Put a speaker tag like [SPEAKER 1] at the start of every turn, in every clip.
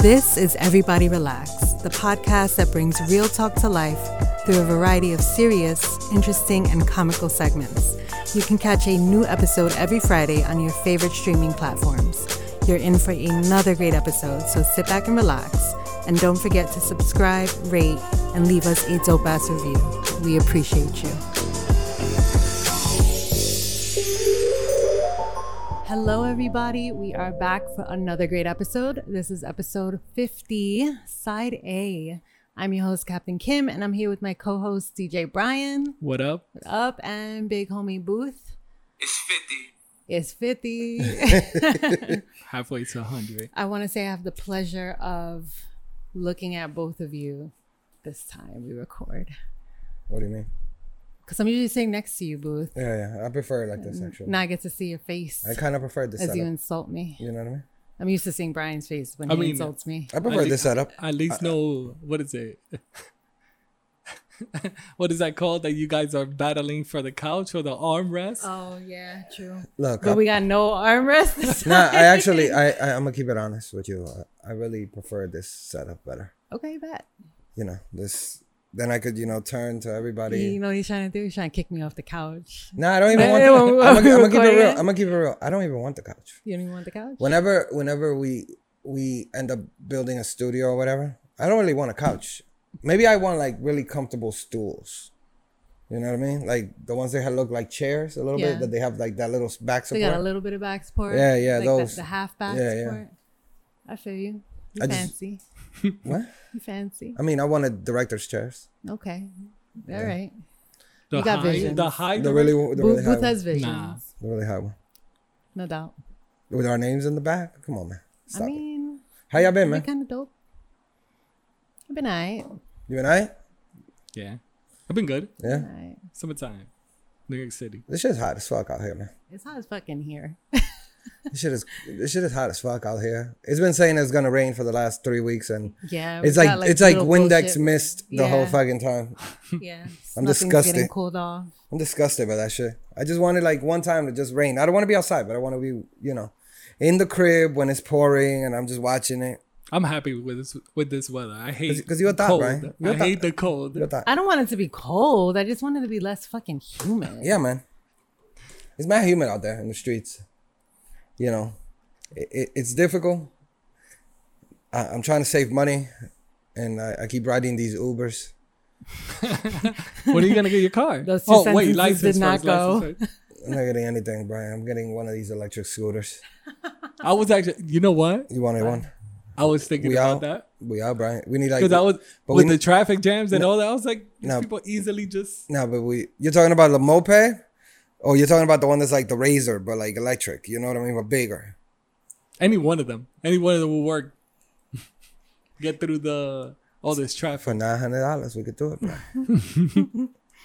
[SPEAKER 1] This is Everybody Relax, the podcast that brings real talk to life through a variety of serious, interesting, and comical segments. You can catch a new episode every Friday on your favorite streaming platforms. You're in for another great episode, so sit back and relax. And don't forget to subscribe, rate, and leave us a dope ass review. We appreciate you. Hello, everybody. We are back for another great episode. This is episode 50, Side A. I'm your host, Captain Kim, and I'm here with my co host, DJ Brian.
[SPEAKER 2] What up?
[SPEAKER 1] What up? And big homie Booth.
[SPEAKER 3] It's 50.
[SPEAKER 1] It's 50.
[SPEAKER 2] Halfway to 100.
[SPEAKER 1] I want to say I have the pleasure of looking at both of you this time we record.
[SPEAKER 4] What do you mean?
[SPEAKER 1] Because I'm usually sitting next to you, Booth.
[SPEAKER 4] Yeah, yeah. I prefer it like this actually.
[SPEAKER 1] Now I get to see your face
[SPEAKER 4] I kind of prefer this
[SPEAKER 1] as
[SPEAKER 4] setup.
[SPEAKER 1] you
[SPEAKER 4] You,
[SPEAKER 1] insult me.
[SPEAKER 4] know what I mean?
[SPEAKER 1] I'm used to seeing Brian's face when
[SPEAKER 2] I
[SPEAKER 1] he
[SPEAKER 2] mean-
[SPEAKER 1] insults me.
[SPEAKER 4] I prefer
[SPEAKER 2] think-
[SPEAKER 4] this setup.
[SPEAKER 2] At least
[SPEAKER 4] uh,
[SPEAKER 2] know what is it? what is that called that you guys are battling for the couch or the armrest?
[SPEAKER 1] Oh, yeah, true.
[SPEAKER 4] Look, I,
[SPEAKER 1] But we got no armrests.
[SPEAKER 4] nah, I actually, I, I, I'm gonna keep it honest with you. I, I really prefer this setup better.
[SPEAKER 1] okay, bet.
[SPEAKER 4] You know, this. Then I could, you know, turn to everybody.
[SPEAKER 1] You know what he's trying to do? He's trying to kick me off the couch.
[SPEAKER 4] nah, I don't even want.
[SPEAKER 1] Hey, when we-
[SPEAKER 4] The, I'm,
[SPEAKER 1] when
[SPEAKER 4] gonna,
[SPEAKER 1] we
[SPEAKER 4] I'm gonna keep it
[SPEAKER 1] recording
[SPEAKER 4] real.
[SPEAKER 1] it?
[SPEAKER 4] I'm gonna keep it real. I don't even want the couch.
[SPEAKER 1] You don't even want the couch?
[SPEAKER 4] Whenever, whenever we we end up building a studio or whatever, I don't really want a couch. Maybe I want like really comfortable stools. You know what I mean? Like the ones that look like chairs a little
[SPEAKER 1] Yeah.
[SPEAKER 4] bit, that they have like that little back
[SPEAKER 1] They
[SPEAKER 4] support.
[SPEAKER 1] got a little bit of back support.
[SPEAKER 4] Yeah, yeah,
[SPEAKER 1] Like
[SPEAKER 4] those.
[SPEAKER 1] The, the half back
[SPEAKER 4] Yeah, yeah.
[SPEAKER 1] support. I feel you. You
[SPEAKER 4] I just-
[SPEAKER 1] fancy.
[SPEAKER 4] What?
[SPEAKER 1] You fancy.
[SPEAKER 4] I mean, I wanted director's chairs.
[SPEAKER 1] Okay. All right.
[SPEAKER 2] the,
[SPEAKER 1] you got
[SPEAKER 2] high,
[SPEAKER 1] visions.
[SPEAKER 2] the high,
[SPEAKER 4] The really, the
[SPEAKER 1] Booth,
[SPEAKER 4] really high
[SPEAKER 1] Booth
[SPEAKER 4] one.
[SPEAKER 1] has visions.
[SPEAKER 2] Nah.
[SPEAKER 4] The really high one.
[SPEAKER 1] No doubt.
[SPEAKER 4] With our names in the back. Come on, man. Stop
[SPEAKER 1] I
[SPEAKER 4] it.
[SPEAKER 1] mean,
[SPEAKER 4] How y'all been,
[SPEAKER 1] we're
[SPEAKER 4] man?
[SPEAKER 1] kind of dope. I've been all right.
[SPEAKER 4] You and I?
[SPEAKER 2] Yeah. I've been good.
[SPEAKER 4] Yeah.
[SPEAKER 2] Summertime. New York City.
[SPEAKER 4] This shit's hot as fuck out here, man.
[SPEAKER 1] It's hot as fucking here.
[SPEAKER 4] This shit is this shit is hot as fuck out here. It's been saying it's gonna rain for the last three weeks, and
[SPEAKER 1] Yeah.
[SPEAKER 4] it's
[SPEAKER 1] we
[SPEAKER 4] like,
[SPEAKER 1] got,
[SPEAKER 4] it's like
[SPEAKER 1] little
[SPEAKER 4] Windex
[SPEAKER 1] bullshit.
[SPEAKER 4] missed the whole
[SPEAKER 1] Yeah.
[SPEAKER 4] fucking time.
[SPEAKER 1] Yeah.
[SPEAKER 4] I'm
[SPEAKER 1] Nothing's Getting
[SPEAKER 4] disgusted.
[SPEAKER 1] cooled off.
[SPEAKER 4] I'm disgusted by that shit. I just wanted like one time to just rain. I don't want to be outside, but I want to be, you know, in the crib when it's pouring and I'm just watching it.
[SPEAKER 2] I'm happy with this with this weather. I hate
[SPEAKER 4] 'cause you a
[SPEAKER 2] the
[SPEAKER 4] thought,
[SPEAKER 2] cold.
[SPEAKER 4] Brian. You a
[SPEAKER 2] I
[SPEAKER 4] thought.
[SPEAKER 2] hate the cold.
[SPEAKER 4] What the-
[SPEAKER 1] I don't want it to be cold. I just wanted to be less fucking humid.
[SPEAKER 4] Yeah, man. It's mad humid out there in the streets. You know, it, it, it's difficult. I, I'm trying to save money, and I, I keep riding these Ubers.
[SPEAKER 2] When are you gonna get your car?
[SPEAKER 1] Those two
[SPEAKER 2] oh wait,
[SPEAKER 1] sentences
[SPEAKER 2] license
[SPEAKER 1] did not
[SPEAKER 2] first, license
[SPEAKER 1] go.
[SPEAKER 2] first.
[SPEAKER 4] I'm not getting anything, Brian. I'm getting one of these electric scooters.
[SPEAKER 2] I was actually, you know what?
[SPEAKER 4] You wanted one?
[SPEAKER 2] I was thinking
[SPEAKER 4] We
[SPEAKER 2] about
[SPEAKER 4] out.
[SPEAKER 2] that
[SPEAKER 4] We are, Brian. We need like
[SPEAKER 2] because I was
[SPEAKER 4] but
[SPEAKER 2] with
[SPEAKER 4] we-
[SPEAKER 2] the traffic jams and all that. I was like, these
[SPEAKER 4] No.
[SPEAKER 2] people easily just
[SPEAKER 4] no, but we. You're talking about the moped, oh, you're talking about the one that's like the Razor, but like electric. You know what I mean? But bigger.
[SPEAKER 2] any one of them, any one of them will work. Get through the all this
[SPEAKER 4] For
[SPEAKER 2] traffic.
[SPEAKER 4] nine hundred dollars, we could do it, Brian.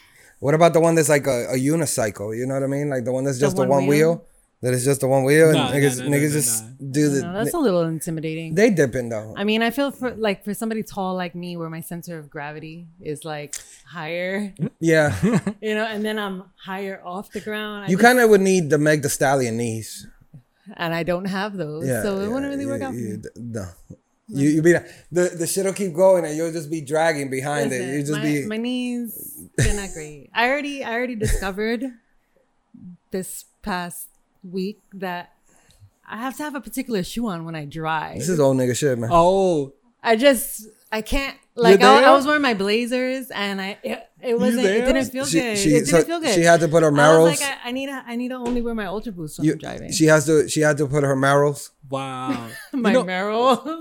[SPEAKER 4] what about the one that's like a, a unicycle? You know what I mean? Like the one that's just the,
[SPEAKER 1] one
[SPEAKER 4] one
[SPEAKER 1] wheel?
[SPEAKER 4] wheel? That is just the one wheel, and
[SPEAKER 2] Nah, nah,
[SPEAKER 4] niggas,
[SPEAKER 2] nah, nah,
[SPEAKER 4] niggas
[SPEAKER 2] nah,
[SPEAKER 4] just
[SPEAKER 2] nah.
[SPEAKER 4] do the.
[SPEAKER 1] No, that's a little intimidating.
[SPEAKER 4] they dip in though.
[SPEAKER 1] I mean, I feel for like for somebody tall like me, where my center of gravity is like higher,
[SPEAKER 4] yeah,
[SPEAKER 1] you know, and then I'm higher off the ground. I
[SPEAKER 4] you
[SPEAKER 1] just-
[SPEAKER 4] kind of would need the Meg the Stallion knees.
[SPEAKER 1] and I don't have those,
[SPEAKER 4] Yeah,
[SPEAKER 1] so it
[SPEAKER 4] yeah,
[SPEAKER 1] wouldn't really work
[SPEAKER 4] yeah,
[SPEAKER 1] out. For
[SPEAKER 4] yeah,
[SPEAKER 1] me.
[SPEAKER 4] d- no. You you be like- the the shit'll keep going and you'll just be dragging behind it.
[SPEAKER 1] Listen,
[SPEAKER 4] You just
[SPEAKER 1] my,
[SPEAKER 4] be
[SPEAKER 1] my knees, they're not great. I already, I already discovered this past week that I have to have a particular shoe on when I drive.
[SPEAKER 4] this is old nigga shit, man.
[SPEAKER 2] Oh,
[SPEAKER 1] I just I can't like I,
[SPEAKER 2] there?
[SPEAKER 1] I was wearing my blazers and I it, it wasn't it
[SPEAKER 2] there?
[SPEAKER 1] didn't feel
[SPEAKER 4] She-
[SPEAKER 1] good.
[SPEAKER 4] she-
[SPEAKER 1] it didn't
[SPEAKER 4] so
[SPEAKER 1] feel good.
[SPEAKER 4] she had to put her
[SPEAKER 1] I
[SPEAKER 4] marrows-
[SPEAKER 1] was like I, I need to, I need to only wear my ultra boots when
[SPEAKER 4] You-
[SPEAKER 1] I'm driving.
[SPEAKER 4] she has to she had to put her marrows
[SPEAKER 2] wow.
[SPEAKER 1] my
[SPEAKER 2] you, know,
[SPEAKER 1] Merrill.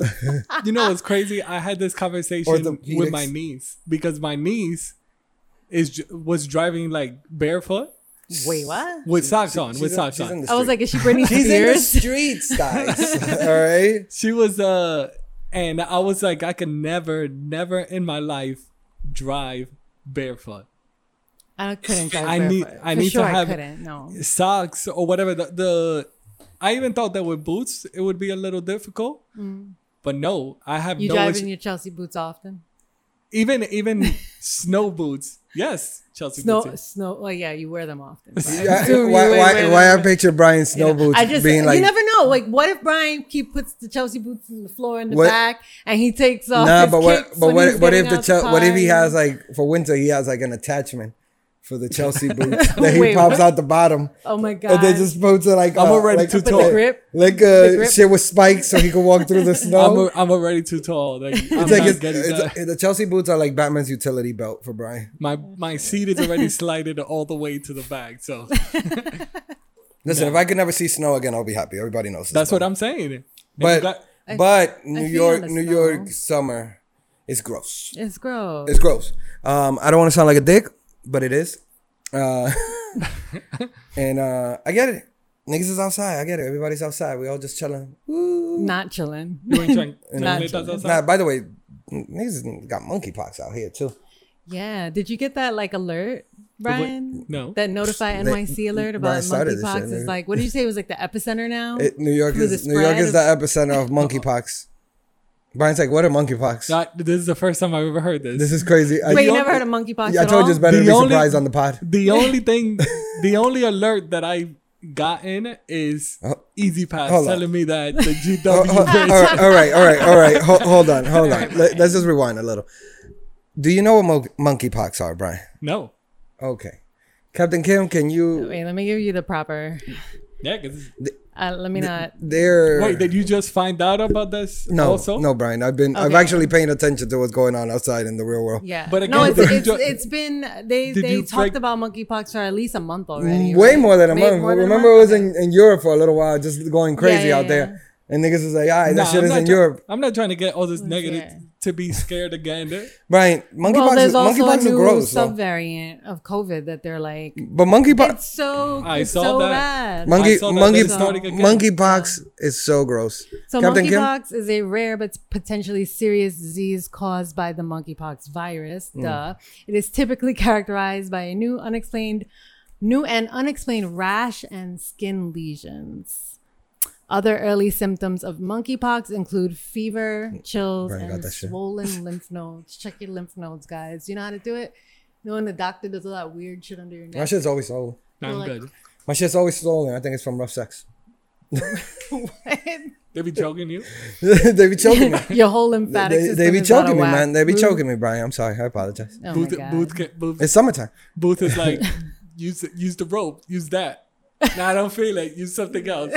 [SPEAKER 2] you know what's crazy? I had this conversation with
[SPEAKER 4] Orthopedics.
[SPEAKER 2] my niece because my niece is ju- was driving like barefoot
[SPEAKER 1] Wait, what?
[SPEAKER 2] with socks on,
[SPEAKER 4] She's
[SPEAKER 2] with
[SPEAKER 4] in-
[SPEAKER 2] socks
[SPEAKER 4] she's
[SPEAKER 2] on.
[SPEAKER 4] in the
[SPEAKER 1] I was
[SPEAKER 4] street.
[SPEAKER 1] like, is she Britney
[SPEAKER 4] She's in the
[SPEAKER 1] Spears?
[SPEAKER 4] streets, guys. All right.
[SPEAKER 2] she was uh and i was like i could never never in my life drive barefoot
[SPEAKER 1] I couldn't drive.
[SPEAKER 2] I need-
[SPEAKER 1] barefoot.
[SPEAKER 2] I
[SPEAKER 1] For
[SPEAKER 2] need to
[SPEAKER 1] sure
[SPEAKER 2] have-
[SPEAKER 1] I couldn't. No.
[SPEAKER 2] socks or whatever the, the i even thought that with boots it
[SPEAKER 4] Mm.
[SPEAKER 2] would be a little difficult but no i have
[SPEAKER 1] You
[SPEAKER 2] no
[SPEAKER 1] drive
[SPEAKER 2] issue-
[SPEAKER 1] in your Chelsea boots often.
[SPEAKER 2] even even snow boots. Yes, Chelsea.
[SPEAKER 1] Snow,
[SPEAKER 2] Boots.
[SPEAKER 1] snow. Well, yeah, you wear them often. so I
[SPEAKER 4] Yeah,
[SPEAKER 1] assume you
[SPEAKER 4] why,
[SPEAKER 1] wear-
[SPEAKER 4] why,
[SPEAKER 1] wear
[SPEAKER 4] why I
[SPEAKER 1] them.
[SPEAKER 4] picture Brian snow boots
[SPEAKER 1] I just
[SPEAKER 4] being like,
[SPEAKER 1] you never know. Like, what if Brian keep puts the Chelsea boots on the floor in the
[SPEAKER 4] What-
[SPEAKER 1] back and he takes off?
[SPEAKER 4] nah,
[SPEAKER 1] his
[SPEAKER 4] but what,
[SPEAKER 1] kicks
[SPEAKER 4] but
[SPEAKER 1] when
[SPEAKER 4] what,
[SPEAKER 1] he's
[SPEAKER 4] what
[SPEAKER 1] getting
[SPEAKER 4] if the,
[SPEAKER 1] out
[SPEAKER 4] Chel- what if he
[SPEAKER 1] car
[SPEAKER 4] has
[SPEAKER 1] and-
[SPEAKER 4] like for winter he has like an attachment for the Chelsea boots that he
[SPEAKER 1] Wait,
[SPEAKER 4] pops
[SPEAKER 1] what?
[SPEAKER 4] out the bottom.
[SPEAKER 1] Oh my god!
[SPEAKER 4] And they just supposed to like
[SPEAKER 2] I'm
[SPEAKER 4] uh,
[SPEAKER 2] already
[SPEAKER 4] like,
[SPEAKER 2] too
[SPEAKER 4] like-
[SPEAKER 2] tall. The
[SPEAKER 1] grip?
[SPEAKER 4] Like uh,
[SPEAKER 1] grip?
[SPEAKER 4] shit with spikes so he can walk through the
[SPEAKER 2] I'm,
[SPEAKER 4] snow.
[SPEAKER 2] a, I'm already too tall. Like, I'm
[SPEAKER 4] it's like
[SPEAKER 2] not
[SPEAKER 4] it's,
[SPEAKER 2] getting
[SPEAKER 4] it's-
[SPEAKER 2] that.
[SPEAKER 4] the Chelsea boots are like Batman's utility belt for Brian.
[SPEAKER 2] my my seat is already slided all the way to the back. So
[SPEAKER 4] Listen, if I could never see snow again, I'll be happy. Everybody knows this
[SPEAKER 2] that's
[SPEAKER 4] now.
[SPEAKER 2] what I'm saying. And you
[SPEAKER 4] But
[SPEAKER 2] got-
[SPEAKER 4] but
[SPEAKER 1] I
[SPEAKER 4] New
[SPEAKER 1] feel
[SPEAKER 4] York,
[SPEAKER 1] the
[SPEAKER 4] New
[SPEAKER 1] snow.
[SPEAKER 4] York summer is gross.
[SPEAKER 1] it's gross.
[SPEAKER 4] It's gross. Um, I don't want to sound like a dick, but it is. Uh, and uh, I get it. Niggas is outside. I get it. Everybody's outside. We all just chilling.
[SPEAKER 1] Not chilling.
[SPEAKER 2] you ain't trying- you
[SPEAKER 1] Not
[SPEAKER 2] ain't let us
[SPEAKER 4] Nah,
[SPEAKER 2] outside?
[SPEAKER 4] by the way, n- niggas got monkeypox out here too.
[SPEAKER 1] yeah. Did you get that like alert,
[SPEAKER 2] wait,
[SPEAKER 1] Brian?
[SPEAKER 2] no.
[SPEAKER 1] That notify
[SPEAKER 4] They-
[SPEAKER 1] NYC alert about
[SPEAKER 4] Brian started this
[SPEAKER 1] monkeypox
[SPEAKER 4] shit,
[SPEAKER 1] is
[SPEAKER 4] nigga.
[SPEAKER 1] like what did you say? It was like the epicenter now.
[SPEAKER 4] It, New York
[SPEAKER 1] Through
[SPEAKER 4] is
[SPEAKER 1] the
[SPEAKER 4] New York
[SPEAKER 1] spread
[SPEAKER 4] is the epicenter of monkeypox. Brian's like, what are monkeypox?
[SPEAKER 2] Not- this is the first time I've ever heard this.
[SPEAKER 4] This is crazy. I,
[SPEAKER 1] Wait, you
[SPEAKER 2] the
[SPEAKER 1] never
[SPEAKER 2] only-
[SPEAKER 1] heard of monkeypox?
[SPEAKER 4] I
[SPEAKER 1] at
[SPEAKER 4] told
[SPEAKER 1] all?
[SPEAKER 4] you it's better to
[SPEAKER 2] The
[SPEAKER 4] be
[SPEAKER 2] only-
[SPEAKER 4] surprised on the pod.
[SPEAKER 2] the only thing, the only alert that I gotten is
[SPEAKER 4] Oh.
[SPEAKER 2] Easy Pass
[SPEAKER 4] Hold on.
[SPEAKER 2] telling me that the
[SPEAKER 4] Oh,
[SPEAKER 2] GW
[SPEAKER 4] oh, all right, all right, all right, all right. Hold, hold on, hold on. Let, us just rewind a little. Do you know what mon- monkeypox are, Brian?
[SPEAKER 2] no.
[SPEAKER 4] Okay, Captain Kim, can you?
[SPEAKER 1] Wait, let me give you the proper.
[SPEAKER 2] Yeah, 'cause-
[SPEAKER 1] Uh, let me not.
[SPEAKER 4] They're
[SPEAKER 2] wait, did you just find out about this?
[SPEAKER 4] no,
[SPEAKER 2] also?
[SPEAKER 4] no, Brian. I've been, I've
[SPEAKER 1] Okay.
[SPEAKER 4] actually paying attention to what's going on outside in the real world.
[SPEAKER 1] Yeah,
[SPEAKER 2] But
[SPEAKER 1] no,
[SPEAKER 2] again,
[SPEAKER 1] it's,
[SPEAKER 2] did you
[SPEAKER 1] it's,
[SPEAKER 2] ju-
[SPEAKER 1] it's been they
[SPEAKER 2] Did
[SPEAKER 1] they
[SPEAKER 2] you
[SPEAKER 1] talked
[SPEAKER 2] break-
[SPEAKER 1] about monkeypox for at least a month already.
[SPEAKER 4] Way
[SPEAKER 1] right?
[SPEAKER 4] more than a
[SPEAKER 1] Way
[SPEAKER 4] month.
[SPEAKER 1] more than a
[SPEAKER 4] Remember,
[SPEAKER 1] month?
[SPEAKER 4] it was in, in Europe for a little while, just going crazy
[SPEAKER 1] yeah,
[SPEAKER 4] out there, and niggas was like, "All right,
[SPEAKER 2] Nah,
[SPEAKER 4] that shit
[SPEAKER 2] I'm
[SPEAKER 4] is
[SPEAKER 2] not
[SPEAKER 4] in
[SPEAKER 2] try-
[SPEAKER 4] Europe."
[SPEAKER 2] I'm not trying to get all
[SPEAKER 1] Oh,
[SPEAKER 2] this negative
[SPEAKER 1] yeah.
[SPEAKER 2] to be scared again.
[SPEAKER 4] Brian, monkeypox,
[SPEAKER 1] Well,
[SPEAKER 4] is,
[SPEAKER 1] there's also
[SPEAKER 4] monkeypox
[SPEAKER 1] a
[SPEAKER 4] is
[SPEAKER 1] new
[SPEAKER 4] gross, though.
[SPEAKER 1] subvariant of COVID that they're like,
[SPEAKER 4] but monkeypox,
[SPEAKER 1] it's so,
[SPEAKER 2] I
[SPEAKER 1] it's
[SPEAKER 2] saw
[SPEAKER 1] so
[SPEAKER 2] that.
[SPEAKER 1] bad.
[SPEAKER 4] monkey,
[SPEAKER 2] I saw that
[SPEAKER 4] monkey,
[SPEAKER 2] they're starting again.
[SPEAKER 4] monkeypox is so gross.
[SPEAKER 1] so
[SPEAKER 4] Captain Kim?
[SPEAKER 1] monkeypox is a rare but potentially serious disease caused by the monkeypox virus.
[SPEAKER 4] Hmm.
[SPEAKER 1] Duh. It is typically characterized by a new unexplained, new and unexplained rash and skin lesions. Other early symptoms of monkeypox include fever, chills,
[SPEAKER 4] Brian Hmm. got
[SPEAKER 1] and
[SPEAKER 4] that shit.
[SPEAKER 1] swollen lymph nodes. Check your lymph nodes, guys. You know how to do it. You know when the doctor does all that weird shit under your neck.
[SPEAKER 4] My shit's always swollen.
[SPEAKER 2] No, I'm
[SPEAKER 1] Well, like-
[SPEAKER 2] good.
[SPEAKER 4] My shit's always swollen. I think it's from rough sex.
[SPEAKER 2] They be joking you.
[SPEAKER 4] they be choking me.
[SPEAKER 1] Your whole lymphatic
[SPEAKER 4] They,
[SPEAKER 1] system.
[SPEAKER 4] they be
[SPEAKER 1] is out
[SPEAKER 4] choking
[SPEAKER 1] of
[SPEAKER 4] me,
[SPEAKER 1] whack.
[SPEAKER 4] man. They be
[SPEAKER 1] Boo.
[SPEAKER 4] choking me, Brian. I'm sorry. I apologize.
[SPEAKER 1] Oh my
[SPEAKER 2] Booth,
[SPEAKER 1] God.
[SPEAKER 2] booth, ca- booth,
[SPEAKER 4] It's summertime.
[SPEAKER 2] booth is like use use the rope, use that. Nah, I don't feel it. Use something else.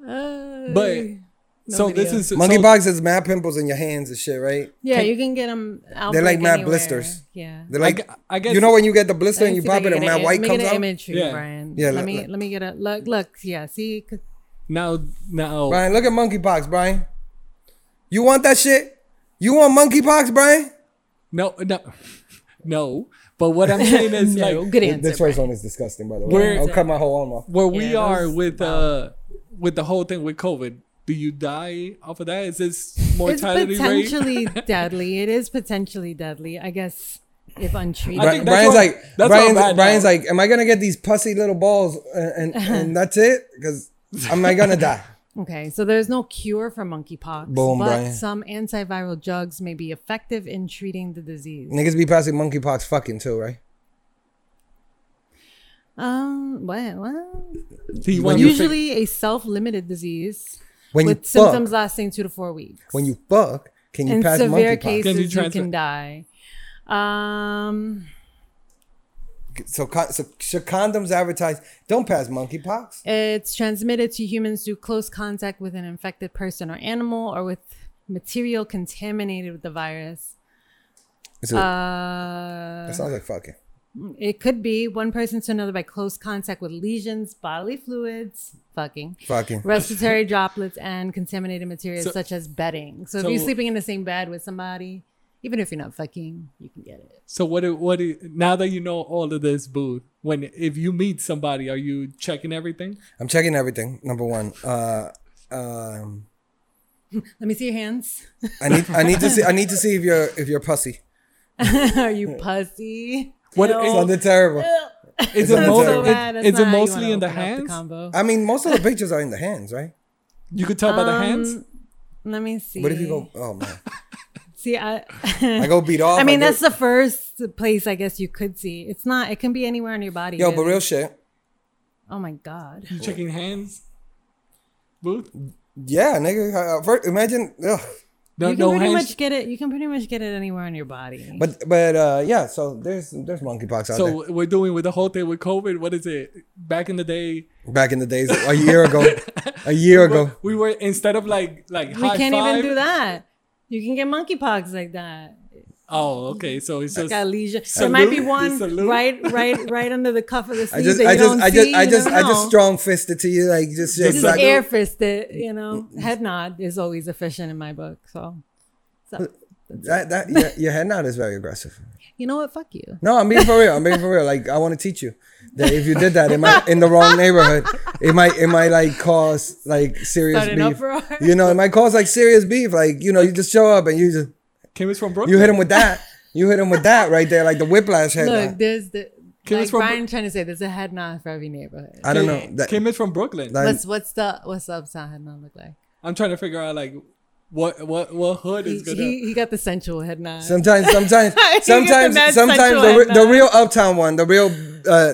[SPEAKER 1] Uh,
[SPEAKER 2] But so
[SPEAKER 1] video.
[SPEAKER 2] this is
[SPEAKER 4] Monkey
[SPEAKER 2] so,
[SPEAKER 4] box has mad pimples in your hands and shit, right?
[SPEAKER 1] yeah, you can get them out.
[SPEAKER 4] They're like
[SPEAKER 1] mad
[SPEAKER 4] mad blisters.
[SPEAKER 1] Yeah.
[SPEAKER 4] They're
[SPEAKER 2] I
[SPEAKER 4] like,
[SPEAKER 2] gu- I guess-
[SPEAKER 4] you know when you get the blister and
[SPEAKER 1] Let me
[SPEAKER 4] you
[SPEAKER 1] see if I
[SPEAKER 4] pop it
[SPEAKER 1] can
[SPEAKER 4] and
[SPEAKER 1] get
[SPEAKER 4] mad
[SPEAKER 1] an-
[SPEAKER 4] white
[SPEAKER 1] make
[SPEAKER 4] comes
[SPEAKER 1] an
[SPEAKER 4] out?
[SPEAKER 1] image for you,
[SPEAKER 2] Yeah.
[SPEAKER 1] Brian.
[SPEAKER 4] Yeah,
[SPEAKER 1] let,
[SPEAKER 4] look,
[SPEAKER 1] me
[SPEAKER 4] look.
[SPEAKER 1] let me get a look. Look, look. Yeah, see. 'Cause-
[SPEAKER 2] Now, now,
[SPEAKER 4] Brian, look at monkey box, Brian. You want that shit? You want monkey box, Brian?
[SPEAKER 2] no, no, no. But what I'm saying is
[SPEAKER 1] No,
[SPEAKER 2] like
[SPEAKER 1] good answer.
[SPEAKER 4] This first one is disgusting, by the way.
[SPEAKER 2] Where-
[SPEAKER 4] I'll cut my whole arm off.
[SPEAKER 2] where we
[SPEAKER 1] Yeah,
[SPEAKER 2] are
[SPEAKER 1] those-
[SPEAKER 2] with uh with the whole thing with COVID. Do you die off of that? Is this
[SPEAKER 1] Brian. It's
[SPEAKER 2] mortality rate?
[SPEAKER 1] potentially deadly. It is potentially deadly. I guess if untreated.
[SPEAKER 2] I
[SPEAKER 4] Bri-
[SPEAKER 2] think that's why-
[SPEAKER 4] Brian's like,
[SPEAKER 2] that's why I'm
[SPEAKER 4] Brian's,
[SPEAKER 2] bad
[SPEAKER 4] Brian's
[SPEAKER 2] now.
[SPEAKER 4] like, am I gonna get these pussy little balls and and, and that's it? Because am I gonna die?
[SPEAKER 1] Okay, so there's no cure for monkeypox,
[SPEAKER 4] Boom,
[SPEAKER 1] but
[SPEAKER 4] Brian.
[SPEAKER 1] some antiviral drugs may be effective in treating the disease.
[SPEAKER 4] Niggas be passing monkeypox fucking too, right? Mm,
[SPEAKER 1] Um, what? what?
[SPEAKER 2] See, when you think-
[SPEAKER 1] Usually a self-limited disease
[SPEAKER 4] When you
[SPEAKER 1] with
[SPEAKER 4] fuck,
[SPEAKER 1] symptoms lasting two to four weeks.
[SPEAKER 4] when you fuck, can you
[SPEAKER 1] in
[SPEAKER 4] pass
[SPEAKER 1] severe
[SPEAKER 4] monkeypox?
[SPEAKER 1] cases,
[SPEAKER 2] Can you
[SPEAKER 1] you,
[SPEAKER 2] transfer-
[SPEAKER 1] can die. Um,
[SPEAKER 4] So, con- so should condoms advertise don't pass monkeypox?
[SPEAKER 1] it's transmitted to humans through close contact with an infected person or animal, or with material contaminated with the virus.
[SPEAKER 4] So,
[SPEAKER 1] Uh,
[SPEAKER 4] that sounds like fucking.
[SPEAKER 1] it could be one person to another by close contact with lesions, bodily fluids, fucking,
[SPEAKER 4] Fucking.
[SPEAKER 1] respiratory droplets, and contaminated materials
[SPEAKER 2] So-
[SPEAKER 1] such as bedding. So,
[SPEAKER 2] so-
[SPEAKER 1] if you're sleeping in the same bed with somebody, even if you're not fucking, you can get it.
[SPEAKER 2] So what? do- What? do- Now that you know all of this, boo. When if you meet somebody, are you checking everything?
[SPEAKER 4] I'm checking everything. Number one, uh, um,
[SPEAKER 1] Let me see your hands.
[SPEAKER 4] I need I need to see I need to see if you're if you're pussy.
[SPEAKER 1] Are you pussy?
[SPEAKER 2] What
[SPEAKER 1] No.
[SPEAKER 2] is-
[SPEAKER 4] Sounded terrible.
[SPEAKER 2] Is it,
[SPEAKER 4] That's
[SPEAKER 2] mo-
[SPEAKER 4] so
[SPEAKER 2] it-
[SPEAKER 1] bad. That's
[SPEAKER 2] is
[SPEAKER 1] not
[SPEAKER 2] it
[SPEAKER 1] how you
[SPEAKER 2] mostly
[SPEAKER 1] wanna
[SPEAKER 2] in the
[SPEAKER 1] open up
[SPEAKER 2] hands?
[SPEAKER 1] combo.
[SPEAKER 4] I mean, most of the pictures are in the hands, right?
[SPEAKER 2] You could tell by the
[SPEAKER 1] Um,
[SPEAKER 2] hands.
[SPEAKER 1] Let me see.
[SPEAKER 4] What if you go? Oh man,
[SPEAKER 1] See, I.
[SPEAKER 4] I go beat off.
[SPEAKER 1] I mean,
[SPEAKER 4] go-
[SPEAKER 1] that's the first place I guess you could see. It's not. It can be anywhere on your body.
[SPEAKER 4] yo, but
[SPEAKER 1] really.
[SPEAKER 4] real shit.
[SPEAKER 1] Oh my god.
[SPEAKER 2] You checking hands? Booth?
[SPEAKER 4] Yeah, nigga. I- I- first- imagine. Ugh.
[SPEAKER 2] No,
[SPEAKER 1] you can
[SPEAKER 2] no
[SPEAKER 1] pretty
[SPEAKER 2] hands.
[SPEAKER 1] much get it. You can pretty much get it anywhere on your body.
[SPEAKER 4] But but uh, yeah. So there's there's monkeypox out
[SPEAKER 2] so we're doing with the whole thing with COVID. What is it? Back in the day,
[SPEAKER 4] there. Back in the days, a year ago, a year
[SPEAKER 2] we
[SPEAKER 4] ago.
[SPEAKER 2] were, we were instead of like like
[SPEAKER 1] we
[SPEAKER 2] high
[SPEAKER 1] can't
[SPEAKER 2] five.
[SPEAKER 1] even do that. You can get monkeypox like that.
[SPEAKER 2] Oh, okay. So it's just
[SPEAKER 1] Like a lesion. There might be
[SPEAKER 2] salute,
[SPEAKER 1] one
[SPEAKER 2] salute.
[SPEAKER 1] right, right, right under the cuff of the sleeve
[SPEAKER 4] I just
[SPEAKER 1] that
[SPEAKER 4] I
[SPEAKER 1] you
[SPEAKER 4] just
[SPEAKER 1] don't
[SPEAKER 4] I just
[SPEAKER 1] see.
[SPEAKER 4] I
[SPEAKER 1] you
[SPEAKER 4] just
[SPEAKER 1] don't
[SPEAKER 4] I just
[SPEAKER 1] know.
[SPEAKER 4] strong fisted to you like just
[SPEAKER 2] This
[SPEAKER 1] Just
[SPEAKER 2] Exactly.
[SPEAKER 4] like,
[SPEAKER 1] air fisted, you know. Head nod is always efficient in my book. So, so
[SPEAKER 4] that, that your, your head nod is very aggressive.
[SPEAKER 1] you know what? Fuck you.
[SPEAKER 4] No, I'm being for real. I'm being for real. Like I want to teach you that if you did that in my in the wrong neighborhood, it might it might like cause like serious
[SPEAKER 1] Start an
[SPEAKER 4] beef.
[SPEAKER 1] uproar.
[SPEAKER 4] You know, it might cause like serious beef. Like you know, you just show up and you just
[SPEAKER 2] Kim is from Brooklyn.
[SPEAKER 4] you hit him with that. You hit him with that right there, like the whiplash head.
[SPEAKER 1] Look,
[SPEAKER 4] nod.
[SPEAKER 1] there's the
[SPEAKER 2] Kim is
[SPEAKER 1] like
[SPEAKER 2] from-
[SPEAKER 1] Brian trying to say there's a head nod for every neighborhood.
[SPEAKER 4] I don't know. That,
[SPEAKER 2] Kim is from Brooklyn.
[SPEAKER 4] that-
[SPEAKER 1] What's what's the what's the upside head nod look like?
[SPEAKER 2] I'm trying to figure out like what what what hood
[SPEAKER 1] He,
[SPEAKER 2] is gonna.
[SPEAKER 4] uh,
[SPEAKER 1] he, he got the sensual head nod.
[SPEAKER 4] sometimes, sometimes,
[SPEAKER 1] get the
[SPEAKER 4] sometimes,
[SPEAKER 1] mad
[SPEAKER 4] sometimes
[SPEAKER 1] sexual
[SPEAKER 4] the, re-
[SPEAKER 1] head
[SPEAKER 4] the
[SPEAKER 1] nod.
[SPEAKER 4] real uptown one, the real uh,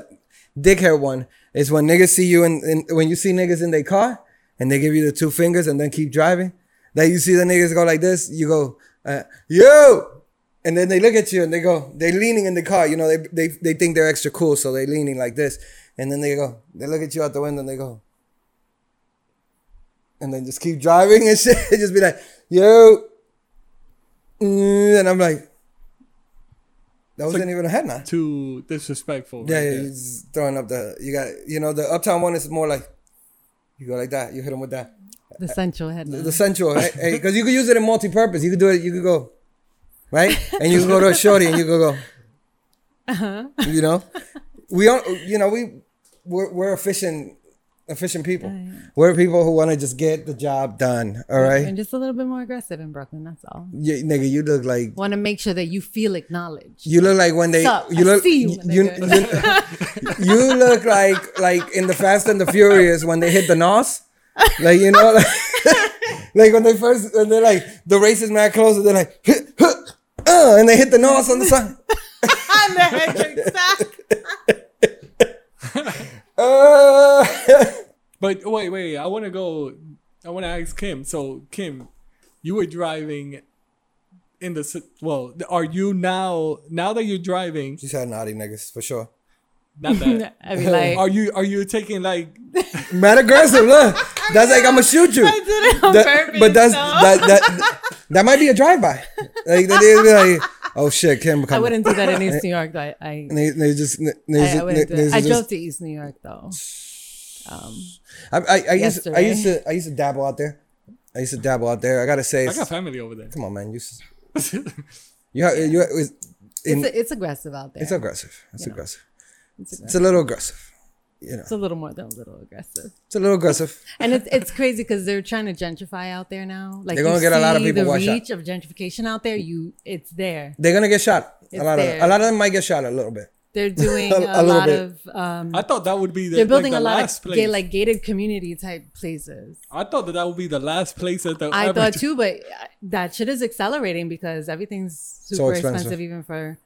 [SPEAKER 4] dickhead one, is when niggas see you in, in when you see niggas in their car and they give you the two fingers and then keep driving. That you see the niggas go like this, you go, uh, yo, and then they look at you and they go, they leaning in the car. You know, they they they think they're extra cool, so they leaning like this, and then they go, they look at you out the window and they go. and then just keep driving and shit. just be like, yo. Mm, And I'm like, that wasn't even a head nod.
[SPEAKER 2] too disrespectful.
[SPEAKER 4] Yeah,
[SPEAKER 2] right
[SPEAKER 4] yeah,
[SPEAKER 2] there.
[SPEAKER 4] you're just throwing up the, you got, you know, the uptown one is more like, you go like that, you hit him with that.
[SPEAKER 1] the sensual head nod.
[SPEAKER 4] The sensual, right? Because you could use it in multi purpose. You could do it, you could go, right? And you could go to a shorty and you could go, you know? We don't, you know, we, we're, we're efficient, efficient people. We're people who want to just get the job done, all right?
[SPEAKER 1] and just a little bit more aggressive in Brooklyn. That's all.
[SPEAKER 4] Yeah, nigga, you look like
[SPEAKER 1] Want to make sure that you feel acknowledged.
[SPEAKER 4] you look like when they
[SPEAKER 1] Sup,
[SPEAKER 4] you
[SPEAKER 1] I
[SPEAKER 4] look
[SPEAKER 1] see you,
[SPEAKER 4] you, you- you look like like in the Fast and the Furious when they hit the nos, like you know, like, like when they first and they're like the race is mad close and they're like, uh, and they hit the nos on the side.
[SPEAKER 1] I'm the head trick sack.
[SPEAKER 4] Uh,
[SPEAKER 2] But wait, wait, I want to go. I want to ask Kim. So, Kim, you were driving in the ci- well. Are you now? Now that you're driving,
[SPEAKER 4] she's had naughty niggas for sure.
[SPEAKER 2] not that.
[SPEAKER 1] I'd be like,
[SPEAKER 2] Are you are you taking like
[SPEAKER 4] Mad aggressive, look. That's like I'm gonna shoot you.
[SPEAKER 1] I did it on
[SPEAKER 4] That-
[SPEAKER 1] purpose.
[SPEAKER 4] but that's
[SPEAKER 1] though.
[SPEAKER 4] that, that that might be a drive by. Like that is like, oh shit, Kim, come.
[SPEAKER 1] I wouldn't do that in East New York. Though. I I,
[SPEAKER 4] They, they just, they
[SPEAKER 1] I, I
[SPEAKER 4] just,
[SPEAKER 1] wouldn't do
[SPEAKER 4] they
[SPEAKER 1] that. I
[SPEAKER 4] just-
[SPEAKER 1] drove to East New York though. Um,
[SPEAKER 4] I, I, I used I
[SPEAKER 1] yesterday.
[SPEAKER 4] used to I used to dabble out there. I used to dabble out there. I gotta say,
[SPEAKER 2] I got
[SPEAKER 4] it's-
[SPEAKER 2] family over there?
[SPEAKER 4] come on, man. You s- you have, you have- it's, in,
[SPEAKER 1] it's,
[SPEAKER 4] it's,
[SPEAKER 1] a, it's aggressive out there. It's,
[SPEAKER 4] aggressive. It's aggressive.
[SPEAKER 1] aggressive.
[SPEAKER 4] It's a little aggressive. You know,
[SPEAKER 1] It's a little more than a little aggressive.
[SPEAKER 4] it's a little aggressive.
[SPEAKER 1] And it's it's crazy because they're trying to gentrify out there now. Like
[SPEAKER 4] They're gonna
[SPEAKER 1] you
[SPEAKER 4] get a lot of
[SPEAKER 1] see
[SPEAKER 4] people
[SPEAKER 1] The
[SPEAKER 4] washed out.
[SPEAKER 1] reach of gentrification out there, you it's there.
[SPEAKER 4] They're gonna get shot.
[SPEAKER 1] It's
[SPEAKER 4] a lot of
[SPEAKER 1] there.
[SPEAKER 4] them. a lot of them might get shot a little bit.
[SPEAKER 1] They're doing
[SPEAKER 4] A-
[SPEAKER 1] a,
[SPEAKER 4] a little
[SPEAKER 1] lot
[SPEAKER 4] bit.
[SPEAKER 1] of um,
[SPEAKER 2] I thought that would be the
[SPEAKER 1] they're building
[SPEAKER 2] like,
[SPEAKER 1] a
[SPEAKER 2] the
[SPEAKER 1] lot
[SPEAKER 2] last
[SPEAKER 1] of
[SPEAKER 2] place.
[SPEAKER 1] gay, like gated community type places.
[SPEAKER 2] I thought that that would be the last place that they'll
[SPEAKER 1] I
[SPEAKER 2] ever
[SPEAKER 1] thought
[SPEAKER 2] do-
[SPEAKER 1] too, but uh, that shit is accelerating because everything's super
[SPEAKER 4] expensive.
[SPEAKER 1] expensive. even for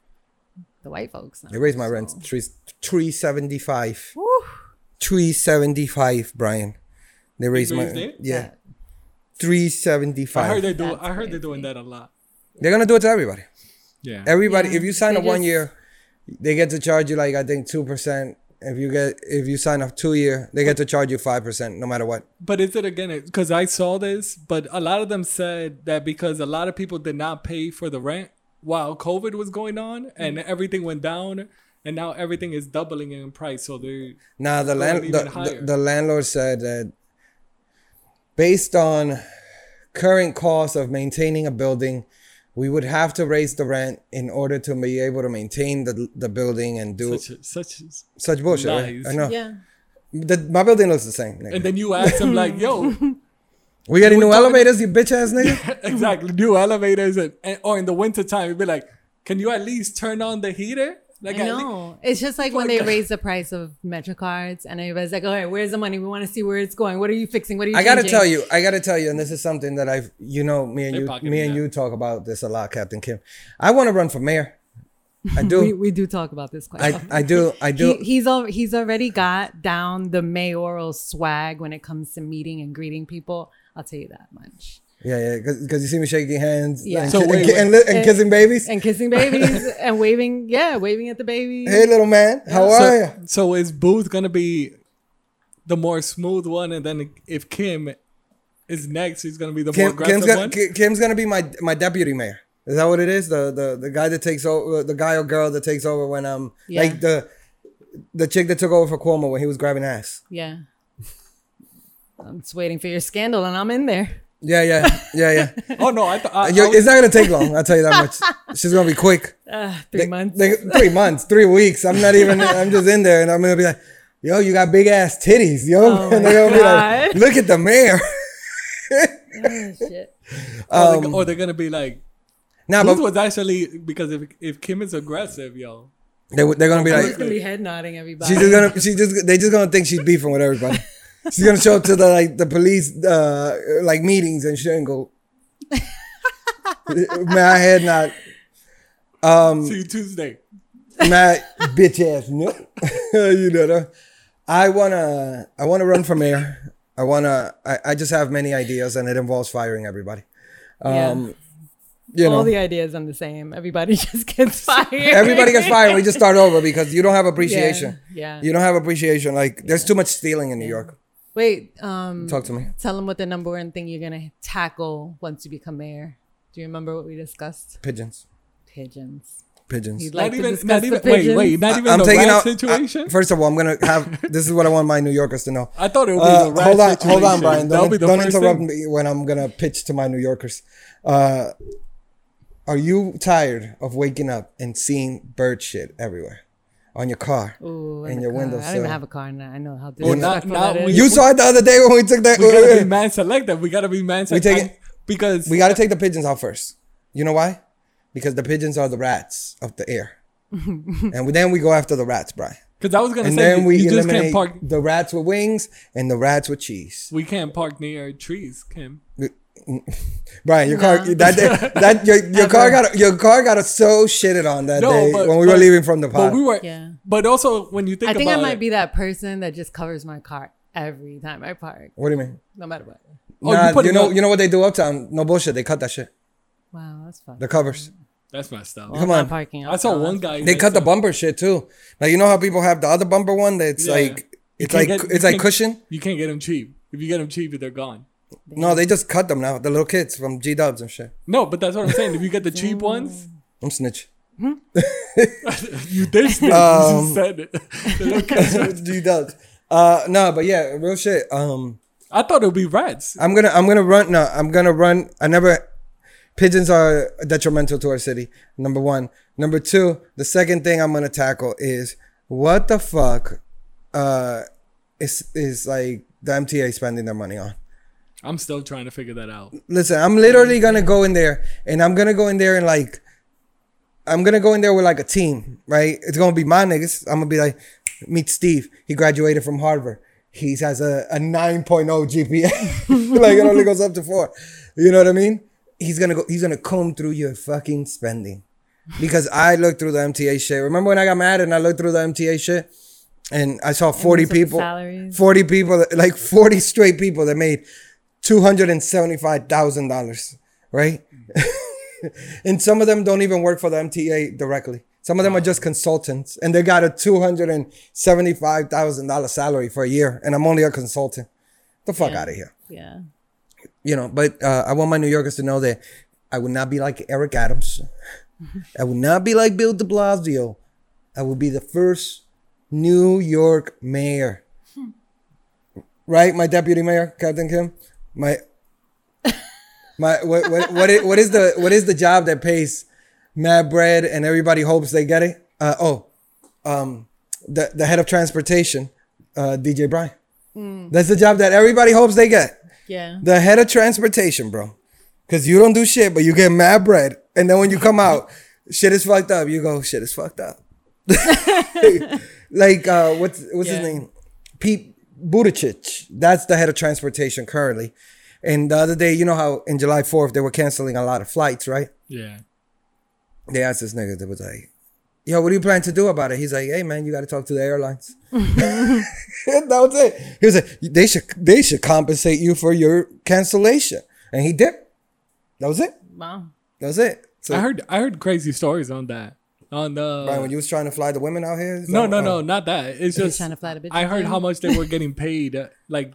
[SPEAKER 1] the white folks. Now.
[SPEAKER 4] They raised my
[SPEAKER 1] So-
[SPEAKER 4] rent three three seventy five.
[SPEAKER 1] Whew.
[SPEAKER 4] Three seventy five, Brian. They raised my
[SPEAKER 2] raised it?
[SPEAKER 4] yeah three seventy
[SPEAKER 2] I heard
[SPEAKER 4] five.
[SPEAKER 2] they do.
[SPEAKER 1] That's
[SPEAKER 2] I heard they're doing
[SPEAKER 1] crazy.
[SPEAKER 2] that a lot.
[SPEAKER 4] They're gonna do it to everybody.
[SPEAKER 2] Yeah.
[SPEAKER 4] Everybody,
[SPEAKER 1] Yeah.
[SPEAKER 4] if you sign
[SPEAKER 1] They
[SPEAKER 4] up one
[SPEAKER 1] just-
[SPEAKER 4] year, they get to charge you like I think two percent. If you get if you sign up two year, they get to charge you five percent no matter what.
[SPEAKER 2] But is it again? Because I saw this, but a lot of them said that because a lot of people did not pay for the rent while COVID was going on and
[SPEAKER 1] Mm-hmm.
[SPEAKER 2] everything went down, and now everything is doubling in price. So they
[SPEAKER 4] Now the
[SPEAKER 2] it'll
[SPEAKER 4] land
[SPEAKER 2] be
[SPEAKER 4] the,
[SPEAKER 2] even higher.
[SPEAKER 4] the, the landlord said that based on current cost of maintaining a building, we would have to raise the rent in order to be able to maintain the, the building and do such,
[SPEAKER 2] such such. is-
[SPEAKER 4] bullshit. right?
[SPEAKER 2] lies.
[SPEAKER 4] I know.
[SPEAKER 1] Yeah.
[SPEAKER 4] The, my building looks the same. Nigga.
[SPEAKER 2] And then you ask them like, "Yo,
[SPEAKER 4] we getting
[SPEAKER 2] were
[SPEAKER 4] new
[SPEAKER 2] talking-
[SPEAKER 4] elevators, you bitch ass nigga.
[SPEAKER 2] exactly new elevators, and, and or in the wintertime, you'd be like, can you at least turn on the heater?" Like
[SPEAKER 5] I
[SPEAKER 2] at lea-
[SPEAKER 5] know. It's just like when they raised the price of MetroCards and everybody's like, all right, where's the money? We want to see where it's going. What are you fixing? What are you
[SPEAKER 4] I gotta
[SPEAKER 5] changing?"
[SPEAKER 4] tell you, I gotta tell you, and this is something that I've, you know, me and
[SPEAKER 2] They're
[SPEAKER 4] you,
[SPEAKER 2] pocketing
[SPEAKER 4] me and
[SPEAKER 2] that.
[SPEAKER 4] you talk about this a lot, Captain Kim. I want to run for mayor. I
[SPEAKER 5] We,
[SPEAKER 4] do.
[SPEAKER 5] we do talk about this quite
[SPEAKER 4] I,
[SPEAKER 5] often.
[SPEAKER 4] I do. I do.
[SPEAKER 5] He, he's al- he's already got down the mayoral swag when it comes to meeting and greeting people. I'll tell you that much.
[SPEAKER 4] yeah, yeah. Because you see me shaking hands.
[SPEAKER 5] Yeah.
[SPEAKER 4] And,
[SPEAKER 5] So
[SPEAKER 4] ki-
[SPEAKER 2] wait,
[SPEAKER 4] and, ki-
[SPEAKER 2] wait.
[SPEAKER 4] and li- and
[SPEAKER 5] And-
[SPEAKER 4] kissing babies.
[SPEAKER 5] And kissing babies and waving, yeah, waving at the babies.
[SPEAKER 4] hey, little man, how are you?
[SPEAKER 2] So, so is Booth gonna be the more smooth one, and then if Kim is next, he's gonna be the more
[SPEAKER 4] Kim,
[SPEAKER 2] aggressive
[SPEAKER 4] Kim's gonna,
[SPEAKER 2] one.
[SPEAKER 4] Ki- Kim's gonna be my my deputy mayor. Is that what it is? The the the guy that takes over, the guy or girl that takes over when um
[SPEAKER 5] Yeah.
[SPEAKER 4] like the the chick that took over for Cuomo when he was grabbing ass.
[SPEAKER 5] Yeah. I'm just waiting for your scandal and I'm in there.
[SPEAKER 4] Yeah, yeah, yeah, yeah.
[SPEAKER 2] oh no, I, th- I, I
[SPEAKER 4] You-
[SPEAKER 2] was-
[SPEAKER 4] it's not gonna take long. I'll tell you that much. She's gonna be quick.
[SPEAKER 5] Uh, three months.
[SPEAKER 4] They- three months, three weeks. I'm not even. I'm just in there, and I'm gonna be like, "Yo, you got big ass titties, yo."
[SPEAKER 5] Oh
[SPEAKER 4] and
[SPEAKER 5] my
[SPEAKER 4] they're gonna be like,
[SPEAKER 5] God.
[SPEAKER 4] "Look at the mayor."
[SPEAKER 5] Oh, shit.
[SPEAKER 2] or,
[SPEAKER 4] um,
[SPEAKER 2] they, or oh, they're gonna be like
[SPEAKER 4] Now,
[SPEAKER 2] Booth
[SPEAKER 4] but
[SPEAKER 2] was actually because if if Kim is aggressive, yo,
[SPEAKER 4] they, they're gonna be
[SPEAKER 5] I'm just
[SPEAKER 4] like,
[SPEAKER 5] gonna be head nodding everybody.
[SPEAKER 4] She's just gonna. She just. They just gonna think she's beefing with everybody. She's gonna show up to the like the police uh like meetings and shit and go. May I head not?
[SPEAKER 2] see you Tuesday.
[SPEAKER 4] My bitch ass no. you know that. I wanna. I wanna run for mayor. I wanna. I, I just have many ideas and it involves firing everybody.
[SPEAKER 5] Yeah.
[SPEAKER 4] Um, you know.
[SPEAKER 5] All the ideas I'm the same. Everybody just gets fired.
[SPEAKER 4] Everybody gets fired. We just start over because you don't have appreciation.
[SPEAKER 5] Yeah, yeah.
[SPEAKER 4] You don't have appreciation. Like there's too much stealing in New York.
[SPEAKER 5] Wait, um,
[SPEAKER 4] Talk to me.
[SPEAKER 5] tell them what the number one thing you're gonna tackle once you become mayor. Do you remember what we discussed?
[SPEAKER 4] Pigeons.
[SPEAKER 5] Pigeons.
[SPEAKER 4] Pigeons.
[SPEAKER 5] You'd like
[SPEAKER 2] not
[SPEAKER 5] to
[SPEAKER 2] even,
[SPEAKER 5] discuss
[SPEAKER 2] not
[SPEAKER 5] the
[SPEAKER 2] even. Wait,
[SPEAKER 5] pigeons?
[SPEAKER 2] wait, not even
[SPEAKER 4] I'm
[SPEAKER 2] the
[SPEAKER 4] taking
[SPEAKER 2] rat
[SPEAKER 4] out I-
[SPEAKER 2] situation. I,
[SPEAKER 4] first of all, I'm gonna have this is what I want my New Yorkers to know.
[SPEAKER 2] thought it would be
[SPEAKER 4] Uh,
[SPEAKER 2] the rat
[SPEAKER 4] hold on,
[SPEAKER 2] situation.
[SPEAKER 4] hold on, Brian.
[SPEAKER 2] That'll
[SPEAKER 4] Don't,
[SPEAKER 2] be the
[SPEAKER 4] don't
[SPEAKER 2] first
[SPEAKER 4] interrupt
[SPEAKER 2] thing.
[SPEAKER 4] me when I'm gonna pitch to my New Yorkers. Uh, are you tired of waking up and seeing bird shit everywhere on your car?
[SPEAKER 5] Ooh,
[SPEAKER 4] And
[SPEAKER 5] the
[SPEAKER 4] your
[SPEAKER 5] car.
[SPEAKER 4] window
[SPEAKER 5] I don't even
[SPEAKER 4] sill.
[SPEAKER 5] have a car now. I know how
[SPEAKER 2] Well, not-
[SPEAKER 5] disrespectful
[SPEAKER 2] not
[SPEAKER 5] that is.
[SPEAKER 2] when
[SPEAKER 4] You saw it the other day when we took that.
[SPEAKER 2] We gotta be man selective. We gotta be man selective.
[SPEAKER 4] take
[SPEAKER 2] I-
[SPEAKER 4] it-
[SPEAKER 2] because
[SPEAKER 4] We got to take the pigeons out first. You know why? Because the pigeons are the rats of the air, and then we go after the rats, Brian.
[SPEAKER 2] because I was gonna
[SPEAKER 4] And
[SPEAKER 2] say
[SPEAKER 4] then
[SPEAKER 2] you,
[SPEAKER 4] we
[SPEAKER 2] you just can't
[SPEAKER 4] eliminate
[SPEAKER 2] park.
[SPEAKER 4] the rats with wings and the rats with cheese.
[SPEAKER 2] We can't park near trees, Kim.
[SPEAKER 4] Brian, your car that day, that your, your car got your car got so shitted on that
[SPEAKER 2] No,
[SPEAKER 4] day
[SPEAKER 2] but
[SPEAKER 4] when we
[SPEAKER 2] but-
[SPEAKER 4] were leaving from the
[SPEAKER 2] But
[SPEAKER 4] pod.
[SPEAKER 2] we were.
[SPEAKER 5] Yeah.
[SPEAKER 2] But also when you think
[SPEAKER 5] I
[SPEAKER 2] about
[SPEAKER 5] think I might
[SPEAKER 2] it,
[SPEAKER 5] be that person that just covers my car every time I park,
[SPEAKER 4] what do you mean?
[SPEAKER 5] no matter what.
[SPEAKER 2] Oh,
[SPEAKER 4] nah,
[SPEAKER 2] you put
[SPEAKER 4] you
[SPEAKER 2] it
[SPEAKER 4] know
[SPEAKER 2] up-
[SPEAKER 4] you know what they do uptown? No bullshit. They cut that shit.
[SPEAKER 5] Wow, that's fun.
[SPEAKER 4] The covers.
[SPEAKER 2] that's messed up.
[SPEAKER 4] come
[SPEAKER 5] Not
[SPEAKER 4] on.
[SPEAKER 5] parking.
[SPEAKER 2] I saw
[SPEAKER 5] outside.
[SPEAKER 2] one guy.
[SPEAKER 4] They cut the bumper shit too. Like you know how people have the other bumper one that's
[SPEAKER 2] Yeah.
[SPEAKER 4] like
[SPEAKER 2] You
[SPEAKER 4] it's
[SPEAKER 2] can't
[SPEAKER 4] like
[SPEAKER 2] get- you
[SPEAKER 4] it's like
[SPEAKER 2] can't-
[SPEAKER 4] cushion.
[SPEAKER 2] You can't get them cheap. If you get them cheap, they're gone.
[SPEAKER 4] No, they just cut them now. The little kids from G Dubs and shit.
[SPEAKER 2] No, but that's what I'm saying. If you get the cheap
[SPEAKER 5] Oh.
[SPEAKER 2] ones,
[SPEAKER 4] I'm snitch.
[SPEAKER 2] you did. you just
[SPEAKER 4] Um,
[SPEAKER 2] said it. The little kids are-
[SPEAKER 4] G Dubs. Uh, no, but yeah, real shit. Um,
[SPEAKER 2] I thought it would be rats.
[SPEAKER 4] I'm gonna I'm gonna run. No, I'm gonna run. I never. Pigeons are detrimental to our city. Number one. Number two. The second thing I'm gonna tackle is what the fuck uh, is is like the MTA spending their money on.
[SPEAKER 2] I'm still trying to figure that out.
[SPEAKER 4] Listen, I'm literally gonna go in there, and I'm gonna go in there and like, I'm gonna go in there with like a team, right? It's gonna be my niggas. I'm gonna be like, meet Steve. He graduated from Harvard. He has a, oh a 9.0 GPA. like it only goes up to four. You know what I mean? He's gonna go. He's gonna comb through your fucking spending, because I looked through the MTA shit. Remember when I got mad and I looked through the MTA shit, and I saw 40
[SPEAKER 5] those are the
[SPEAKER 4] people,
[SPEAKER 5] salaries.
[SPEAKER 4] 40 people, that- like 40 straight people that made two hundred and seventy-five thousand dollars, right? and some of them don't even work for the MTA directly. Some of them are just consultants, and they got a two hundred and seventy-five thousand dollar salary for a year, and I'm only a consultant. The fuck out of here,
[SPEAKER 5] Yeah.
[SPEAKER 4] you know. But uh, I want my New Yorkers to know that I would not be like Eric Adams. I would not be like Bill De Blasio. I will be the first New York mayor. Right, my deputy mayor, Captain Kim. My my what what what is, what is the what is the job that pays mad bread and everybody hopes they get it? Uh, oh, um, the the head of transportation, uh, DJ Brian. That's the job that everybody hopes they get.
[SPEAKER 5] Yeah.
[SPEAKER 4] The head of transportation, bro. Cause you don't do shit, but you get mad bread. And then when you come out, shit is fucked up. You go, shit is fucked up. like uh, what's what's
[SPEAKER 5] Yeah.
[SPEAKER 4] his name? Pete Buttigieg. That's the head of transportation currently. And the other day, you know how in July 4th they were canceling a lot of flights, right?
[SPEAKER 2] Yeah.
[SPEAKER 4] They asked this nigga that was like, "Yo, what do you plan to do about it?" He's like, "Hey man, you got to talk to the airlines." that was it. He was like, "They should they should compensate you for your cancellation," and he did. That was it.
[SPEAKER 5] Wow.
[SPEAKER 4] That was it. So
[SPEAKER 2] I heard I heard crazy stories on that. On uh, the
[SPEAKER 4] Brian, when you was trying to fly the women out here, is
[SPEAKER 2] No,
[SPEAKER 4] that-
[SPEAKER 2] no,
[SPEAKER 4] oh.
[SPEAKER 2] no, not that. It's just
[SPEAKER 5] trying to fly the bitch
[SPEAKER 2] I heard
[SPEAKER 5] plane.
[SPEAKER 2] how much they were getting paid, uh, like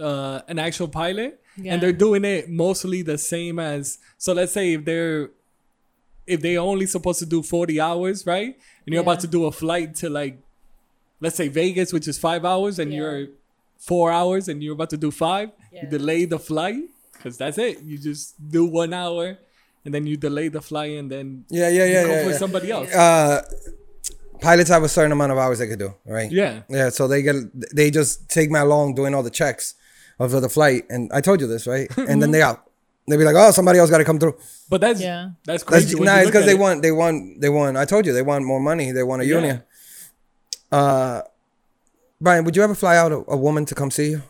[SPEAKER 2] uh, an actual pilot,
[SPEAKER 5] Yeah.
[SPEAKER 2] and they're doing it mostly the same as. So let's say if they're if they only supposed to do forty hours, right? And you're
[SPEAKER 5] Yeah.
[SPEAKER 2] about to do a flight to like, let's say Vegas, which is five hours, and
[SPEAKER 5] Yeah.
[SPEAKER 2] you're four hours, and you're about to do five.
[SPEAKER 5] Yeah.
[SPEAKER 2] You delay the flight because that's it. You just do one hour, and then you delay the flight, and then
[SPEAKER 4] Yeah, yeah, yeah,
[SPEAKER 2] go
[SPEAKER 4] yeah.
[SPEAKER 2] for
[SPEAKER 4] yeah.
[SPEAKER 2] somebody else.
[SPEAKER 4] uh, pilots have a certain amount of hours they could do, right?
[SPEAKER 2] Yeah.
[SPEAKER 4] Yeah. So they get they just take my along doing all the checks of the flight, and I told you this, right? and then they out. They be like, oh, somebody else got to come through.
[SPEAKER 2] But that's
[SPEAKER 5] Yeah.
[SPEAKER 2] that's crazy.
[SPEAKER 4] That's,
[SPEAKER 2] when
[SPEAKER 4] nah,
[SPEAKER 2] you
[SPEAKER 4] it's
[SPEAKER 2] look
[SPEAKER 4] because
[SPEAKER 2] at
[SPEAKER 4] they
[SPEAKER 2] it.
[SPEAKER 4] want they want they want. I told you they want more money. They want a
[SPEAKER 2] Yeah.
[SPEAKER 4] union. Uh, Brian, would you ever fly out a, a woman to come see you?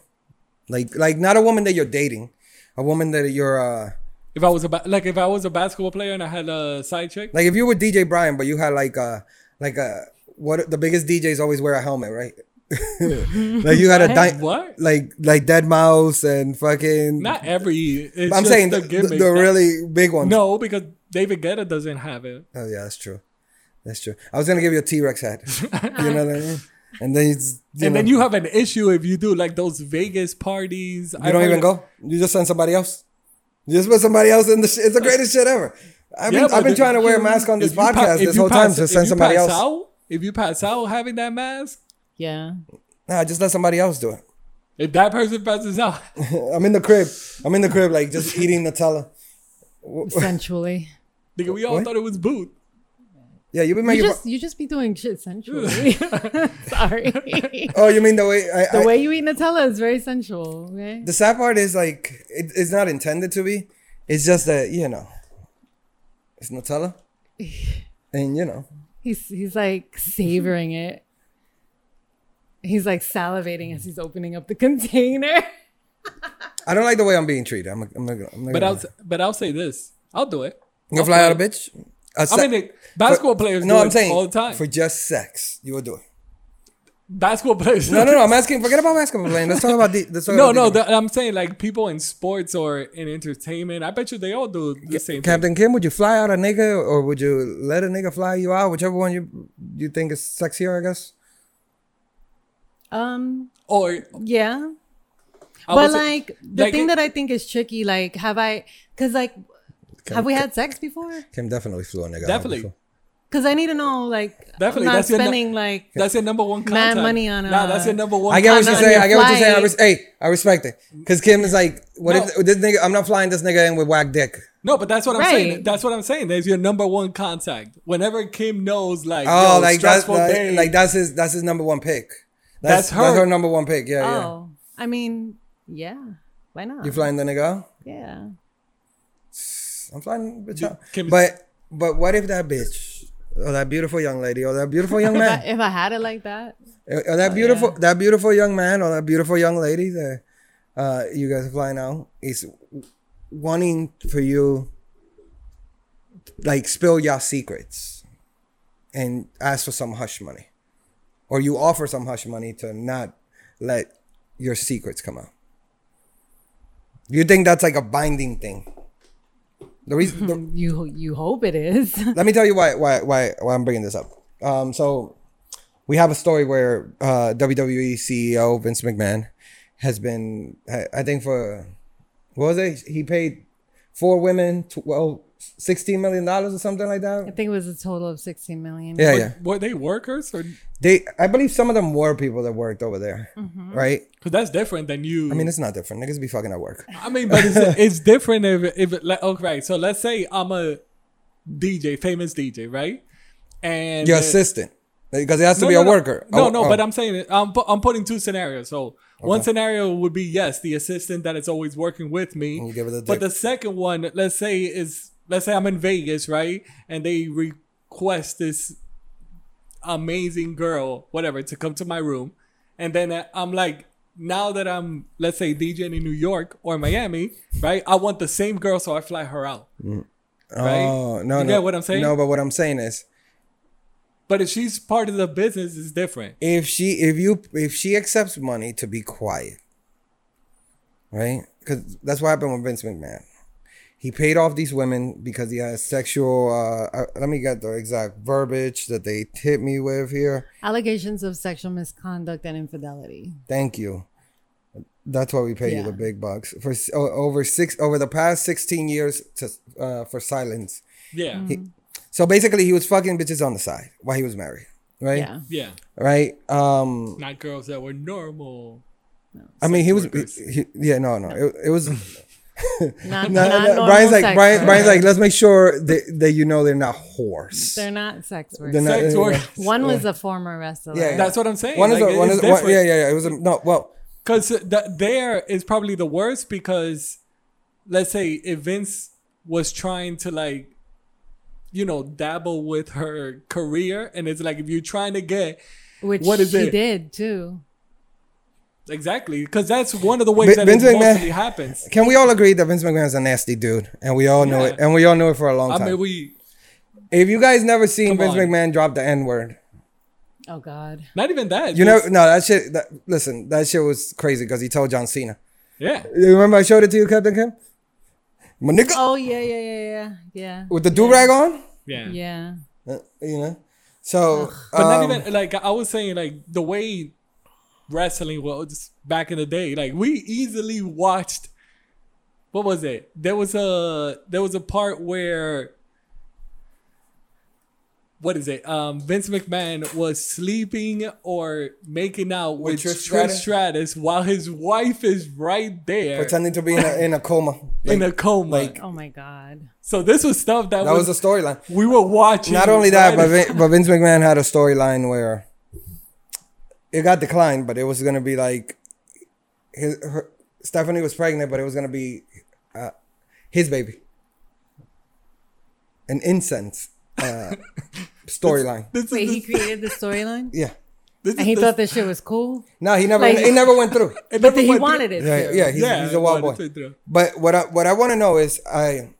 [SPEAKER 4] Like like not a woman that you're dating, a woman that you're uh
[SPEAKER 2] If I was a ba- like if I was a basketball player and I had a side chick,
[SPEAKER 4] Like if you were DJ Brian, but you had like a like a what the biggest DJs always wear a helmet, right? like you had a di-
[SPEAKER 2] what?
[SPEAKER 4] like like Dead Mouse and fucking.
[SPEAKER 2] Not every. It's
[SPEAKER 4] I'm
[SPEAKER 2] just
[SPEAKER 4] saying the,
[SPEAKER 2] the,
[SPEAKER 4] the,
[SPEAKER 2] gimmick.
[SPEAKER 4] the
[SPEAKER 2] Not-
[SPEAKER 4] really big ones.
[SPEAKER 2] no, because David Guetta doesn't have it.
[SPEAKER 4] Oh yeah, that's true. That's true. I was gonna give you a T Rex hat. you know what I mean? And then you, just- you
[SPEAKER 2] and
[SPEAKER 4] know,
[SPEAKER 2] then you have an issue if you do like those Vegas parties.
[SPEAKER 4] you don't even go. You just send somebody else. You just put somebody else in the. Sh- it's the greatest shit ever. I've been, I've been trying to wear a mask on this podcast this whole time to send somebody else.
[SPEAKER 2] Out, if you pass out having that mask,
[SPEAKER 5] Yeah.
[SPEAKER 4] Nah, just let somebody else do it.
[SPEAKER 2] if that person passes out,
[SPEAKER 4] I'm in the crib. I'm in the crib, like just eating Nutella.
[SPEAKER 5] Sensually.
[SPEAKER 2] nigga, we all
[SPEAKER 4] What?
[SPEAKER 2] thought it was boot.
[SPEAKER 4] Yeah, you've been
[SPEAKER 5] You
[SPEAKER 4] making.
[SPEAKER 5] just you just be doing shit sensually. Sorry.
[SPEAKER 4] oh, you mean the way I,
[SPEAKER 5] the
[SPEAKER 4] I-
[SPEAKER 5] way you eat Nutella is very sensual. Okay.
[SPEAKER 4] the sad part is like it, it's not intended to be. It's just that you know, it's Nutella, and you know,
[SPEAKER 5] He's he's like savoring it. He's like salivating as he's opening up the container.
[SPEAKER 4] I don't like the way I'm being treated. I'm, I'm not gonna. I'm not
[SPEAKER 2] But
[SPEAKER 4] gonna,
[SPEAKER 2] I'll but I'll say this, I'll do it.
[SPEAKER 4] You gonna fly out a bitch. A
[SPEAKER 2] I
[SPEAKER 4] se-
[SPEAKER 2] mean, like, basketball players
[SPEAKER 4] no,
[SPEAKER 2] do
[SPEAKER 4] I'm
[SPEAKER 2] it
[SPEAKER 4] saying
[SPEAKER 2] all the time.
[SPEAKER 4] for just sex, you will do it.
[SPEAKER 2] basketball players,
[SPEAKER 4] No, no, no. I'm asking. Forget about basketball playing. Let's talk about the. Let's talk
[SPEAKER 2] No,
[SPEAKER 4] about
[SPEAKER 2] no,
[SPEAKER 4] the-
[SPEAKER 2] th- I'm saying like people in sports or in entertainment. I bet you they all do the same thing.
[SPEAKER 4] Captain Kim, would you fly out a nigga or would you let a nigga fly you out? Whichever one you you think is sexier, I guess.
[SPEAKER 5] Um.
[SPEAKER 2] Or
[SPEAKER 5] Yeah.
[SPEAKER 2] I
[SPEAKER 5] but
[SPEAKER 2] was-
[SPEAKER 5] like the
[SPEAKER 2] like,
[SPEAKER 5] thing
[SPEAKER 2] it-
[SPEAKER 5] that I think is tricky, like have I? Because like, have we had sex before?
[SPEAKER 4] Kim definitely flew a nigga. out
[SPEAKER 2] Definitely.
[SPEAKER 4] before.
[SPEAKER 5] Because I need to know, like,
[SPEAKER 2] Definitely,
[SPEAKER 5] I'm not
[SPEAKER 2] that's your nu-
[SPEAKER 5] spending like
[SPEAKER 2] that's your number one
[SPEAKER 5] Mad
[SPEAKER 2] contact.
[SPEAKER 5] money on uh,
[SPEAKER 2] Nah,
[SPEAKER 5] a-
[SPEAKER 2] that's your number one.
[SPEAKER 4] I get what
[SPEAKER 5] On-
[SPEAKER 4] you're
[SPEAKER 5] on
[SPEAKER 4] saying.
[SPEAKER 5] your
[SPEAKER 4] I get what you're saying. I
[SPEAKER 5] flight.
[SPEAKER 4] res- hey, I respect it. Cause Kim is like, what
[SPEAKER 2] No.
[SPEAKER 4] if this nigga? I'm not flying this nigga in with whack dick.
[SPEAKER 2] No, but that's what I'm saying.
[SPEAKER 5] Right.
[SPEAKER 2] That's what I'm saying. There's your number one contact. Whenever Kim knows, like,
[SPEAKER 4] Oh,
[SPEAKER 2] yo,
[SPEAKER 4] like that's
[SPEAKER 2] stressful day,
[SPEAKER 4] like, like that's his that's his number one pick.
[SPEAKER 2] That's
[SPEAKER 4] That's, her.
[SPEAKER 2] her.
[SPEAKER 4] That's her number one pick. Yeah, yeah.
[SPEAKER 5] oh, I mean, yeah, why not?
[SPEAKER 4] You flying the nigga? out?
[SPEAKER 5] yeah,
[SPEAKER 4] I'm flying the bitch out.
[SPEAKER 2] Kim is-
[SPEAKER 4] But but what if that bitch or that beautiful young lady or that beautiful young man
[SPEAKER 5] if I had it like that,
[SPEAKER 4] or or Oh, that beautiful that beautiful young man or that beautiful young lady that uh, you guys are flying out is wanting for you like spill your secrets and ask for some hush money or you offer some hush money to not let your secrets come out you think that's like a binding thing the reason the,
[SPEAKER 5] you you hope it is.
[SPEAKER 4] let me tell you why why why, why I'm bringing this up. Um, so we have a story where uh, WWE CEO E Vince McMahon has been, I, I think for what was it? He paid four women twelve. 16 million dollars or something like
[SPEAKER 5] I
[SPEAKER 4] that
[SPEAKER 5] think it was a total of sixteen million.
[SPEAKER 4] yeah yeah
[SPEAKER 2] were they workers or? Because
[SPEAKER 4] they i believe some of them were people that worked over there
[SPEAKER 2] Mm-hmm.
[SPEAKER 4] right
[SPEAKER 2] that's different than you.
[SPEAKER 4] i mean it's not different niggas be fucking at work
[SPEAKER 2] I mean, but it's, it's different if if like okay. So let's say I'm a DJ, famous DJ, right? And
[SPEAKER 4] your
[SPEAKER 2] uh,
[SPEAKER 4] assistant because it has to be a worker
[SPEAKER 2] No,
[SPEAKER 4] Oh,
[SPEAKER 2] no,
[SPEAKER 4] oh.
[SPEAKER 2] but I'm saying it. I'm, pu- I'm putting two scenarios. So one scenario would be yes, the assistant that is always working with me.
[SPEAKER 4] And give her the dick.
[SPEAKER 2] but the second one, let's say is let's say I'm in Vegas, right? And they request this amazing girl, whatever, to come to my room. And then I- I'm like, now that I'm, let's say, DJing in New York or Miami, right? I want the same girl, so I fly her out. Right?
[SPEAKER 4] Mm. Oh no,
[SPEAKER 2] You
[SPEAKER 4] no.
[SPEAKER 2] get what I'm saying?
[SPEAKER 4] No, but what I'm saying is,
[SPEAKER 2] But if she's part of the business, it's different.
[SPEAKER 4] if she if you if she accepts money to be quiet right because that's what happened with vince mcmahon he paid off these women because he had sexual uh, uh let me get the exact verbiage that they hit me with here
[SPEAKER 5] Allegations of sexual misconduct and infidelity.
[SPEAKER 4] thank you that's why we pay you
[SPEAKER 5] Yeah.
[SPEAKER 4] the big bucks for s- o- over six over the past 16 years to uh, for silence
[SPEAKER 2] Yeah.
[SPEAKER 4] so basically he was fucking bitches on the side while he was married right
[SPEAKER 5] Yeah.
[SPEAKER 2] Yeah.
[SPEAKER 4] right um
[SPEAKER 2] Not girls that were normal.
[SPEAKER 4] I mean, he was.
[SPEAKER 2] workers.
[SPEAKER 4] he- yeah, no, no, it, it was.
[SPEAKER 5] Not,
[SPEAKER 4] No,
[SPEAKER 5] not
[SPEAKER 4] no,
[SPEAKER 5] normal
[SPEAKER 4] Brian's like
[SPEAKER 5] sex
[SPEAKER 4] Brian,
[SPEAKER 5] work.
[SPEAKER 4] Brian's like let's make sure that, that you know they're not whores.
[SPEAKER 5] They're not sex workers.
[SPEAKER 4] They're not-
[SPEAKER 2] Sex
[SPEAKER 4] yeah,
[SPEAKER 2] work.
[SPEAKER 4] yeah.
[SPEAKER 5] One was a former wrestler.
[SPEAKER 4] Yeah, yeah.
[SPEAKER 2] That's what I'm saying.
[SPEAKER 4] One is
[SPEAKER 2] Like,
[SPEAKER 4] a, one
[SPEAKER 2] it's
[SPEAKER 4] is one,
[SPEAKER 2] different.
[SPEAKER 4] yeah yeah yeah. It was a, no well
[SPEAKER 2] Because th- there is probably the worst because, let's say, if Vince was trying to like, you know, dabble with her career, and it's like if you're trying to get
[SPEAKER 5] Which
[SPEAKER 2] What is
[SPEAKER 5] she
[SPEAKER 2] it?
[SPEAKER 5] did too.
[SPEAKER 2] exactly, because that's one of the ways that
[SPEAKER 4] Vince
[SPEAKER 2] it
[SPEAKER 4] McMahon-
[SPEAKER 2] mostly happens.
[SPEAKER 4] can we all agree that Vince McMahon is a nasty dude and we all know it
[SPEAKER 2] Yeah.
[SPEAKER 4] and we all knew it for a long
[SPEAKER 2] I
[SPEAKER 4] time.
[SPEAKER 2] mean, we
[SPEAKER 4] if you guys never seen
[SPEAKER 2] Come
[SPEAKER 4] Vince
[SPEAKER 2] on.
[SPEAKER 4] McMahon drop the N word,
[SPEAKER 5] Oh God.
[SPEAKER 2] not even that.
[SPEAKER 4] you know
[SPEAKER 2] just-
[SPEAKER 4] no that shit. That, listen, that shit was crazy because he told John Cena.
[SPEAKER 2] yeah,
[SPEAKER 4] You remember I showed it to you, Captain Kim? My nigga
[SPEAKER 5] Oh yeah, yeah, yeah, yeah,
[SPEAKER 4] with the do rag on,
[SPEAKER 2] yeah,
[SPEAKER 5] yeah, yeah.
[SPEAKER 4] Uh, you know. So,
[SPEAKER 2] But
[SPEAKER 4] um,
[SPEAKER 2] not even like I was saying, like the way wrestling was back in the day. Like we easily watched. What was it? There was a there was a part where. What is it? Um, Vince McMahon was sleeping or making out with,
[SPEAKER 4] Trish
[SPEAKER 2] Trish,
[SPEAKER 4] Stratus?
[SPEAKER 2] Stratus? while his wife is right there
[SPEAKER 4] pretending to be in a, in a coma.
[SPEAKER 2] in a coma.
[SPEAKER 5] Oh my God.
[SPEAKER 2] so this was stuff that,
[SPEAKER 4] that was
[SPEAKER 2] was,
[SPEAKER 4] a storyline.
[SPEAKER 2] we were watching.
[SPEAKER 4] Not only that,
[SPEAKER 2] right
[SPEAKER 4] but Vin, but Vince McMahon had a storyline where it got declined, but it was gonna be like his her, Stephanie was pregnant, but it was gonna be uh, his baby, an incense uh, storyline.
[SPEAKER 2] This is
[SPEAKER 5] Wait,
[SPEAKER 2] the-
[SPEAKER 5] he created the storyline,
[SPEAKER 4] Yeah,
[SPEAKER 2] this
[SPEAKER 5] and he
[SPEAKER 2] is the-
[SPEAKER 5] thought this shit was cool,
[SPEAKER 4] no, he never
[SPEAKER 5] Like-
[SPEAKER 4] he never went through.
[SPEAKER 2] it
[SPEAKER 5] but
[SPEAKER 2] never
[SPEAKER 5] then he
[SPEAKER 2] went through.
[SPEAKER 5] wanted it.
[SPEAKER 4] Yeah,
[SPEAKER 5] to.
[SPEAKER 4] yeah, he's, he's a wild
[SPEAKER 2] wanted
[SPEAKER 4] boy.
[SPEAKER 2] to do.
[SPEAKER 4] But what I, what I want to know is I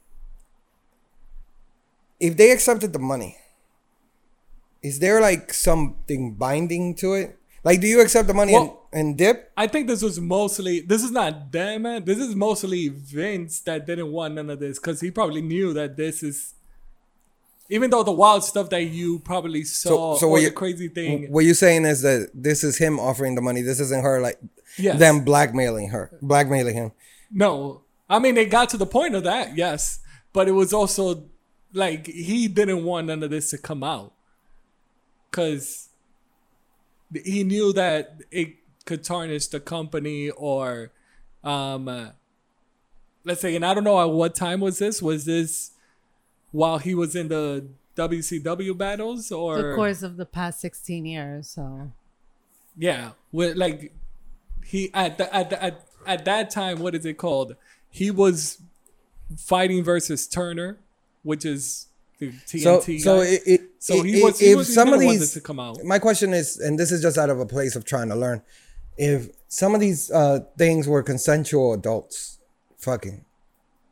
[SPEAKER 4] if they accepted the money, is there like something binding to it? Like, do you accept the money
[SPEAKER 2] Well-
[SPEAKER 4] and, and dip?
[SPEAKER 2] I think this was mostly this is not them. eh, This is mostly Vince that didn't want none of this because he probably knew that this is even though the wild stuff that you probably saw
[SPEAKER 4] so
[SPEAKER 2] or
[SPEAKER 4] what
[SPEAKER 2] the
[SPEAKER 4] you-
[SPEAKER 2] crazy thing.
[SPEAKER 4] What you're saying is that this is him offering the money. This isn't her like
[SPEAKER 2] Yes.
[SPEAKER 4] them blackmailing her, blackmailing him.
[SPEAKER 2] no. I mean it got to the point of that, yes. But it was also like he didn't want none of this to come out. Cause he knew that it could tarnish the company or um uh, let's say and i don't know at what time was this was this while he was in the wcw battles or
[SPEAKER 5] The course of the past sixteen years. So
[SPEAKER 2] yeah with like he at the, at, the, at at that time what is it called he was fighting versus turner which is the tnt
[SPEAKER 4] So, so
[SPEAKER 2] guy.
[SPEAKER 4] it, it,
[SPEAKER 2] So he
[SPEAKER 4] it-
[SPEAKER 2] was- he
[SPEAKER 4] if
[SPEAKER 2] was- he
[SPEAKER 4] some of
[SPEAKER 2] never wanted
[SPEAKER 4] these,
[SPEAKER 2] to come out.
[SPEAKER 4] my question is, and this is just out of a place of trying to learn, if some of these uh, things were consensual adults fucking,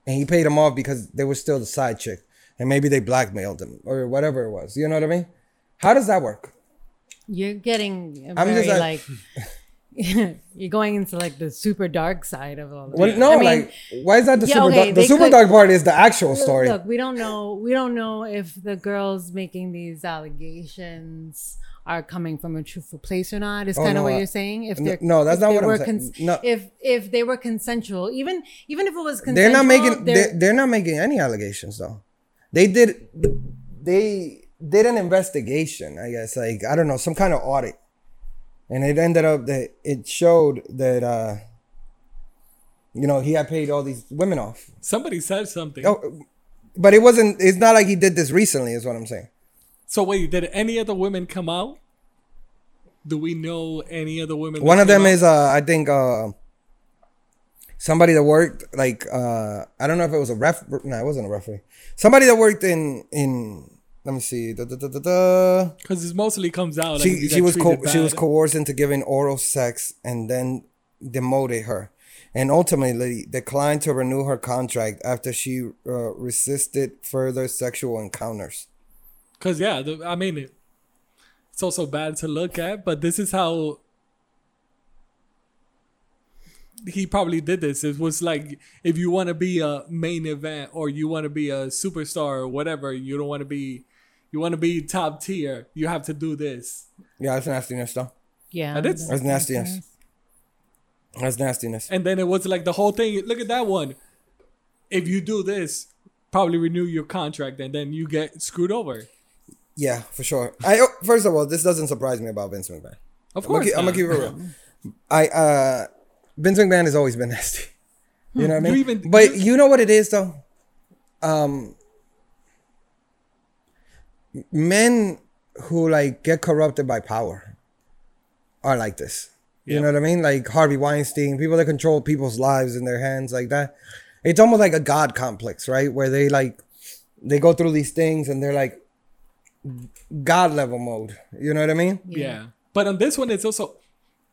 [SPEAKER 4] and he paid them off because they were still the side chick, and maybe they blackmailed him or whatever it was, you know what I mean? How does that work?
[SPEAKER 5] you're getting
[SPEAKER 4] I'm
[SPEAKER 5] very
[SPEAKER 2] uh,
[SPEAKER 4] just
[SPEAKER 5] like. You're going into like the super dark side of all this.
[SPEAKER 4] What, No,
[SPEAKER 5] I mean-
[SPEAKER 4] like why is that the
[SPEAKER 5] Yeah,
[SPEAKER 4] super
[SPEAKER 5] okay,
[SPEAKER 4] dark? The
[SPEAKER 5] they
[SPEAKER 4] super
[SPEAKER 5] could-
[SPEAKER 4] dark part is the actual
[SPEAKER 5] Look-
[SPEAKER 4] story.
[SPEAKER 5] Look, we don't know. We don't know if the girls making these allegations are coming from a truthful place or not. Is kind
[SPEAKER 4] Oh, no,
[SPEAKER 5] of what
[SPEAKER 4] I-
[SPEAKER 5] you're saying. If
[SPEAKER 4] no-
[SPEAKER 5] they're
[SPEAKER 4] no, that's
[SPEAKER 5] if
[SPEAKER 4] not
[SPEAKER 5] they
[SPEAKER 4] what I'm
[SPEAKER 5] were
[SPEAKER 4] saying. No.
[SPEAKER 5] If if they were consensual, even even if it was consensual,
[SPEAKER 4] they're not making
[SPEAKER 5] they're-
[SPEAKER 4] they're, they're not making any allegations though they did they did an investigation i guess like i don't know some kind of audit and it ended up that it showed that uh you know he had paid all these women off
[SPEAKER 2] somebody said something
[SPEAKER 4] oh, but it wasn't it's not like he did this recently is what i'm saying
[SPEAKER 2] So wait, did any other women come out? Do we know any other women? that
[SPEAKER 4] one of
[SPEAKER 2] came
[SPEAKER 4] them
[SPEAKER 2] out?
[SPEAKER 4] is uh i think uh somebody that worked like uh i don't know if it was a ref no it wasn't a referee somebody that worked in in let me see. Da, da, da, da, da.
[SPEAKER 2] Because it mostly comes out. Like,
[SPEAKER 4] She
[SPEAKER 2] you
[SPEAKER 4] she
[SPEAKER 2] got
[SPEAKER 4] was co-
[SPEAKER 2] treated
[SPEAKER 4] she was
[SPEAKER 2] bad.
[SPEAKER 4] coerced into giving oral sex and then demoted her, and ultimately declined to renew her contract after she uh, resisted further sexual encounters.
[SPEAKER 2] Cause yeah, the, I mean, it, it's also bad to look at, but this is how he probably did this. It was like if you want to be a main event or you want to be a superstar or whatever, you don't want to be, you want to be top tier, you have to do this.
[SPEAKER 4] Yeah, that's nastiness though.
[SPEAKER 1] Yeah.
[SPEAKER 2] I did-
[SPEAKER 4] That's nastiness. That's nastiness.
[SPEAKER 2] And then it was like the whole thing. Look at that one. If you do this, probably renew your contract, and then you get screwed over.
[SPEAKER 4] Yeah, for sure. I oh, first of all, this doesn't surprise me about Vince McMahon.
[SPEAKER 2] Of
[SPEAKER 4] I'm gonna
[SPEAKER 2] course,
[SPEAKER 4] keep, I'm gonna keep it real. I uh, Vince McMahon has always been nasty. You know what
[SPEAKER 2] Hmm.
[SPEAKER 4] I
[SPEAKER 2] You
[SPEAKER 4] mean?
[SPEAKER 2] even-
[SPEAKER 4] but you know what it is though. Um, men who like get corrupted by power are like this. You
[SPEAKER 2] Yep.
[SPEAKER 4] know what I mean? Like Harvey Weinstein, people that control people's lives in their hands like that. It's almost like a god complex, right? Where they like they go through these things and they're like god level mode. You know what I mean?
[SPEAKER 2] Yeah. But on this one, it's also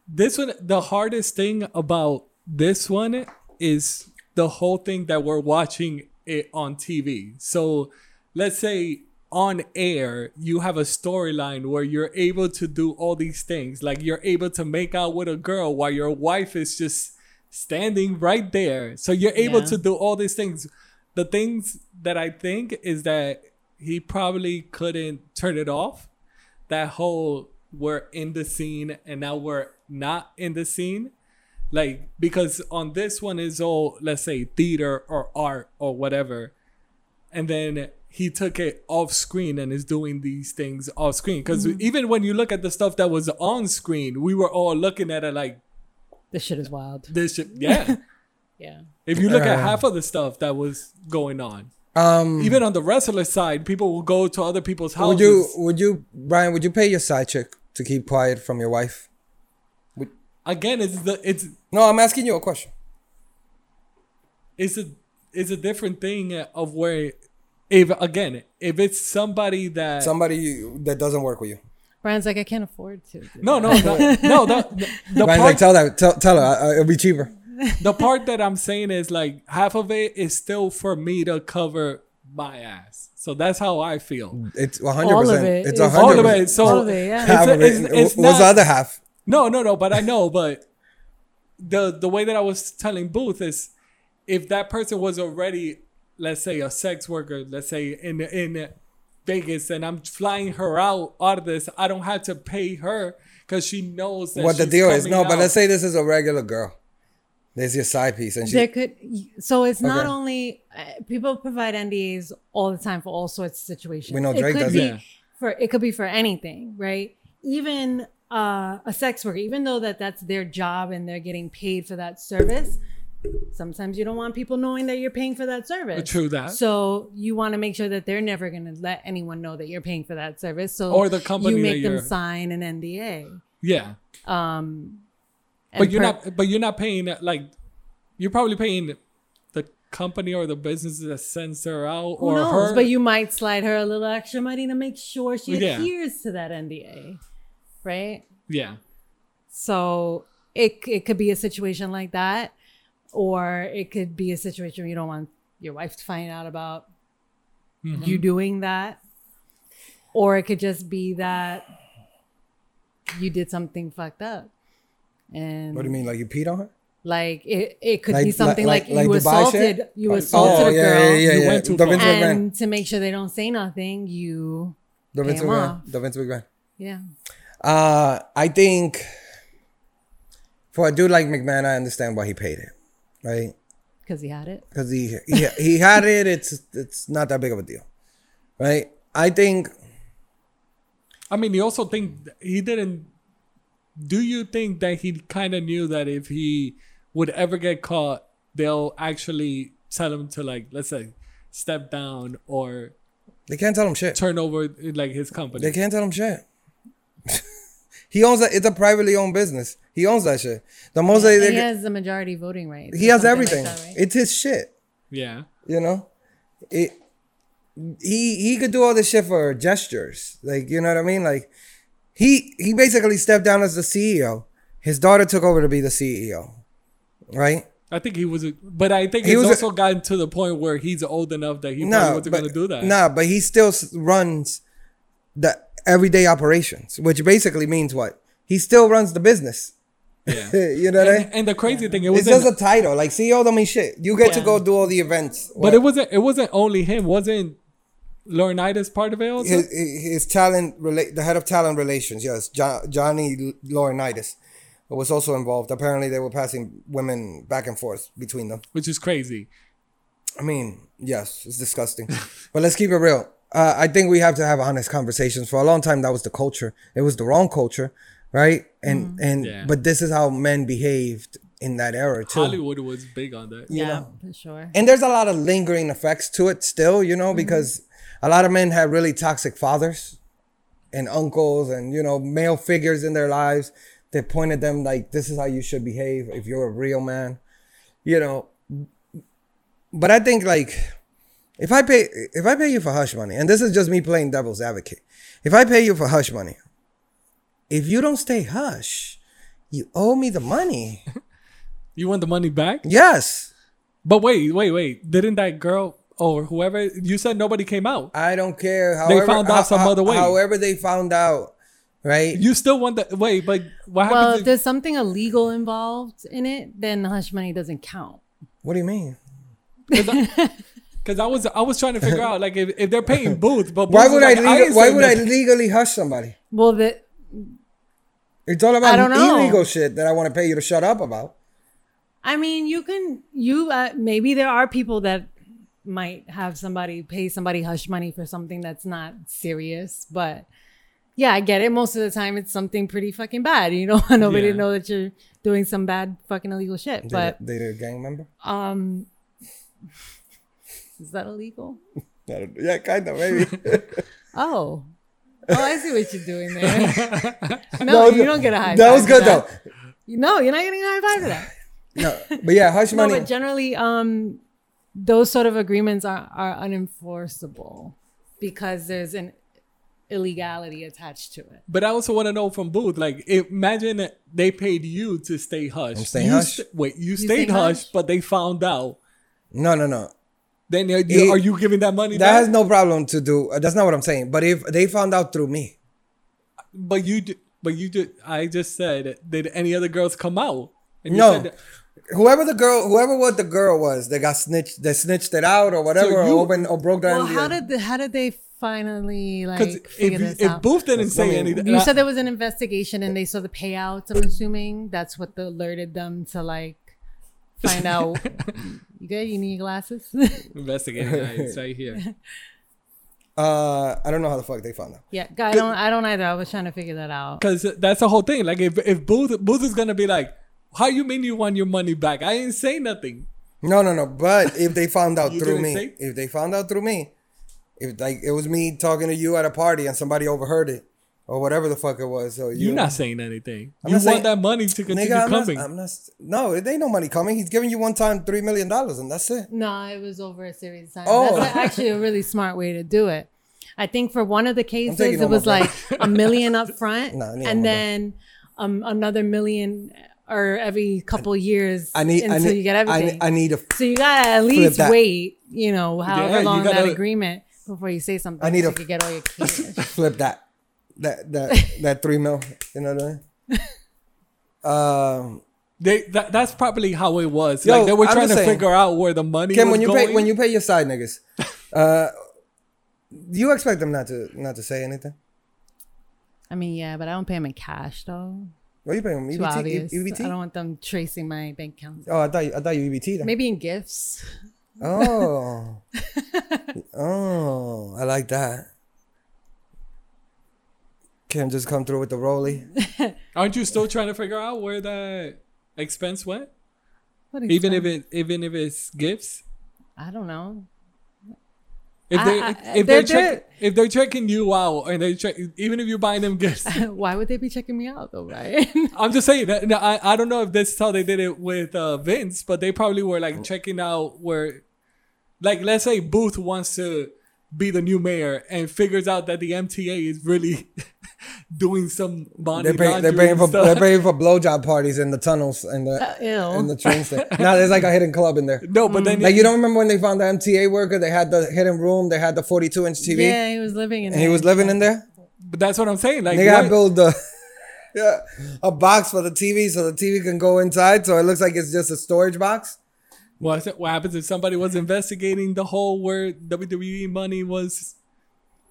[SPEAKER 2] this one. The hardest thing about this one is the whole thing that we're watching it on TV. So let's say on air you have a storyline where you're able to do all these things like you're able to make out with a girl while your wife is just standing right there so you're able
[SPEAKER 1] Yeah.
[SPEAKER 2] to do all these things the things that i think is that he probably couldn't turn it off that whole we're in the scene and now we're not in the scene like because on this one is all let's say theater or art or whatever and then he took it off screen and is doing these things off screen because
[SPEAKER 4] Mm-hmm.
[SPEAKER 2] even when you look at the stuff that was on screen we were all looking at it like
[SPEAKER 1] This shit is wild.
[SPEAKER 2] this shit yeah
[SPEAKER 1] Yeah.
[SPEAKER 2] if you look at
[SPEAKER 4] Yeah.
[SPEAKER 2] half of the stuff that was going on
[SPEAKER 4] Um
[SPEAKER 2] even on the wrestler side people will go to other people's houses
[SPEAKER 4] Would you, would you, Brian? Would you pay your side chick to keep quiet from your wife?
[SPEAKER 2] again it's the it's
[SPEAKER 4] No, I'm asking you a question.
[SPEAKER 2] it's a it's a different thing of where if again if it's somebody that
[SPEAKER 4] Somebody you, that doesn't work with you.
[SPEAKER 1] Brian's like, I can't afford to. do
[SPEAKER 2] no
[SPEAKER 1] that."
[SPEAKER 2] no the, no the, the
[SPEAKER 4] Brian's like,
[SPEAKER 2] part
[SPEAKER 4] tell that, tell, tell her, uh, it'll be cheaper.
[SPEAKER 2] the part that I'm saying is like half of it is still for me to cover my ass so that's how I feel
[SPEAKER 4] It's 100.
[SPEAKER 1] All of
[SPEAKER 4] percent
[SPEAKER 1] it
[SPEAKER 4] It's
[SPEAKER 1] is-
[SPEAKER 4] 100.
[SPEAKER 2] all of it so
[SPEAKER 1] All of it, yeah.
[SPEAKER 4] Half of it.
[SPEAKER 2] it's, it's, it's
[SPEAKER 4] What's the
[SPEAKER 2] not-
[SPEAKER 4] other half?
[SPEAKER 2] No, no, no, but I know, but the the way that I was telling Booth is if that person was already, let's say, a sex worker, let's say in in Vegas, and I'm flying her out out of this, I don't have to pay her because she knows that
[SPEAKER 4] What the
[SPEAKER 2] she's
[SPEAKER 4] deal is?
[SPEAKER 2] coming
[SPEAKER 4] No, but
[SPEAKER 2] out.
[SPEAKER 4] let's say this is a regular girl. There's your side piece, and she.
[SPEAKER 1] There could, so it's not
[SPEAKER 4] Okay.
[SPEAKER 1] only uh, people provide NDAs all the time for all sorts of situations.
[SPEAKER 4] We know
[SPEAKER 1] it
[SPEAKER 4] Drake
[SPEAKER 1] could
[SPEAKER 4] does
[SPEAKER 1] be
[SPEAKER 2] it. Yeah.
[SPEAKER 1] for it could be for anything, right? Even uh, a sex worker, even though that that's their job and they're getting paid for that service, sometimes you don't want people knowing that you're paying for that service.
[SPEAKER 2] True that.
[SPEAKER 1] So you want to make sure that they're never going to let anyone know that you're paying for that service. So
[SPEAKER 2] Or the company
[SPEAKER 1] you
[SPEAKER 2] that
[SPEAKER 1] make them
[SPEAKER 2] you're-
[SPEAKER 1] sign an NDA.
[SPEAKER 2] yeah,
[SPEAKER 1] Um,
[SPEAKER 2] but
[SPEAKER 1] and
[SPEAKER 2] you're
[SPEAKER 1] per-
[SPEAKER 2] not, but you're not paying like you're probably paying the company or the business that sends her out
[SPEAKER 1] Who
[SPEAKER 2] or
[SPEAKER 1] knows?
[SPEAKER 2] her.
[SPEAKER 1] But you might slide her a little extra money to make sure she
[SPEAKER 2] Yeah.
[SPEAKER 1] adheres to that NDA, right?
[SPEAKER 2] yeah,
[SPEAKER 1] So it it could be a situation like that, or it could be a situation you don't want your wife to find out about
[SPEAKER 2] Mm-hmm.
[SPEAKER 1] you doing that, or it could just be that you did something fucked up. And
[SPEAKER 4] What do you mean? Like you peed on her?
[SPEAKER 1] Like it, it could
[SPEAKER 4] Like-
[SPEAKER 1] be something like,
[SPEAKER 4] like- like
[SPEAKER 1] you
[SPEAKER 4] Dubai shit? Oh,
[SPEAKER 1] assaulted you assaulted a girl.
[SPEAKER 4] yeah, yeah,
[SPEAKER 2] You
[SPEAKER 4] yeah.
[SPEAKER 2] went too
[SPEAKER 4] The
[SPEAKER 2] far.
[SPEAKER 4] Vince McMahon.
[SPEAKER 1] And to make sure they don't say nothing, you
[SPEAKER 4] The Vince
[SPEAKER 1] Damn
[SPEAKER 4] McMahon.
[SPEAKER 1] off.
[SPEAKER 4] The Vince McMahon.
[SPEAKER 1] yeah.
[SPEAKER 4] Uh, I think for a dude like McMahon, I understand why he paid it, right?
[SPEAKER 1] because he had it.
[SPEAKER 4] because he, he he had it. It's it's not that big of a deal, right? I think
[SPEAKER 2] I mean, you also think th- he didn't. Do you think that he kind of knew that if he would ever get caught, they'll actually tell him to like, let's say, step down or
[SPEAKER 4] they can't tell him shit.
[SPEAKER 2] turn over like his
[SPEAKER 4] They
[SPEAKER 2] company?
[SPEAKER 4] can't tell him shit. he owns that. It's a privately owned business. He owns that shit. The most they,
[SPEAKER 1] he
[SPEAKER 4] they,
[SPEAKER 1] has the majority voting rights.
[SPEAKER 4] he
[SPEAKER 1] or
[SPEAKER 4] has
[SPEAKER 1] something like
[SPEAKER 4] everything.
[SPEAKER 1] that, right?
[SPEAKER 4] It's his shit.
[SPEAKER 2] Yeah,
[SPEAKER 4] You know, it. he he could do all this shit for gestures. Like you know what I mean? Like he he basically stepped down as the CEO. His daughter took over to be the CEO, right?
[SPEAKER 2] I think he was, a, but I think
[SPEAKER 4] He
[SPEAKER 2] he's
[SPEAKER 4] was a-
[SPEAKER 2] also gotten to the point where he's old enough that he probably wasn't going to do that.
[SPEAKER 4] Nah, but he still s- runs the everyday operations, which basically means what? He still runs the business.
[SPEAKER 2] Yeah.
[SPEAKER 4] you know what I mean?
[SPEAKER 2] and, and the crazy thing, it was
[SPEAKER 4] It's just a title. Like CEO don't mean shit. You get to
[SPEAKER 1] Yeah.
[SPEAKER 4] go do all the events.
[SPEAKER 2] but it wasn't. It wasn't only him. Wasn't Laurinaitis part of it? Also?
[SPEAKER 4] his, his talent relate the head of talent relations yes jo- johnny laurinaitis was also involved apparently they were passing women back and forth between them
[SPEAKER 2] which is crazy.
[SPEAKER 4] i mean yes it's disgusting but let's keep it real uh, i think we have to have honest conversations for a long time that was the culture it was the wrong culture right and and
[SPEAKER 2] Yeah.
[SPEAKER 4] but this is how men behaved in that era too
[SPEAKER 2] Hollywood was big on that.
[SPEAKER 4] you
[SPEAKER 1] Yeah,
[SPEAKER 4] know?
[SPEAKER 1] for sure.
[SPEAKER 4] and there's a lot of lingering effects to it still, you know, because a lot of men had really toxic fathers and uncles and you know male figures in their lives that pointed them like this is how you should behave if you're a real man, you know. But I think like if I pay if I pay you for hush money, and this is just me playing devil's advocate, if I pay you for hush money, if you don't stay hush, you owe me the money.
[SPEAKER 2] You want the money back?
[SPEAKER 4] yes.
[SPEAKER 2] But wait, wait, wait. Didn't that girl or whoever you said nobody came out?
[SPEAKER 4] I don't care. However,
[SPEAKER 2] They found out some other way.
[SPEAKER 4] However, they found out, right?
[SPEAKER 2] You still want the wait, but what happened?
[SPEAKER 1] Well,
[SPEAKER 2] to-
[SPEAKER 1] if there's something illegal involved in it, then the hush money doesn't count.
[SPEAKER 4] what do you mean?
[SPEAKER 2] Because I was I was trying to figure out like if, if they're paying Booth, but
[SPEAKER 4] Why
[SPEAKER 2] Booth was
[SPEAKER 4] would I?
[SPEAKER 2] like,
[SPEAKER 4] Legal,
[SPEAKER 2] ain't
[SPEAKER 4] why
[SPEAKER 2] saying
[SPEAKER 4] would I
[SPEAKER 2] nothing.
[SPEAKER 4] legally hush somebody?
[SPEAKER 1] Well, the
[SPEAKER 4] It's all about
[SPEAKER 1] I don't know.
[SPEAKER 4] illegal shit that I want to pay you to shut up about.
[SPEAKER 1] I mean, you can you uh, maybe there are people that might have somebody pay somebody hush money for something that's not serious, but yeah, I get it. Most of the time, it's something pretty fucking bad. You don't want nobody
[SPEAKER 2] Yeah.
[SPEAKER 1] to know that you're doing some bad fucking illegal shit.
[SPEAKER 4] They-
[SPEAKER 1] But
[SPEAKER 4] they, are a gang member.
[SPEAKER 1] um, is that illegal?
[SPEAKER 4] I don't- Yeah, kind of maybe.
[SPEAKER 1] Oh. Oh, I see what you're doing there.
[SPEAKER 4] That
[SPEAKER 1] No,
[SPEAKER 4] was-
[SPEAKER 1] you don't get a high.
[SPEAKER 4] that
[SPEAKER 1] five
[SPEAKER 4] was
[SPEAKER 1] for
[SPEAKER 4] good though.
[SPEAKER 1] No, you're not getting a high five for that.
[SPEAKER 4] No, but yeah, hush
[SPEAKER 1] No,
[SPEAKER 4] money.
[SPEAKER 1] but generally, um, those sort of agreements are, are unenforceable because there's an illegality attached to it.
[SPEAKER 2] But I also want to know from Booth, like imagine they paid you to stay hush. I'm
[SPEAKER 4] staying
[SPEAKER 2] you
[SPEAKER 4] hush.
[SPEAKER 2] st- wait, you,
[SPEAKER 1] staying
[SPEAKER 2] stayed hush,
[SPEAKER 1] hush?
[SPEAKER 2] but they found out.
[SPEAKER 4] no, no, no.
[SPEAKER 2] Then are you,
[SPEAKER 4] It-
[SPEAKER 2] are you giving that money
[SPEAKER 4] That
[SPEAKER 2] back?
[SPEAKER 4] has no problem to do. Uh, That's not what I'm saying. But if they found out through me,
[SPEAKER 2] but you d- but you did. I just said, did any other girls come out? And you
[SPEAKER 4] no.
[SPEAKER 2] said-
[SPEAKER 4] Whoever the girl, whoever what the girl was, they got snitched. They snitched it out or whatever,
[SPEAKER 2] you-
[SPEAKER 4] or open or broke down.
[SPEAKER 1] Well,
[SPEAKER 4] the-
[SPEAKER 1] how did the, how did they finally
[SPEAKER 2] Because
[SPEAKER 1] like figure
[SPEAKER 2] if,
[SPEAKER 1] this
[SPEAKER 2] if
[SPEAKER 1] out?
[SPEAKER 2] Booth didn't say
[SPEAKER 4] mean-
[SPEAKER 2] anything,
[SPEAKER 1] you
[SPEAKER 2] I-
[SPEAKER 1] said there was an investigation and they saw the payouts. I'm assuming that's what the alerted them to like find out. you good? You need your glasses?
[SPEAKER 2] investigating. guy, It's right here.
[SPEAKER 4] Uh, I don't know how the fuck they found out.
[SPEAKER 1] yeah, I don't. I don't either. I was trying to figure that out.
[SPEAKER 2] Because that's the whole thing. Like if if Booth Booth is gonna be like, how you mean you want your money back? I didn't say nothing.
[SPEAKER 4] No, no, no. But if they found out
[SPEAKER 2] You
[SPEAKER 4] through
[SPEAKER 2] didn't
[SPEAKER 4] me,
[SPEAKER 2] say?
[SPEAKER 4] if they found out through me, if like it was me talking to you at a party and somebody overheard it or whatever the fuck it was, so you,
[SPEAKER 2] You're not saying anything.
[SPEAKER 4] I'm
[SPEAKER 2] you want
[SPEAKER 4] not saying-
[SPEAKER 2] that money to continue
[SPEAKER 4] nigga, I'm not,
[SPEAKER 2] coming.
[SPEAKER 4] I'm not. No, it ain't no money coming. He's giving you one time three million dollars and that's it.
[SPEAKER 1] No, it was over a series of time.
[SPEAKER 4] Oh.
[SPEAKER 1] That's actually a really smart way to do it. I think for one of the cases,
[SPEAKER 4] taking all
[SPEAKER 1] it was
[SPEAKER 4] my
[SPEAKER 1] like a million up front
[SPEAKER 4] No, I need all my
[SPEAKER 1] and then um, another million or every couple years
[SPEAKER 4] I need. I
[SPEAKER 1] until
[SPEAKER 4] need.
[SPEAKER 1] you get
[SPEAKER 4] I,
[SPEAKER 1] everything.
[SPEAKER 4] need- I need a.
[SPEAKER 1] so you got to at least
[SPEAKER 4] that.
[SPEAKER 1] wait, you know, however
[SPEAKER 2] you
[SPEAKER 1] long that
[SPEAKER 2] gotta-
[SPEAKER 1] agreement before you say something.
[SPEAKER 4] I need
[SPEAKER 1] so
[SPEAKER 4] a-
[SPEAKER 1] you could get all your cash.
[SPEAKER 4] flip that that that that three mil you know what i mean um
[SPEAKER 2] They that, that's probably how it was.
[SPEAKER 4] Yo,
[SPEAKER 2] like they were
[SPEAKER 4] I'm
[SPEAKER 2] trying to
[SPEAKER 4] just saying.
[SPEAKER 2] figure out where the money
[SPEAKER 4] Kim,
[SPEAKER 2] was
[SPEAKER 4] when you
[SPEAKER 2] going.
[SPEAKER 4] pay when you pay your side niggas uh you expect them not to not to say anything
[SPEAKER 1] I mean, yeah, but I don't pay them in cash though.
[SPEAKER 4] what you paying them E
[SPEAKER 1] Too obvious.
[SPEAKER 4] ebt ebt
[SPEAKER 1] I don't want them tracing my bank account.
[SPEAKER 4] oh i thought you, i thought you ebt them
[SPEAKER 1] Maybe in gifts.
[SPEAKER 4] oh oh i like that Kim just come through with the rolly.
[SPEAKER 2] Aren't you still trying to figure out where that expense went?
[SPEAKER 1] What
[SPEAKER 2] Even if
[SPEAKER 1] expense?
[SPEAKER 2] it even if it's gifts.
[SPEAKER 1] I don't know.
[SPEAKER 2] If they
[SPEAKER 1] I- I- they're-
[SPEAKER 2] if they're, check,
[SPEAKER 1] they're-
[SPEAKER 2] if they're checking you out and they check even if you're buying them gifts,
[SPEAKER 1] Why would they be checking me out though, Ryan?
[SPEAKER 2] I'm just saying that no, I, I don't know if this is how they did it with uh, Vince, but they probably were like checking out where, like, let's say Booth wants to be the new mayor and figures out that the MTA is really doing some money
[SPEAKER 4] They're paying, they're,
[SPEAKER 2] laundering
[SPEAKER 4] paying for,
[SPEAKER 2] stuff.
[SPEAKER 4] they're paying for blowjob parties in the tunnels and the
[SPEAKER 1] Uh,
[SPEAKER 4] in the
[SPEAKER 1] ew.
[SPEAKER 4] train station. Now there's like a hidden club in there.
[SPEAKER 2] no, but then
[SPEAKER 4] Mm. Like you don't remember when they found the MTA worker? They had the hidden room. They had the 42 inch TV,
[SPEAKER 1] Yeah, he was living in.
[SPEAKER 4] and he
[SPEAKER 1] there.
[SPEAKER 4] was living in there.
[SPEAKER 2] but that's what I'm saying. Like
[SPEAKER 4] They gotta
[SPEAKER 2] what,
[SPEAKER 4] build the yeah, a box for the TV so the TV can go inside, so it looks like it's just a storage box.
[SPEAKER 2] what what happens if somebody was investigating the whole where WWE money was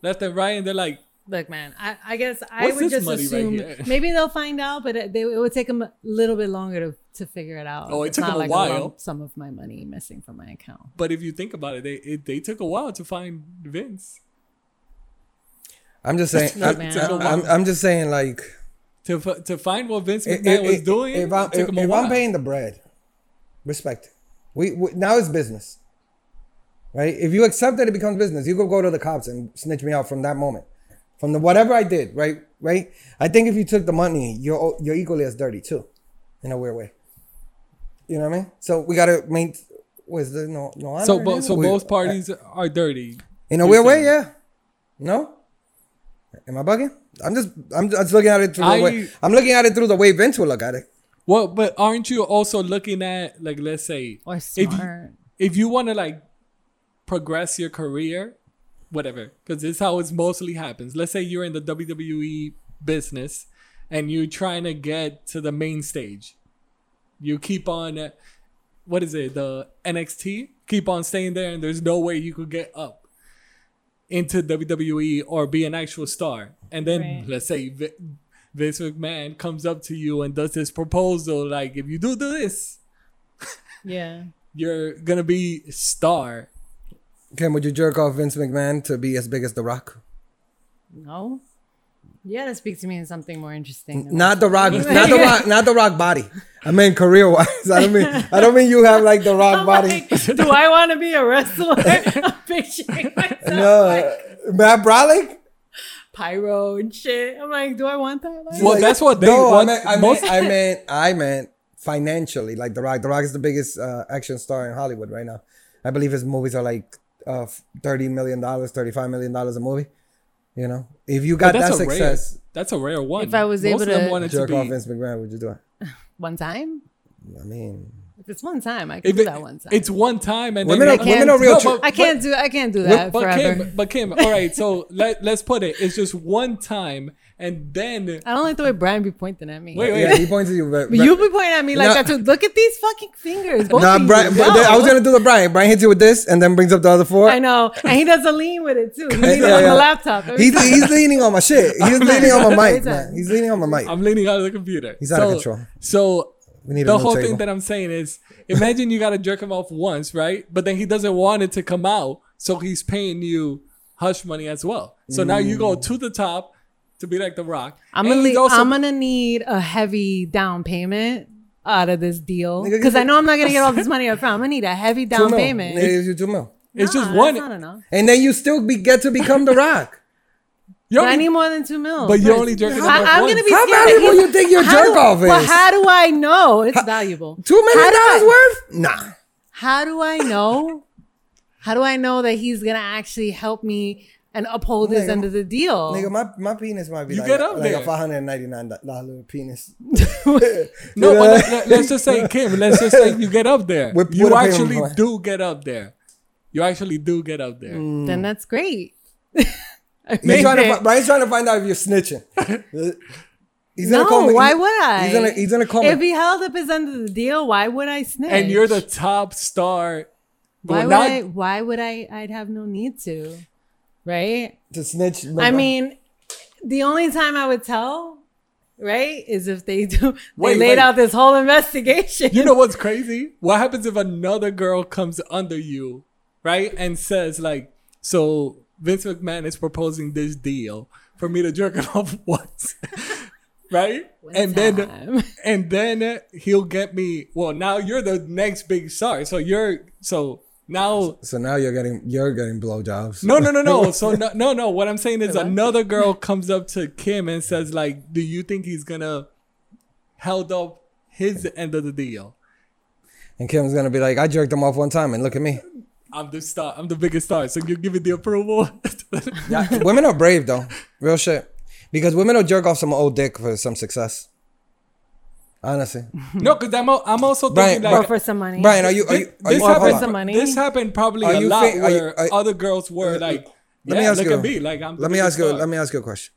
[SPEAKER 2] left and right, and they're like,
[SPEAKER 1] Look, man, I, I guess I
[SPEAKER 2] What's
[SPEAKER 1] would
[SPEAKER 2] this
[SPEAKER 1] just
[SPEAKER 2] money right
[SPEAKER 1] assume
[SPEAKER 2] here?
[SPEAKER 1] maybe they'll find out, but it, they, it would take them a little bit longer to, to figure it out.
[SPEAKER 2] Oh, it
[SPEAKER 1] It's
[SPEAKER 2] took
[SPEAKER 1] not
[SPEAKER 2] 'em a
[SPEAKER 1] like
[SPEAKER 2] while.
[SPEAKER 1] lump sum of my money missing from my account.
[SPEAKER 2] but if you think about it, they it, they took a while to find Vince
[SPEAKER 4] I'm just saying.
[SPEAKER 1] Look,
[SPEAKER 4] I'm,
[SPEAKER 1] man.
[SPEAKER 4] I'm, I'm- I'm just saying like
[SPEAKER 2] to f- to find what Vince
[SPEAKER 4] if,
[SPEAKER 2] McMahon
[SPEAKER 4] if,
[SPEAKER 2] was doing.
[SPEAKER 4] if, I'm,
[SPEAKER 2] it took
[SPEAKER 4] if,
[SPEAKER 2] 'em a
[SPEAKER 4] if
[SPEAKER 2] while.
[SPEAKER 4] I'm paying the bread, respect. it. We, we now it's business, right? If you accept that it becomes business, you could go to the cops and snitch me out from that moment, from the whatever I did, right? Right? I think if you took the money, you're you're equally as dirty too, in a weird way. You know what I mean? So we gotta main. Was there no no honor?
[SPEAKER 2] so
[SPEAKER 4] in
[SPEAKER 2] bo-
[SPEAKER 4] it?
[SPEAKER 2] so
[SPEAKER 4] We-
[SPEAKER 2] both parties are dirty.
[SPEAKER 4] in a
[SPEAKER 2] You're
[SPEAKER 4] weird way,
[SPEAKER 2] saying-
[SPEAKER 4] yeah. No? Am I bugging? I'm just I'm just looking at it through
[SPEAKER 2] I-
[SPEAKER 4] the way I'm looking at it through the way Vince would look at it.
[SPEAKER 2] Well, but aren't you also looking at like let's say
[SPEAKER 1] Or
[SPEAKER 2] you-
[SPEAKER 1] smart.
[SPEAKER 2] if you want to like progress your career, whatever, because this is how it mostly happens. Let's say you're in the WWE business and you're trying to get to the main stage. You keep on, uh, what is it, the NXT? Keep on staying there, and there's no way you could get up into WWE or be an actual star. And then
[SPEAKER 1] Right.
[SPEAKER 2] let's say Vi- Vince McMahon comes up to you and does this proposal like, if you do this,
[SPEAKER 1] yeah.
[SPEAKER 2] you're gonna be star.
[SPEAKER 4] Ken, would you jerk off Vince McMahon to be as big as The Rock?
[SPEAKER 1] No. You gotta speak to me in something more interesting. than
[SPEAKER 4] Not The Rock, not The Rock, not The Rock body. I mean career wise. I don't mean I don't mean you have like The Rock
[SPEAKER 1] I'm
[SPEAKER 4] body.
[SPEAKER 1] like, do I want to be a wrestler? I'm picturing myself
[SPEAKER 4] No,
[SPEAKER 1] like
[SPEAKER 4] Matt Brolick.
[SPEAKER 1] pyro and shit. I'm like, do I want that? Like,
[SPEAKER 2] Well, that's what they
[SPEAKER 4] no,
[SPEAKER 2] want.
[SPEAKER 4] I meant, I,
[SPEAKER 2] most
[SPEAKER 4] meant, I meant I meant financially, like The Rock. The Rock is the biggest uh, action star in Hollywood right now. I believe his movies are like uh, thirty million dollars, thirty-five million dollars a movie. You know, if you got
[SPEAKER 2] but that's
[SPEAKER 4] that
[SPEAKER 2] a
[SPEAKER 4] success,
[SPEAKER 2] rare. That's a rare one.
[SPEAKER 1] If I was
[SPEAKER 2] most
[SPEAKER 1] able
[SPEAKER 2] of them
[SPEAKER 1] to-
[SPEAKER 2] wanted to
[SPEAKER 4] jerk off
[SPEAKER 2] be.
[SPEAKER 4] Vince McMahon, would you do it?
[SPEAKER 1] one time?
[SPEAKER 4] I mean,
[SPEAKER 1] If it's one time, I can
[SPEAKER 2] If
[SPEAKER 1] do
[SPEAKER 2] it-
[SPEAKER 1] that one time.
[SPEAKER 2] It's one time, and
[SPEAKER 4] Women
[SPEAKER 2] then
[SPEAKER 4] are-
[SPEAKER 2] you're-
[SPEAKER 4] women are real
[SPEAKER 2] No,
[SPEAKER 4] tr-
[SPEAKER 2] but-
[SPEAKER 1] I can't do I can't do that
[SPEAKER 2] But
[SPEAKER 1] forever.
[SPEAKER 2] Kim, but Kim, all right. So let let's put it. It's just one time, and then
[SPEAKER 1] I don't like the way Brian be pointing at me.
[SPEAKER 2] Wait, wait.
[SPEAKER 4] yeah, he points at you, but,
[SPEAKER 1] But you be pointing at me like
[SPEAKER 4] No.
[SPEAKER 1] that too. Look at these fucking fingers. Both
[SPEAKER 4] Nah,
[SPEAKER 1] of you.
[SPEAKER 4] Brian, but
[SPEAKER 1] No.
[SPEAKER 4] I was gonna do the Brian. Brian hits you with this, and then brings up the other four.
[SPEAKER 1] I know, and he does a lean with it too. He
[SPEAKER 4] Yeah,
[SPEAKER 1] leans on
[SPEAKER 4] yeah.
[SPEAKER 1] the laptop. every
[SPEAKER 4] He's,
[SPEAKER 1] time.
[SPEAKER 4] he's leaning on my shit. He's leaning on my mic,
[SPEAKER 1] Every time.
[SPEAKER 4] man. He's leaning on my mic.
[SPEAKER 2] I'm leaning out of the computer.
[SPEAKER 4] He's out of
[SPEAKER 2] So-
[SPEAKER 4] control.
[SPEAKER 2] So
[SPEAKER 4] We need a
[SPEAKER 2] the
[SPEAKER 4] new
[SPEAKER 2] whole
[SPEAKER 4] table.
[SPEAKER 2] thing that I'm saying is, imagine you got to jerk him off once, right? But then he doesn't want it to come out, so he's paying you hush money as well. So now you go to the top to be like The Rock.
[SPEAKER 1] I'm
[SPEAKER 2] And
[SPEAKER 1] gonna,
[SPEAKER 2] he's
[SPEAKER 1] le-
[SPEAKER 2] also-
[SPEAKER 1] I'm gonna need a heavy down payment out of this deal
[SPEAKER 4] Nigga,
[SPEAKER 1] because I know I'm not gonna get all this money up front. I'm gonna need a heavy
[SPEAKER 4] Two
[SPEAKER 1] down
[SPEAKER 4] mil.
[SPEAKER 1] payment.
[SPEAKER 4] It gives you two mil.
[SPEAKER 2] It's
[SPEAKER 1] Nah,
[SPEAKER 2] just
[SPEAKER 1] that's
[SPEAKER 2] one.
[SPEAKER 1] not enough.
[SPEAKER 4] and then you still be, get to become the Rock.
[SPEAKER 2] You're
[SPEAKER 1] But I
[SPEAKER 2] only-
[SPEAKER 1] need more than two mil.
[SPEAKER 2] But you're
[SPEAKER 1] first.
[SPEAKER 2] only jerking
[SPEAKER 1] I,
[SPEAKER 2] off
[SPEAKER 1] I'm
[SPEAKER 2] once.
[SPEAKER 1] gonna be
[SPEAKER 4] How
[SPEAKER 1] scared that
[SPEAKER 4] valuable
[SPEAKER 1] he's-
[SPEAKER 4] you think your
[SPEAKER 1] how
[SPEAKER 4] jerk
[SPEAKER 1] do-
[SPEAKER 4] off
[SPEAKER 1] Well,
[SPEAKER 4] is?
[SPEAKER 1] how do I know it's valuable?
[SPEAKER 4] Two
[SPEAKER 1] How
[SPEAKER 4] million
[SPEAKER 1] do I-
[SPEAKER 4] dollars worth? Nah.
[SPEAKER 1] How do I know? How do I know that he's gonna actually help me and uphold his
[SPEAKER 4] Nigga,
[SPEAKER 1] end of the deal?
[SPEAKER 4] Nigga, my, my penis might be
[SPEAKER 2] You
[SPEAKER 4] like,
[SPEAKER 2] get up
[SPEAKER 4] like
[SPEAKER 2] there.
[SPEAKER 4] a five hundred ninety nine dollar penis.
[SPEAKER 2] No, but let, let, let's just say, Kim, let's just say you get up there.
[SPEAKER 4] Whip-
[SPEAKER 2] you
[SPEAKER 4] whip him,
[SPEAKER 2] actually
[SPEAKER 4] boy.
[SPEAKER 2] do get up there. You actually do get up there.
[SPEAKER 4] mm.
[SPEAKER 1] then that's great. I
[SPEAKER 4] He's
[SPEAKER 1] made
[SPEAKER 4] trying to,
[SPEAKER 1] it.
[SPEAKER 4] fi- Brian's trying to find out if you're snitching. He's
[SPEAKER 1] no,
[SPEAKER 4] me-
[SPEAKER 1] why would I?
[SPEAKER 4] He's gonna he's gonna call
[SPEAKER 1] If
[SPEAKER 4] me.
[SPEAKER 1] he held up his end of the deal, why would I snitch?
[SPEAKER 2] And you're the top star.
[SPEAKER 1] why
[SPEAKER 2] Well,
[SPEAKER 1] would
[SPEAKER 2] not-
[SPEAKER 1] I? Why would I? I'd have no need to, right?
[SPEAKER 4] to snitch.
[SPEAKER 1] I mean, the only time I would tell, right, is if they do. They
[SPEAKER 2] Wait,
[SPEAKER 1] laid
[SPEAKER 2] wait.
[SPEAKER 1] out this whole investigation.
[SPEAKER 2] You know what's crazy? What happens if another girl comes under you, right? And says, like, so Vince McMahon is proposing this deal for me to jerk him off once. right? and then
[SPEAKER 1] time.
[SPEAKER 2] and then he'll get me. Well, now you're the next big star. So you're so now
[SPEAKER 4] so now you're getting you're getting blowjobs.
[SPEAKER 2] no no no no. So no no no. What I'm saying is another girl comes up to Kim and says, like, do you think he's gonna held up his end of the deal?
[SPEAKER 4] And Kim's gonna be like, I jerked him off one time, and look at me.
[SPEAKER 2] I'm the star. I'm the biggest star. So you give it the approval.
[SPEAKER 4] Yeah, women are brave though. Real shit. Because women will jerk off some old dick for some success. Honestly.
[SPEAKER 2] no, because I'm, al- I'm also
[SPEAKER 4] Brian,
[SPEAKER 2] thinking
[SPEAKER 4] Brian,
[SPEAKER 2] like
[SPEAKER 1] Or for some money.
[SPEAKER 4] Brian, are you are you, are
[SPEAKER 2] this
[SPEAKER 4] you
[SPEAKER 1] Or
[SPEAKER 4] hold
[SPEAKER 1] for
[SPEAKER 4] on.
[SPEAKER 1] some money.
[SPEAKER 2] This happened probably
[SPEAKER 4] Are
[SPEAKER 2] a
[SPEAKER 4] you
[SPEAKER 2] lot
[SPEAKER 4] think- are you-
[SPEAKER 2] where
[SPEAKER 4] are-
[SPEAKER 2] other girls were
[SPEAKER 4] Let-
[SPEAKER 2] like,
[SPEAKER 4] let
[SPEAKER 2] yeah,
[SPEAKER 4] me ask
[SPEAKER 2] look
[SPEAKER 4] you.
[SPEAKER 2] at me. Like, I'm the
[SPEAKER 4] let me ask
[SPEAKER 2] biggest
[SPEAKER 4] you.
[SPEAKER 2] star.
[SPEAKER 4] Let me ask you a question.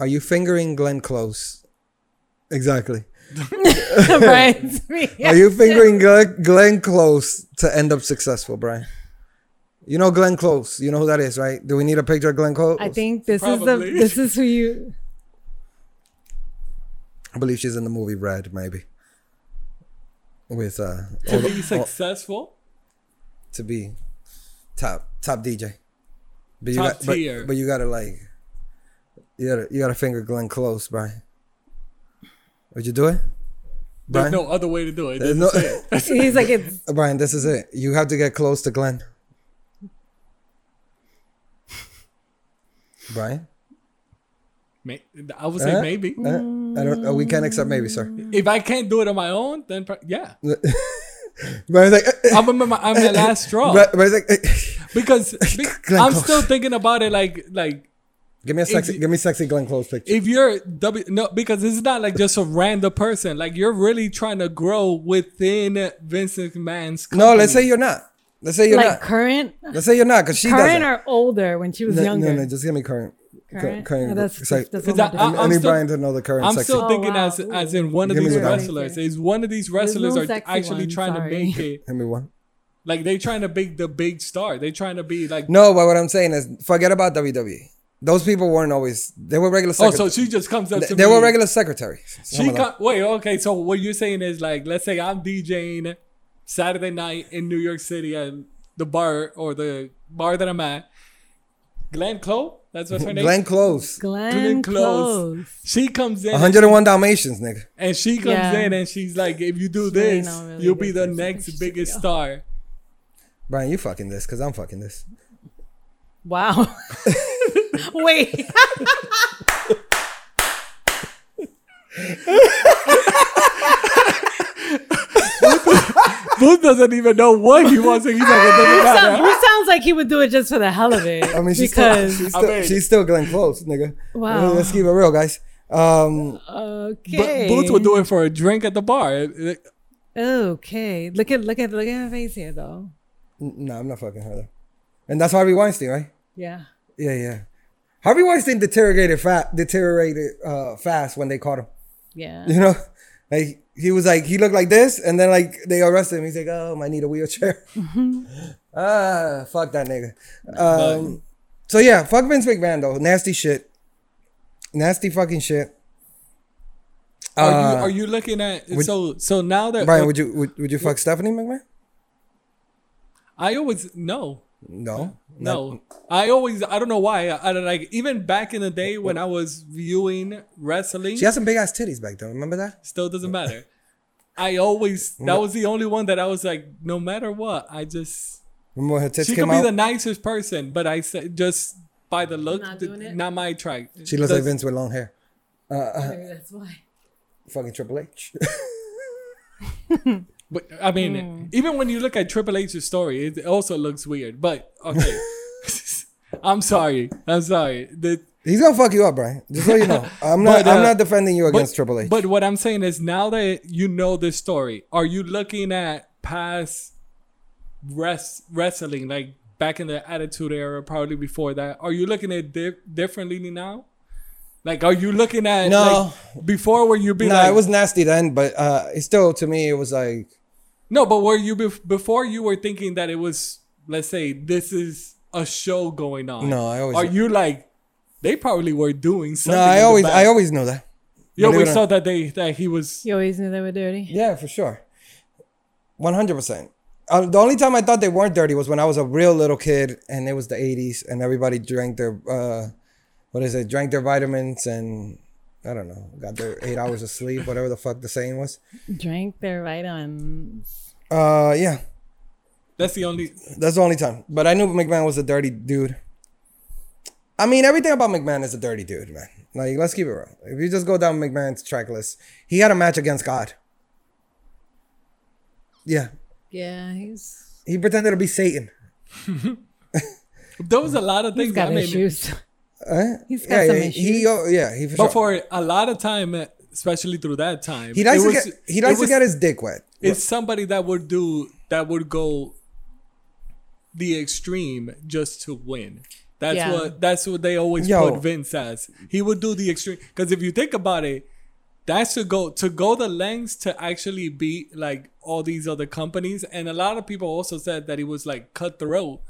[SPEAKER 4] Are you fingering Glenn close? Exactly.
[SPEAKER 1] Brian's me.
[SPEAKER 4] Are you fingering Glenn, Glenn close to end up successful, Brian? You know Glenn Close. You know who that is, right? Do we need a picture of Glenn Close?
[SPEAKER 1] I think this is
[SPEAKER 2] Probably.
[SPEAKER 1] the this is who you
[SPEAKER 4] I believe she's in the movie Red, maybe. With uh,
[SPEAKER 2] to
[SPEAKER 4] all the-
[SPEAKER 2] be successful.
[SPEAKER 4] to be top top DJ. But you
[SPEAKER 2] Top
[SPEAKER 4] got, but-
[SPEAKER 2] tier.
[SPEAKER 4] But, you gotta like you gotta you gotta finger Glenn close, Brian. Would you do it?
[SPEAKER 2] There's
[SPEAKER 4] Brian?
[SPEAKER 2] no other way to do it.
[SPEAKER 4] There's no- Uh,
[SPEAKER 1] he's like it's
[SPEAKER 4] Brian, this is it. You have to get close to Glenn. Brian?
[SPEAKER 2] May- I would say
[SPEAKER 4] Huh?
[SPEAKER 2] maybe.
[SPEAKER 4] Uh, I don't uh, we can't accept maybe, sir.
[SPEAKER 2] If I can't do it on my own, then pro- yeah,
[SPEAKER 4] Brian's like uh,
[SPEAKER 2] I'm, I'm, I'm the last straw
[SPEAKER 4] Bri- Brian's like uh,
[SPEAKER 2] because be-
[SPEAKER 4] Glenn
[SPEAKER 2] I'm
[SPEAKER 4] Close.
[SPEAKER 2] still thinking about it. Like like
[SPEAKER 4] Give me a sexy
[SPEAKER 2] you-
[SPEAKER 4] give me sexy Glenn Close picture.
[SPEAKER 2] if you're w no because it's not like just a random person. Like you're really trying to grow within Vincent Man's. Company.
[SPEAKER 4] no, let's say you're not. Let's say you're
[SPEAKER 1] like
[SPEAKER 4] not.
[SPEAKER 1] current
[SPEAKER 4] let's say you're not, because she
[SPEAKER 1] current
[SPEAKER 4] doesn't.
[SPEAKER 1] or older when she was
[SPEAKER 4] No,
[SPEAKER 1] younger.
[SPEAKER 4] No, no, just give me current. cu-
[SPEAKER 1] current.
[SPEAKER 4] Current.
[SPEAKER 1] Oh, that's,
[SPEAKER 4] sec-
[SPEAKER 1] that's
[SPEAKER 2] Is
[SPEAKER 1] all
[SPEAKER 2] that-
[SPEAKER 4] I,
[SPEAKER 2] I'm
[SPEAKER 4] I need
[SPEAKER 2] still-
[SPEAKER 4] Brian to know the current
[SPEAKER 2] I'm
[SPEAKER 4] sexy.
[SPEAKER 2] still thinking
[SPEAKER 1] Oh, wow.
[SPEAKER 2] as as in one of
[SPEAKER 4] Give me
[SPEAKER 2] these
[SPEAKER 4] one.
[SPEAKER 2] wrestlers is one of these wrestlers
[SPEAKER 1] no
[SPEAKER 2] are
[SPEAKER 1] sexy
[SPEAKER 2] actually
[SPEAKER 1] one,
[SPEAKER 2] trying
[SPEAKER 1] sorry.
[SPEAKER 2] to make it
[SPEAKER 4] Give me one.
[SPEAKER 2] like they trying to make the big star. They trying to be like
[SPEAKER 4] No, but what I'm saying is, forget about WWE. Those people weren't always. They were regular.
[SPEAKER 2] oh,
[SPEAKER 4] Secret-
[SPEAKER 2] so she just comes up to
[SPEAKER 4] they, they
[SPEAKER 2] me.
[SPEAKER 4] were regular secretaries.
[SPEAKER 2] She co- wait okay. So what you're saying is like let's say I'm DJing Saturday night in New York City at the bar or the bar that I'm at. Glenn Close, that's what's her name.
[SPEAKER 4] Glenn Close,
[SPEAKER 1] Glenn Close.
[SPEAKER 2] She comes in
[SPEAKER 4] 101 Dalmatians, nigga.
[SPEAKER 2] and she comes
[SPEAKER 1] Yeah.
[SPEAKER 2] in and she's like, if you do
[SPEAKER 1] really
[SPEAKER 2] this,
[SPEAKER 1] not really
[SPEAKER 2] you'll be
[SPEAKER 1] big
[SPEAKER 2] the
[SPEAKER 1] person.
[SPEAKER 2] next
[SPEAKER 1] She's-
[SPEAKER 2] biggest
[SPEAKER 1] yeah.
[SPEAKER 2] star.
[SPEAKER 4] Brian, you fucking this, cause I'm fucking this.
[SPEAKER 1] Wow. Wait.
[SPEAKER 2] Booth doesn't even know what he wants. He's like, it doesn't
[SPEAKER 1] Who
[SPEAKER 2] matter.
[SPEAKER 1] sounds like he would do it just for the hell of it.
[SPEAKER 4] I mean, she's
[SPEAKER 1] because
[SPEAKER 4] still, she's
[SPEAKER 2] I
[SPEAKER 4] still,
[SPEAKER 2] mean-
[SPEAKER 4] she's still Glenn Close, nigga.
[SPEAKER 1] Wow.
[SPEAKER 4] Let's keep it real, guys. Um,
[SPEAKER 1] okay,
[SPEAKER 2] But Booth would do it for a drink at the bar. It- it-
[SPEAKER 1] Okay, look at look at look at her face here though.
[SPEAKER 4] n- no, I'm not fucking her though. And that's Harvey Weinstein, right?
[SPEAKER 1] Yeah,
[SPEAKER 4] Yeah, yeah. Harvey Weinstein deteriorated fa- deteriorated uh, fast when they caught him.
[SPEAKER 1] yeah.
[SPEAKER 4] You know, like he was like he looked like this, and then like they arrested him. He's like, oh, I need a wheelchair.
[SPEAKER 2] Mm-hmm.
[SPEAKER 4] ah, fuck that nigga. Um, so yeah, fuck Vince McMahon though. Nasty shit. Nasty fucking shit.
[SPEAKER 2] Are,
[SPEAKER 4] Uh,
[SPEAKER 2] you, are you looking at so so now that
[SPEAKER 4] Brian, would you would, would you fuck Stephanie McMahon?
[SPEAKER 2] I always no.
[SPEAKER 4] No, not-
[SPEAKER 2] No, I always I don't know why I, I don't like even back in the day when I was viewing wrestling,
[SPEAKER 4] She has some big ass titties back then. Remember that?
[SPEAKER 2] still doesn't matter. I always that was the only one that I was like, no matter what, I just
[SPEAKER 4] Remember when her tits
[SPEAKER 2] she could
[SPEAKER 4] came
[SPEAKER 2] be
[SPEAKER 4] out?
[SPEAKER 2] the nicest person, but I said just by the look,
[SPEAKER 1] Not
[SPEAKER 2] th-
[SPEAKER 1] doing it?
[SPEAKER 2] not my track.
[SPEAKER 4] she looks like Vince with long hair.
[SPEAKER 1] Maybe that's why.
[SPEAKER 4] Fucking Triple H.
[SPEAKER 2] But I mean,
[SPEAKER 1] Hmm.
[SPEAKER 2] even when you look at Triple H's story, it also looks weird. But okay, I'm sorry, I'm sorry. The
[SPEAKER 4] He's gonna fuck you up, Brian. Just so you know, I'm not.
[SPEAKER 2] But, uh,
[SPEAKER 4] I'm not defending you against
[SPEAKER 2] but,
[SPEAKER 4] Triple H.
[SPEAKER 2] But what I'm saying is now that you know this story, are you looking at past res- wrestling, like back in the Attitude Era, probably before that? Are you looking at di- differently now? Like, are you looking at
[SPEAKER 4] No.
[SPEAKER 2] like, before where you be
[SPEAKER 4] no,
[SPEAKER 2] like
[SPEAKER 4] it was nasty then, but uh, it still to me it was like
[SPEAKER 2] no, but where you bef before you were thinking that it was let's say this is a show going on.
[SPEAKER 4] No, I always-
[SPEAKER 2] are you like they probably were doing
[SPEAKER 4] no.
[SPEAKER 2] something. in
[SPEAKER 4] I
[SPEAKER 2] the
[SPEAKER 4] always,
[SPEAKER 2] back.
[SPEAKER 4] I always knew that.
[SPEAKER 2] you
[SPEAKER 4] believe it
[SPEAKER 2] always
[SPEAKER 4] or
[SPEAKER 2] thought that they that he was
[SPEAKER 1] You always knew they were dirty.
[SPEAKER 4] Yeah, for sure, one hundred percent. Uh, The only time I thought they weren't dirty was when I was a real little kid, and it was the '80s, and everybody drank their uh, what is it? Drank their vitamins and I don't know, got their eight hours of sleep, whatever the fuck the saying was.
[SPEAKER 1] Drank their vitamins.
[SPEAKER 4] Uh, yeah,
[SPEAKER 2] that's the only
[SPEAKER 4] That's the only time. But I knew McMahon was a dirty dude. I mean, everything about McMahon is a dirty dude, man. Like, let's keep it real. If you just go down McMahon's track list, he had a match against God. Yeah.
[SPEAKER 1] Yeah, he's
[SPEAKER 4] He pretended to be Satan.
[SPEAKER 2] There was a lot of things.
[SPEAKER 1] He's got
[SPEAKER 2] I mean,
[SPEAKER 1] issues.
[SPEAKER 4] Eh?
[SPEAKER 1] He's got
[SPEAKER 4] yeah,
[SPEAKER 1] some
[SPEAKER 4] yeah, He,
[SPEAKER 1] issues.
[SPEAKER 4] oh, yeah, he for
[SPEAKER 2] But
[SPEAKER 4] sure.
[SPEAKER 2] for a lot of time, especially through that time,
[SPEAKER 4] He likes
[SPEAKER 2] it was-
[SPEAKER 4] to get he likes
[SPEAKER 2] it was-
[SPEAKER 4] to get his dick wet.
[SPEAKER 2] It's somebody that would do that would go the extreme just to win. That's
[SPEAKER 1] Yeah.
[SPEAKER 2] what that's what they always
[SPEAKER 4] Yo.
[SPEAKER 2] put Vince as. He would do the extreme because if you think about it, that's to go to go the lengths to actually beat like all these other companies. And a lot of people also said that he was like cutthroat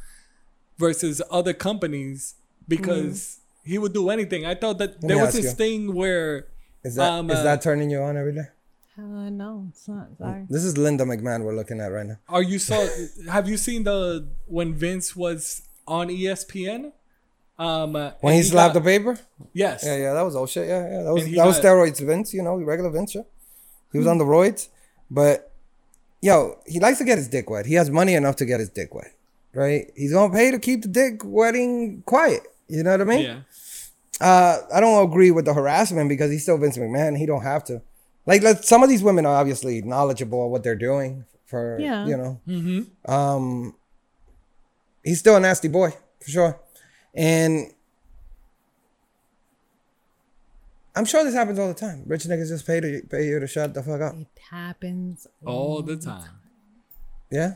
[SPEAKER 2] versus other companies because he would do anything. I thought that there
[SPEAKER 4] Mm-hmm. me
[SPEAKER 2] was
[SPEAKER 4] ask
[SPEAKER 2] this
[SPEAKER 4] you.
[SPEAKER 2] thing where
[SPEAKER 4] Is that is
[SPEAKER 2] um, uh,
[SPEAKER 4] that turning you on every day?
[SPEAKER 1] Uh, no, it's not. Sorry.
[SPEAKER 4] This is Linda McMahon we're looking at right now.
[SPEAKER 2] Are you saw? have you seen the when Vince was on E ESPN? Um,
[SPEAKER 4] When he slapped the paper?
[SPEAKER 2] Yes.
[SPEAKER 4] Yeah, yeah, that was all shit. Yeah, yeah, that was
[SPEAKER 2] And he
[SPEAKER 4] that was
[SPEAKER 2] got-
[SPEAKER 4] steroids, Vince. You know, regular Vince. Yeah. He was on the roids, but yo, he likes to get his dick wet. He has money enough to get his dick wet, right? He's gonna pay to keep the dick wetting quiet. You know what I mean?
[SPEAKER 2] Yeah.
[SPEAKER 4] Uh, I don't agree with the harassment because he's still Vince McMahon. He don't have to. Like, let, some of these women are obviously knowledgeable of what they're doing. For
[SPEAKER 1] Yeah.
[SPEAKER 4] you know, um, he's still a nasty boy for sure, and I'm sure this happens all the time. Rich niggas just pay to pay you to shut the fuck up.
[SPEAKER 1] It happens
[SPEAKER 2] All the time.
[SPEAKER 4] Yeah,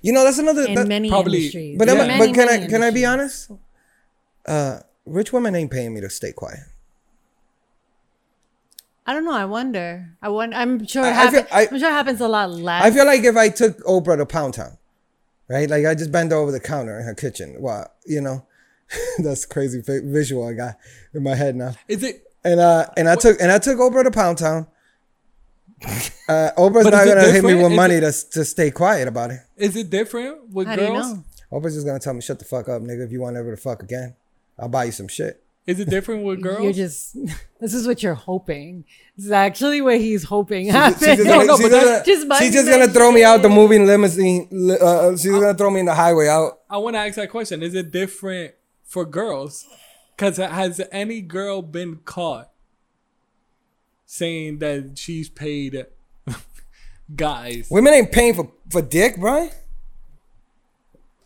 [SPEAKER 4] you know that's another.
[SPEAKER 1] in
[SPEAKER 4] that-
[SPEAKER 1] many
[SPEAKER 2] probably-
[SPEAKER 1] industries.
[SPEAKER 4] but
[SPEAKER 2] Yeah.
[SPEAKER 4] am I-
[SPEAKER 2] Many,
[SPEAKER 4] but can I
[SPEAKER 1] many
[SPEAKER 4] can I be
[SPEAKER 1] industries.
[SPEAKER 4] honest? Uh, rich women ain't paying me to stay quiet.
[SPEAKER 1] I don't know. I wonder. I wonder. I'm sure.
[SPEAKER 4] I-
[SPEAKER 1] It
[SPEAKER 4] I feel-
[SPEAKER 1] happen, I,
[SPEAKER 4] I-
[SPEAKER 1] am sure it happens a lot less.
[SPEAKER 4] I feel like if I took Oprah to Pound Town, right? Like I just bend over the counter in her kitchen. Wow, you know, that's crazy vi- visual I got in my head now.
[SPEAKER 2] Is it?
[SPEAKER 4] And uh, and I took and I took Oprah to Pound Town. Uh, Oprah's
[SPEAKER 2] But
[SPEAKER 4] not
[SPEAKER 2] is it
[SPEAKER 4] gonna hit me
[SPEAKER 2] different?
[SPEAKER 4] with
[SPEAKER 2] Is
[SPEAKER 4] money
[SPEAKER 2] it-
[SPEAKER 4] to s- to stay quiet about it.
[SPEAKER 2] Is it different with
[SPEAKER 1] How do you
[SPEAKER 2] girls?
[SPEAKER 1] know?
[SPEAKER 4] Oprah's just gonna tell me, "Shut the fuck up, nigga. If you want ever to fuck again, I'll buy you some shit."
[SPEAKER 2] Is it different with girls?
[SPEAKER 1] You're just. This is what you're hoping. This is actually what he's hoping
[SPEAKER 4] She's
[SPEAKER 1] happens.
[SPEAKER 4] just
[SPEAKER 2] No,
[SPEAKER 4] gonna,
[SPEAKER 2] no,
[SPEAKER 4] she's
[SPEAKER 2] but
[SPEAKER 4] just
[SPEAKER 2] that's
[SPEAKER 4] gonna-
[SPEAKER 1] just
[SPEAKER 4] she's
[SPEAKER 1] money
[SPEAKER 4] just gonna
[SPEAKER 1] that
[SPEAKER 4] throw me
[SPEAKER 1] shit.
[SPEAKER 4] out the moving limousine. li- Uh, she's gonna throw me in the highway out.
[SPEAKER 2] I want to ask that question. Is it different for girls? Because has any girl been caught saying that she's paid guys?
[SPEAKER 4] Women ain't paying for, for dick, bro.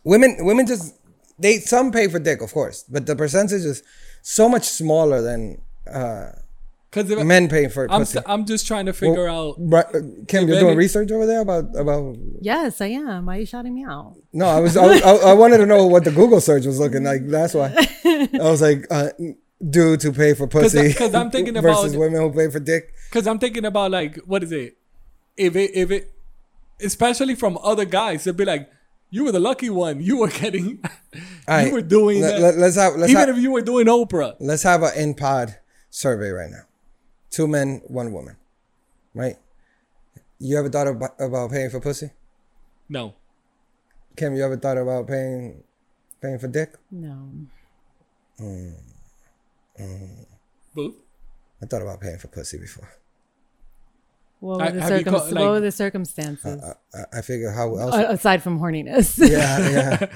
[SPEAKER 4] Women women just they some pay for dick, of course, but the percentage is so much smaller than uh,
[SPEAKER 2] Because
[SPEAKER 4] men paying for
[SPEAKER 2] I'm,
[SPEAKER 4] pussy.
[SPEAKER 2] I'm just trying to figure out.
[SPEAKER 4] Bru- uh, Kim, you're
[SPEAKER 2] If
[SPEAKER 4] doing
[SPEAKER 2] any-
[SPEAKER 4] research over there about about.
[SPEAKER 1] yes, I am. Why are you shouting me out?
[SPEAKER 4] No, I was I, was- I, I wanted to know what the Google search was looking like. That's why I was like, uh, dudes who pay for pussy
[SPEAKER 2] 'cause I'm thinking
[SPEAKER 4] versus
[SPEAKER 2] about-
[SPEAKER 4] women who pay for dick.
[SPEAKER 2] Cause I'm thinking about like what is it? If it if it especially from other guys, they'd be like, You were the lucky one. You were getting
[SPEAKER 4] right.
[SPEAKER 2] you were doing
[SPEAKER 4] Let-
[SPEAKER 2] that.
[SPEAKER 4] let- let's have- let's
[SPEAKER 2] even
[SPEAKER 4] have-
[SPEAKER 2] if you were doing Oprah.
[SPEAKER 4] let's have an in pod survey right now. Two men, one woman. Right? You ever thought about, about paying for pussy?
[SPEAKER 2] No.
[SPEAKER 4] Kim, you ever thought about paying paying for dick?
[SPEAKER 1] No.
[SPEAKER 2] Boo.
[SPEAKER 4] I thought about paying for pussy before.
[SPEAKER 1] What
[SPEAKER 2] I-
[SPEAKER 1] were the,
[SPEAKER 2] have you
[SPEAKER 1] circum-
[SPEAKER 2] caught, like-
[SPEAKER 1] what were the circumstances
[SPEAKER 4] I, I figure how else.
[SPEAKER 1] A- aside from horniness?
[SPEAKER 4] Uh, yeah, yeah.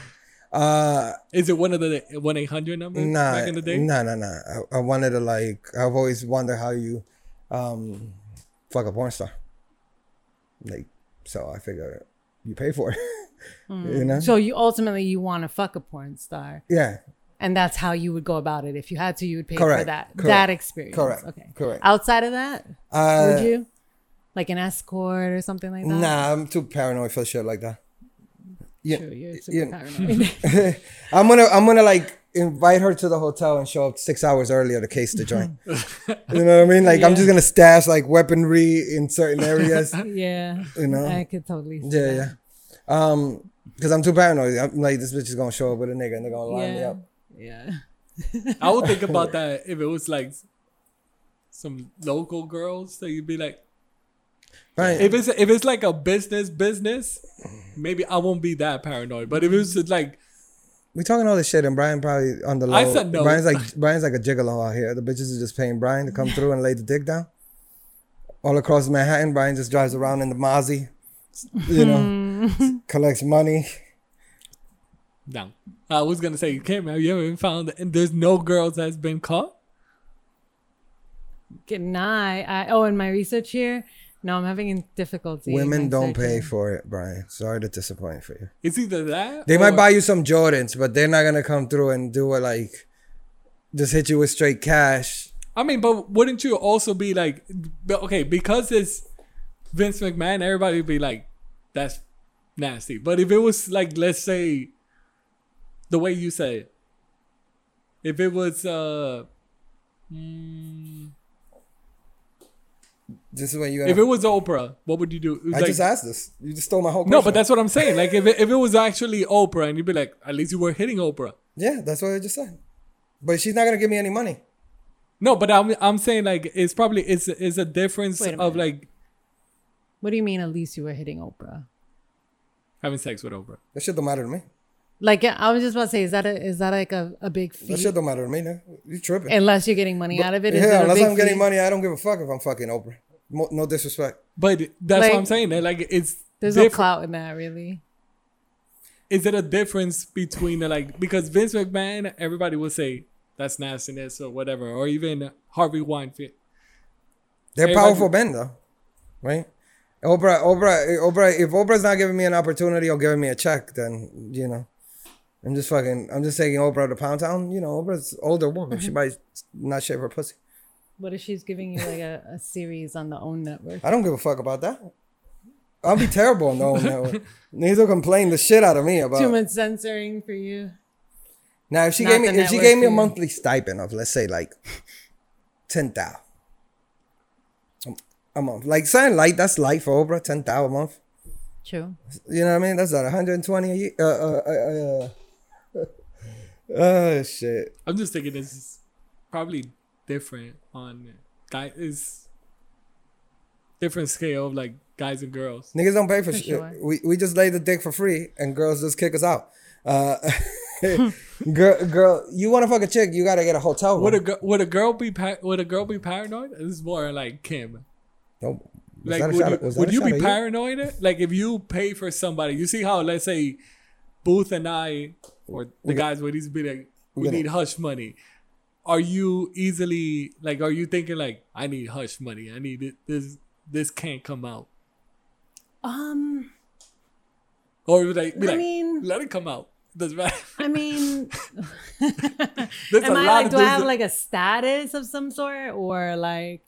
[SPEAKER 4] Uh,
[SPEAKER 2] Is it one of the one eight hundred numbers
[SPEAKER 4] nah,
[SPEAKER 2] back in the day?
[SPEAKER 4] nah, nah, nah. I, I wanted to like. I've always wondered how you, um, fuck a porn star. Like, so I figure you pay for it.
[SPEAKER 2] Hmm.
[SPEAKER 4] You know?
[SPEAKER 1] So you ultimately you want to fuck a porn star,
[SPEAKER 4] yeah.
[SPEAKER 1] and that's how you would go about it. If you had to, you would pay for
[SPEAKER 4] Correct,
[SPEAKER 1] that
[SPEAKER 4] correct,
[SPEAKER 1] that experience.
[SPEAKER 4] correct,
[SPEAKER 1] Okay.
[SPEAKER 4] correct.
[SPEAKER 1] Outside of that,
[SPEAKER 4] Uh,
[SPEAKER 1] would you like an escort or something
[SPEAKER 2] Uh.
[SPEAKER 1] like that?
[SPEAKER 4] Nah, I'm too paranoid for shit like that. Yeah,
[SPEAKER 1] True, you're super
[SPEAKER 4] yeah.
[SPEAKER 1] paranoid.
[SPEAKER 4] I'm gonna I'm gonna like invite her to the hotel and show up six hours earlier to case the joint. you know what I mean? Like I'm just gonna stash like weaponry in certain areas.
[SPEAKER 1] yeah.
[SPEAKER 4] You know?
[SPEAKER 1] I could totally. See
[SPEAKER 4] yeah,
[SPEAKER 1] that.
[SPEAKER 4] yeah. Um, because I'm too paranoid. I'm like this bitch is gonna show up with a nigga and they're gonna line me
[SPEAKER 1] Yeah.
[SPEAKER 4] up.
[SPEAKER 1] Yeah.
[SPEAKER 2] I would think about that if it was like some local girls that you'd be like
[SPEAKER 4] Right?
[SPEAKER 2] if it's if it's like a business business, maybe I won't be that paranoid. But if it was like
[SPEAKER 4] we talking all this shit and Brian probably on the low.
[SPEAKER 2] I said no.
[SPEAKER 4] Brian's like Brian's like a gigolo out here. The bitches are just paying Brian to come through and lay the dick down. All across Manhattan, Brian just drives around in the Mozzie, you know, collects money.
[SPEAKER 2] No. I was gonna say, Kim, have you ever been found and there's no girls that's been caught?
[SPEAKER 1] Good night. I, oh, in my research here, No, I'm having difficulty.
[SPEAKER 4] Women
[SPEAKER 1] My
[SPEAKER 4] don't
[SPEAKER 1] surgery.
[SPEAKER 4] pay for it, Brian. Sorry to disappoint for you.
[SPEAKER 2] It's either that.
[SPEAKER 4] They
[SPEAKER 2] or-
[SPEAKER 4] might buy you some Jordans, but they're not gonna come through and do it like just hit you with straight cash.
[SPEAKER 2] I mean, but wouldn't you also be like, but okay, because it's Vince McMahon, everybody would be like, that's nasty. But if it was like, let's say, the way you say it, if it was, uh,
[SPEAKER 4] This is when you.
[SPEAKER 2] if
[SPEAKER 4] Gonna,
[SPEAKER 2] it was Oprah, what would you do? It was
[SPEAKER 4] I
[SPEAKER 2] like-
[SPEAKER 4] just asked this. You just stole my whole.
[SPEAKER 2] no,
[SPEAKER 4] question.
[SPEAKER 2] but that's what I'm saying. Like, if it, if it was actually Oprah, and you'd be like, at least you were hitting Oprah.
[SPEAKER 4] yeah, that's what I just said. But she's not gonna give me any money.
[SPEAKER 2] No, but I'm I'm saying like it's probably it's it's a difference
[SPEAKER 1] Wait a
[SPEAKER 2] of like
[SPEAKER 1] What do you mean? At least you were hitting Oprah.
[SPEAKER 2] having sex with Oprah.
[SPEAKER 4] That shit don't matter to me.
[SPEAKER 1] Like yeah, I was just about to say, is that a, is that like a, a big
[SPEAKER 4] That
[SPEAKER 1] feat?
[SPEAKER 4] shit don't matter to me. No. You tripping?
[SPEAKER 1] Unless you're getting money out of it. is it
[SPEAKER 4] yeah,
[SPEAKER 1] a
[SPEAKER 4] unless
[SPEAKER 1] big
[SPEAKER 4] I'm getting
[SPEAKER 1] feat?
[SPEAKER 4] money, I don't give a fuck if I'm fucking Oprah. Mo- no disrespect.
[SPEAKER 2] But that's
[SPEAKER 1] Like-
[SPEAKER 2] what I'm saying. that, Like it's
[SPEAKER 1] There's no
[SPEAKER 2] diff-
[SPEAKER 1] clout in that, really.
[SPEAKER 2] is there a difference between the, like because Vince McMahon, everybody will say that's nastiness or whatever, or even Harvey Weinstein.
[SPEAKER 4] They're
[SPEAKER 2] Everybody-
[SPEAKER 4] powerful men though, right? Oprah, Oprah, Oprah. If Oprah's not giving me an opportunity or giving me a check, then you know, I'm just fucking. I'm just taking Oprah to Pound Town. You know, Oprah's older woman.
[SPEAKER 1] Mm-hmm.
[SPEAKER 4] She might not shave her pussy.
[SPEAKER 1] What if she's giving you like a, a series on the OWN network?
[SPEAKER 4] I don't give a fuck about that. I'll be terrible on the own network. Niggas will complain the shit out of me
[SPEAKER 1] Too
[SPEAKER 4] about.
[SPEAKER 1] much censoring for you.
[SPEAKER 4] Now, if she
[SPEAKER 1] Not
[SPEAKER 4] gave me,
[SPEAKER 1] the
[SPEAKER 4] if she
[SPEAKER 1] network
[SPEAKER 4] gave me a
[SPEAKER 1] for you.
[SPEAKER 4] monthly stipend of let's say like ten thousand a month, like something like that's life for Oprah, ten thousand a month.
[SPEAKER 1] True.
[SPEAKER 4] You know what I mean? That's not 120 a year. Uh, uh, uh, uh, oh shit!
[SPEAKER 2] I'm just thinking this is probably different on guy is different scale of like guys and girls.
[SPEAKER 4] Niggas don't pay for, shit.
[SPEAKER 1] sure.
[SPEAKER 4] We we just lay the dick for free, and girls just kick us out. Uh, girl, girl, you want to fuck a chick? You gotta get a hotel room.
[SPEAKER 2] Would a gir- would a girl be par- would a girl be paranoid? This is more like Kim.
[SPEAKER 4] Nope.
[SPEAKER 2] Like,
[SPEAKER 4] Was that a
[SPEAKER 2] would
[SPEAKER 4] shot
[SPEAKER 2] you,
[SPEAKER 4] at- was that
[SPEAKER 2] would
[SPEAKER 4] a
[SPEAKER 2] you
[SPEAKER 4] shot
[SPEAKER 2] be
[SPEAKER 4] at
[SPEAKER 2] paranoid? Like, if you pay for somebody, you see how, let's say, Booth and I, or the guys would easily be like, we
[SPEAKER 4] gonna-
[SPEAKER 2] need hush money. Are you easily like? Are you thinking like, I need hush money? I need it, this. This can't come out.
[SPEAKER 1] Um,
[SPEAKER 2] Or like, be
[SPEAKER 1] I
[SPEAKER 2] like,
[SPEAKER 1] mean-
[SPEAKER 2] let it come out. Doesn't matter.
[SPEAKER 1] I mean,
[SPEAKER 2] There's
[SPEAKER 1] am
[SPEAKER 2] a
[SPEAKER 1] I
[SPEAKER 2] lot
[SPEAKER 1] like?
[SPEAKER 2] of
[SPEAKER 1] Do I have
[SPEAKER 2] things-
[SPEAKER 1] like a status of some sort, or like,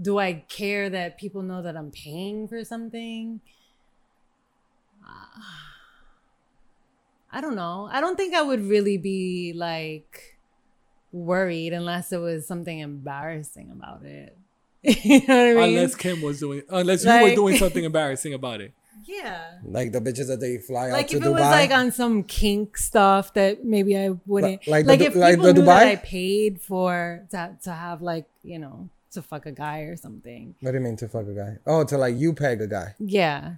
[SPEAKER 1] do I care that people know that I'm paying for something? Ah, I don't know. I don't think I would really be like worried unless it was something embarrassing about it. you know what I mean?
[SPEAKER 2] unless Kim was doing, unless you were
[SPEAKER 1] Like-
[SPEAKER 2] doing something embarrassing about it.
[SPEAKER 1] yeah.
[SPEAKER 4] Like the bitches that they fly out
[SPEAKER 1] like
[SPEAKER 4] to
[SPEAKER 1] if
[SPEAKER 4] Dubai.
[SPEAKER 1] it was like on some kink stuff that maybe I wouldn't
[SPEAKER 4] Like- like
[SPEAKER 1] like,
[SPEAKER 4] the Du-
[SPEAKER 1] if
[SPEAKER 4] like
[SPEAKER 1] people
[SPEAKER 4] the
[SPEAKER 1] knew that
[SPEAKER 4] Dubai?
[SPEAKER 1] I paid for to, to have like you know to fuck a guy or something
[SPEAKER 4] what do you mean to fuck a guy? Oh, to like you peg a guy.
[SPEAKER 1] yeah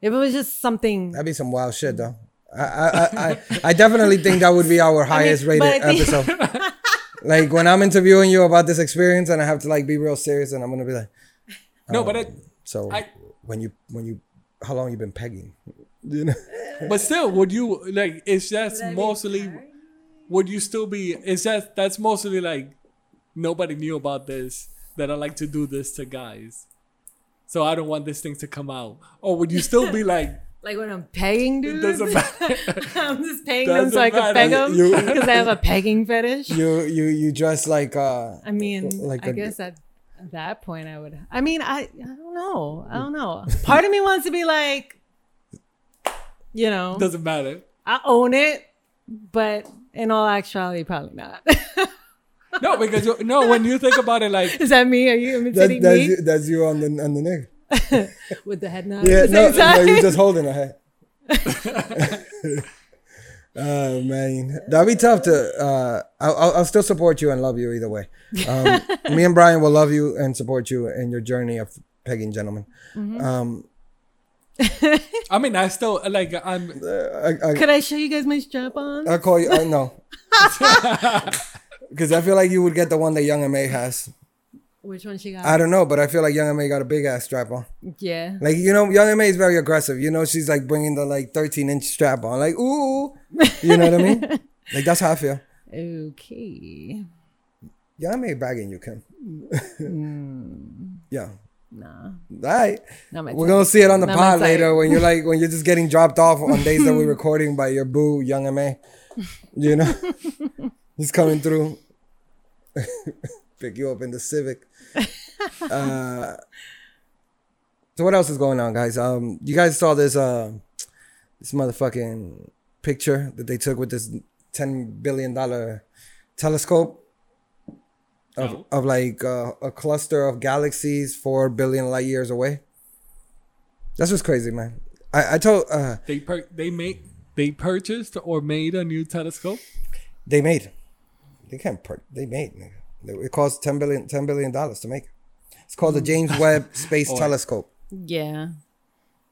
[SPEAKER 1] if it was just something
[SPEAKER 4] That'd be some wild shit though. I I, I, I, I definitely think that would be our highest rated
[SPEAKER 1] but I think-
[SPEAKER 4] episode. like when I'm interviewing you about this experience and I have to like be real serious and I'm gonna be like,
[SPEAKER 2] No,
[SPEAKER 4] Oh.
[SPEAKER 2] but I,
[SPEAKER 4] so
[SPEAKER 2] I-
[SPEAKER 4] when you when you how long you been pegging? You know?
[SPEAKER 2] But still, would you like? It's just mostly. Would you still be? It's just that's mostly like nobody knew about this that I like to do this to guys, so I don't want this thing to come out. Or would you still be like,
[SPEAKER 1] like when I'm pegging
[SPEAKER 2] it
[SPEAKER 1] dudes
[SPEAKER 2] doesn't matter?
[SPEAKER 1] I'm just pegging them
[SPEAKER 2] Doesn't
[SPEAKER 1] so I can
[SPEAKER 2] matter.
[SPEAKER 1] peg them
[SPEAKER 4] You-
[SPEAKER 1] because I have a pegging fetish
[SPEAKER 4] You you you dress like uh
[SPEAKER 1] I mean
[SPEAKER 4] Like
[SPEAKER 1] I
[SPEAKER 4] a-
[SPEAKER 1] guess at at that point I would I mean I I don't know I don't know part of me wants to be like you know
[SPEAKER 2] Doesn't matter.
[SPEAKER 1] I own it, but in all actuality, probably not.
[SPEAKER 2] No, because you, no. When you think about it, like
[SPEAKER 1] Is that me? Are you
[SPEAKER 4] that,
[SPEAKER 1] imitating
[SPEAKER 4] that's,
[SPEAKER 1] me
[SPEAKER 4] you, that's you on the on the neck.
[SPEAKER 1] with the head nod?
[SPEAKER 4] Yeah,
[SPEAKER 1] at the
[SPEAKER 4] no,
[SPEAKER 1] same
[SPEAKER 4] no,
[SPEAKER 1] time?
[SPEAKER 4] you're just holding her head. oh man, that'd be tough to. Uh, I'll, I'll- I'll still support you and love you either way. Um, me and Brian will love you and support you in your journey of pegging gentlemen. Um,
[SPEAKER 2] I mean, I still like I'm.
[SPEAKER 4] I, I,
[SPEAKER 1] Could I show you guys my strap on?
[SPEAKER 4] I'll call you. I know, because I feel like you would get the one that Young and May has.
[SPEAKER 1] Which one she got?
[SPEAKER 4] I don't know, but I feel like Young and May got a big ass strap on.
[SPEAKER 1] yeah.
[SPEAKER 4] Like you know, Young and May is very aggressive. You know, she's like bringing the like 13 inch strap on. Like ooh, you know what I mean? Like that's how I feel.
[SPEAKER 1] Okay.
[SPEAKER 4] Yeah, I may bagging you, Kim. yeah.
[SPEAKER 1] Nah,
[SPEAKER 4] All right.
[SPEAKER 1] not my
[SPEAKER 4] We're
[SPEAKER 1] type.
[SPEAKER 4] gonna see it on the
[SPEAKER 1] Not
[SPEAKER 4] pod
[SPEAKER 1] my type.
[SPEAKER 4] later when you're like when you're just getting dropped off on days that we're recording by your boo, young MA. You know? He's coming through. Pick you up in the Civic. Uh, so what else is going on, guys? Um you guys saw this uh this motherfucking picture that they took with this ten billion dollar telescope
[SPEAKER 1] Oh.
[SPEAKER 4] of,
[SPEAKER 2] No.
[SPEAKER 4] of like uh, a cluster of galaxies four billion light years away. That's just crazy, man. I, I told uh,
[SPEAKER 2] They per- they made they purchased or made a new telescope.
[SPEAKER 4] they made. They can't per- they made nigga. It cost 10 billion 10 billion dollars to make. It's called the
[SPEAKER 1] Mm.
[SPEAKER 4] James Webb Space Telescope,
[SPEAKER 1] yeah,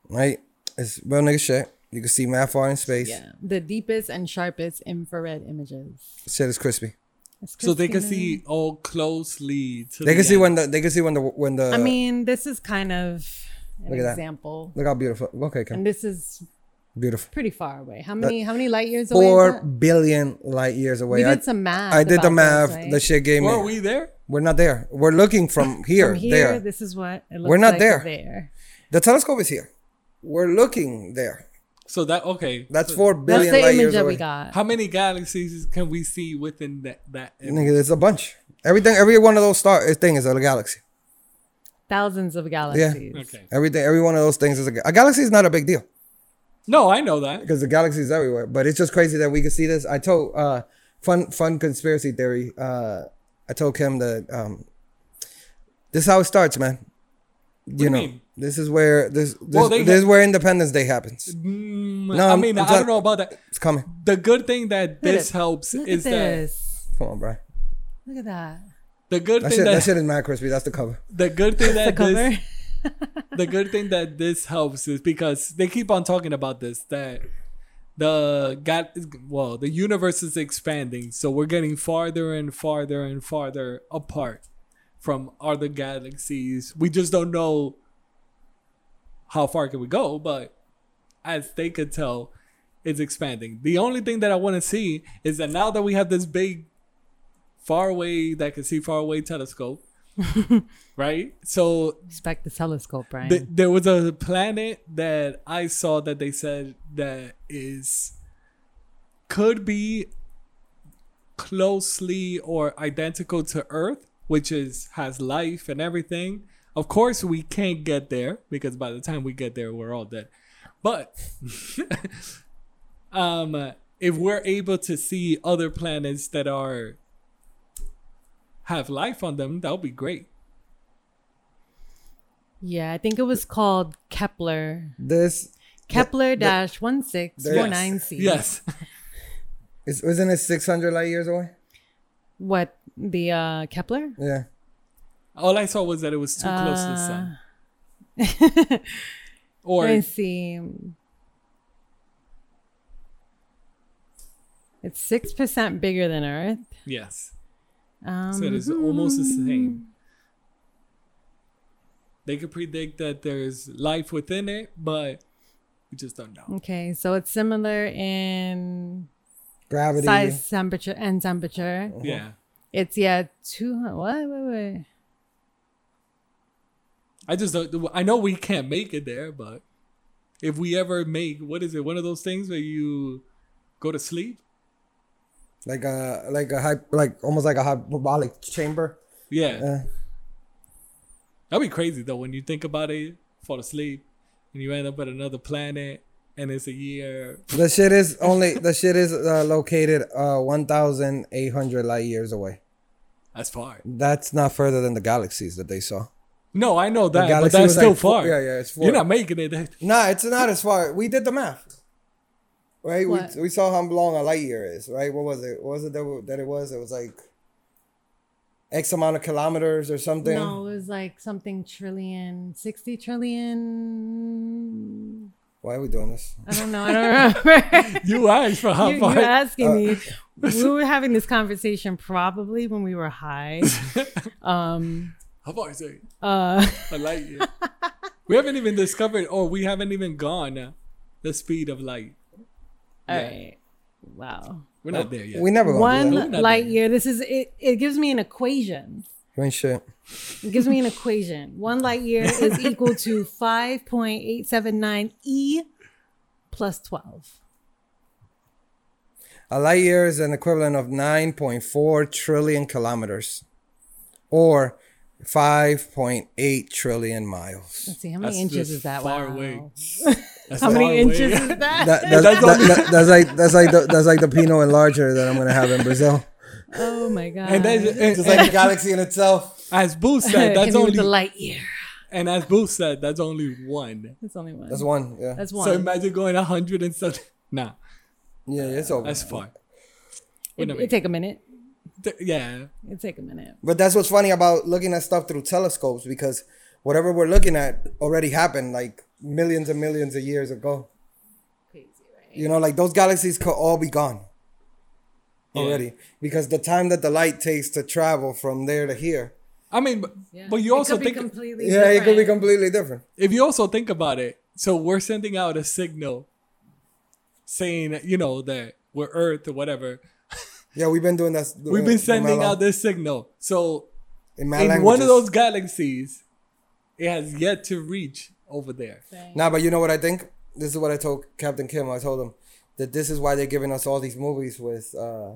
[SPEAKER 4] right? It's real nigga shit. You can see mad far in space.
[SPEAKER 1] yeah. The deepest and sharpest infrared images.
[SPEAKER 4] Shit is crispy.
[SPEAKER 1] It's
[SPEAKER 2] So they can
[SPEAKER 1] Christina.
[SPEAKER 2] see all closely. To
[SPEAKER 4] They
[SPEAKER 2] the
[SPEAKER 4] can see
[SPEAKER 2] end.
[SPEAKER 4] when the they can see when the when the
[SPEAKER 1] I mean, this is kind of an
[SPEAKER 4] Look at that.
[SPEAKER 1] example,
[SPEAKER 4] look how beautiful. Okay, Kim.
[SPEAKER 1] and this is
[SPEAKER 4] beautiful.
[SPEAKER 1] pretty far away. How many? How many light years away? is
[SPEAKER 4] Four
[SPEAKER 1] that?
[SPEAKER 4] billion light years away.
[SPEAKER 1] We
[SPEAKER 4] I,
[SPEAKER 1] did some math.
[SPEAKER 4] I did
[SPEAKER 1] about
[SPEAKER 4] the
[SPEAKER 1] this,
[SPEAKER 4] math.
[SPEAKER 1] right?
[SPEAKER 4] The shit gave
[SPEAKER 2] Were
[SPEAKER 4] me.
[SPEAKER 2] we there?
[SPEAKER 4] We're not there. We're looking from here.
[SPEAKER 1] From here,
[SPEAKER 4] there.
[SPEAKER 1] this is what it looks
[SPEAKER 4] We're not
[SPEAKER 1] like
[SPEAKER 4] there.
[SPEAKER 1] There.
[SPEAKER 4] The telescope is here. We're looking there.
[SPEAKER 2] So that okay.
[SPEAKER 4] That's
[SPEAKER 2] So
[SPEAKER 4] four
[SPEAKER 1] That's
[SPEAKER 4] billion
[SPEAKER 1] the
[SPEAKER 4] light
[SPEAKER 1] image
[SPEAKER 4] years
[SPEAKER 1] that
[SPEAKER 4] away.
[SPEAKER 1] we got.
[SPEAKER 2] How many galaxies can we see within that? that image?
[SPEAKER 4] Nigga, it's a bunch. Everything, every one of those star eh, thing is a galaxy.
[SPEAKER 1] Thousands of galaxies.
[SPEAKER 2] okay.
[SPEAKER 4] Everything, every one of those things is a, ga- a galaxy. Is not a big deal
[SPEAKER 2] No, I know that.
[SPEAKER 4] because the galaxy is everywhere. But it's just crazy that we could see this. I told uh, fun fun conspiracy theory. Uh, I told Kim that um, this is how it starts, man. you know,
[SPEAKER 2] mean?
[SPEAKER 4] this is where this this,
[SPEAKER 2] Well, they
[SPEAKER 4] this is
[SPEAKER 2] ha-
[SPEAKER 4] where Independence Day happens.
[SPEAKER 2] Mm, I
[SPEAKER 4] No, I'm-
[SPEAKER 2] mean,
[SPEAKER 4] I'm
[SPEAKER 2] I'm I do not
[SPEAKER 4] talk-
[SPEAKER 2] know about that.
[SPEAKER 4] It's coming.
[SPEAKER 2] The good thing that
[SPEAKER 1] Look at
[SPEAKER 2] this
[SPEAKER 1] it.
[SPEAKER 2] helps
[SPEAKER 1] Look
[SPEAKER 2] is
[SPEAKER 1] at
[SPEAKER 2] that
[SPEAKER 1] this.
[SPEAKER 4] Come on, Brian.
[SPEAKER 1] Look at that.
[SPEAKER 2] the good
[SPEAKER 4] That
[SPEAKER 2] thing
[SPEAKER 4] shit, that
[SPEAKER 2] that,
[SPEAKER 4] shit is mad crispy. That's the cover.
[SPEAKER 2] the good thing
[SPEAKER 1] The
[SPEAKER 2] that
[SPEAKER 1] cover.
[SPEAKER 2] this the good thing that this helps is because they keep on talking about this that the God, well, the universe is expanding, so we're getting farther and farther and farther apart from other galaxies. We just don't know how far can we go, but as they could tell, it's expanding. The only thing that I want to see is that now that we have this big, far away that can see far away telescope, right? So
[SPEAKER 1] Expect the telescope, right?
[SPEAKER 2] Th- there was a planet that I saw that they said that is could be closely or identical to Earth, which is has life and everything. Of course, we can't get there because by the time we get there, we're all dead. But um, if we're able to see other planets that are have life on them, that would be great.
[SPEAKER 1] yeah, I think it was called Kepler.
[SPEAKER 4] This
[SPEAKER 1] Kepler dash one six
[SPEAKER 4] there-
[SPEAKER 1] four nine C.
[SPEAKER 2] Yes.
[SPEAKER 4] is isn't it six hundred light years away?
[SPEAKER 1] What the uh Kepler?
[SPEAKER 4] Yeah.
[SPEAKER 2] All I saw was that it was too close to the sun. or
[SPEAKER 1] Let me see. It's six percent bigger than Earth.
[SPEAKER 2] yes,
[SPEAKER 1] Um,
[SPEAKER 2] so it is almost the same. They could predict that there's life within it, but we just don't know.
[SPEAKER 1] Okay, so it's similar in
[SPEAKER 4] Gravity.
[SPEAKER 1] size, temperature, and temperature.
[SPEAKER 2] Yeah,
[SPEAKER 1] It's yeah, two hundred. What? Wait, wait.
[SPEAKER 2] I just don't. I know we can't make it there, but if we ever make what is it? One of those things where you go to sleep.
[SPEAKER 4] like a like a hype like almost like a hyperbolic chamber.
[SPEAKER 2] Yeah,
[SPEAKER 4] Uh,
[SPEAKER 2] that'd be crazy though. When you think about it, fall asleep and you end up at another planet, and it's a year.
[SPEAKER 4] the shit is only the shit is uh, located uh, one thousand eight hundred light years away.
[SPEAKER 2] That's far.
[SPEAKER 4] That's not further than the galaxies that they saw.
[SPEAKER 2] No, I know that, but
[SPEAKER 4] galaxy
[SPEAKER 2] that's
[SPEAKER 4] was
[SPEAKER 2] still
[SPEAKER 4] like four-
[SPEAKER 2] far.
[SPEAKER 4] yeah, yeah, it's
[SPEAKER 2] You're
[SPEAKER 4] four.
[SPEAKER 2] not making it.
[SPEAKER 4] Nah, it's not as far. We did the math. Right, we,
[SPEAKER 1] What?
[SPEAKER 4] we saw how long a light year is. Right, what was it? What was it that, w- that it was? It was like x amount of kilometers or something.
[SPEAKER 1] No, it was like something trillion, sixty trillion.
[SPEAKER 4] Why are we doing this?
[SPEAKER 1] I don't know. I don't remember.
[SPEAKER 2] You asked for how
[SPEAKER 1] you,
[SPEAKER 2] far. Uh,
[SPEAKER 1] you're asking me. We were having this conversation probably when we were high. Um,
[SPEAKER 2] How far is it?
[SPEAKER 1] uh,
[SPEAKER 2] A light year. we haven't even discovered, or we haven't even gone the speed of light.
[SPEAKER 1] all
[SPEAKER 2] Yeah.
[SPEAKER 1] right. Wow.
[SPEAKER 2] We're not there yet.
[SPEAKER 4] We never gonna do
[SPEAKER 1] One
[SPEAKER 4] that.
[SPEAKER 2] Nope, not
[SPEAKER 1] light
[SPEAKER 2] there.
[SPEAKER 1] year. This is it. It gives me an equation.
[SPEAKER 4] You ain't shit.
[SPEAKER 1] It gives me an equation. One light year is equal to 5.879 E plus 12.
[SPEAKER 4] A light year is an equivalent of 9.4 trillion kilometers or 5.8 trillion miles.
[SPEAKER 1] Let's see, how many
[SPEAKER 2] That's
[SPEAKER 1] inches
[SPEAKER 2] just
[SPEAKER 1] is that?
[SPEAKER 2] far
[SPEAKER 1] Wow.
[SPEAKER 2] away. That's
[SPEAKER 1] How
[SPEAKER 2] far
[SPEAKER 1] many inches
[SPEAKER 2] away.
[SPEAKER 1] is that?
[SPEAKER 4] That, that, that, that's like that's like the, that's like the Pinot enlarger that I'm gonna have in Brazil.
[SPEAKER 1] oh my God.
[SPEAKER 2] And that's and-
[SPEAKER 4] Just like a galaxy in itself.
[SPEAKER 2] as Boo said,
[SPEAKER 1] Hit
[SPEAKER 2] that's
[SPEAKER 1] me with the
[SPEAKER 2] only
[SPEAKER 1] light year.
[SPEAKER 2] and as Boo said, that's only one.
[SPEAKER 1] That's only one.
[SPEAKER 4] That's one. Yeah.
[SPEAKER 1] That's
[SPEAKER 2] So
[SPEAKER 1] one.
[SPEAKER 2] imagine going a hundred and something. Nah,
[SPEAKER 4] yeah, it's over.
[SPEAKER 2] that's far. Wait
[SPEAKER 1] it,
[SPEAKER 2] a
[SPEAKER 1] it
[SPEAKER 2] minute.
[SPEAKER 1] take a minute.
[SPEAKER 2] Th- yeah,
[SPEAKER 1] It take a minute.
[SPEAKER 4] But that's what's funny about looking at stuff through telescopes because whatever we're looking at already happened like millions and millions of years ago.
[SPEAKER 1] Crazy, right?
[SPEAKER 4] You know, like those galaxies could all be gone
[SPEAKER 2] Oh,
[SPEAKER 4] already because the time that the light takes to travel from there to here,
[SPEAKER 2] I mean, but, but you also
[SPEAKER 1] could be
[SPEAKER 2] think
[SPEAKER 1] completely
[SPEAKER 4] yeah, it could be
[SPEAKER 1] different.
[SPEAKER 4] completely different.
[SPEAKER 2] if you also think about it, so we're sending out a signal saying, you know, that we're Earth or whatever.
[SPEAKER 4] Yeah, we've been doing that.
[SPEAKER 2] We've been
[SPEAKER 4] in
[SPEAKER 2] sending
[SPEAKER 4] my
[SPEAKER 2] out this signal. So
[SPEAKER 4] in, my
[SPEAKER 2] in one
[SPEAKER 4] languages.
[SPEAKER 2] of those galaxies, it has yet to reach over there.
[SPEAKER 4] Nah, but you know what I think? This is what I told Captain Kim. I told him that this is why they're giving us all these movies with uh,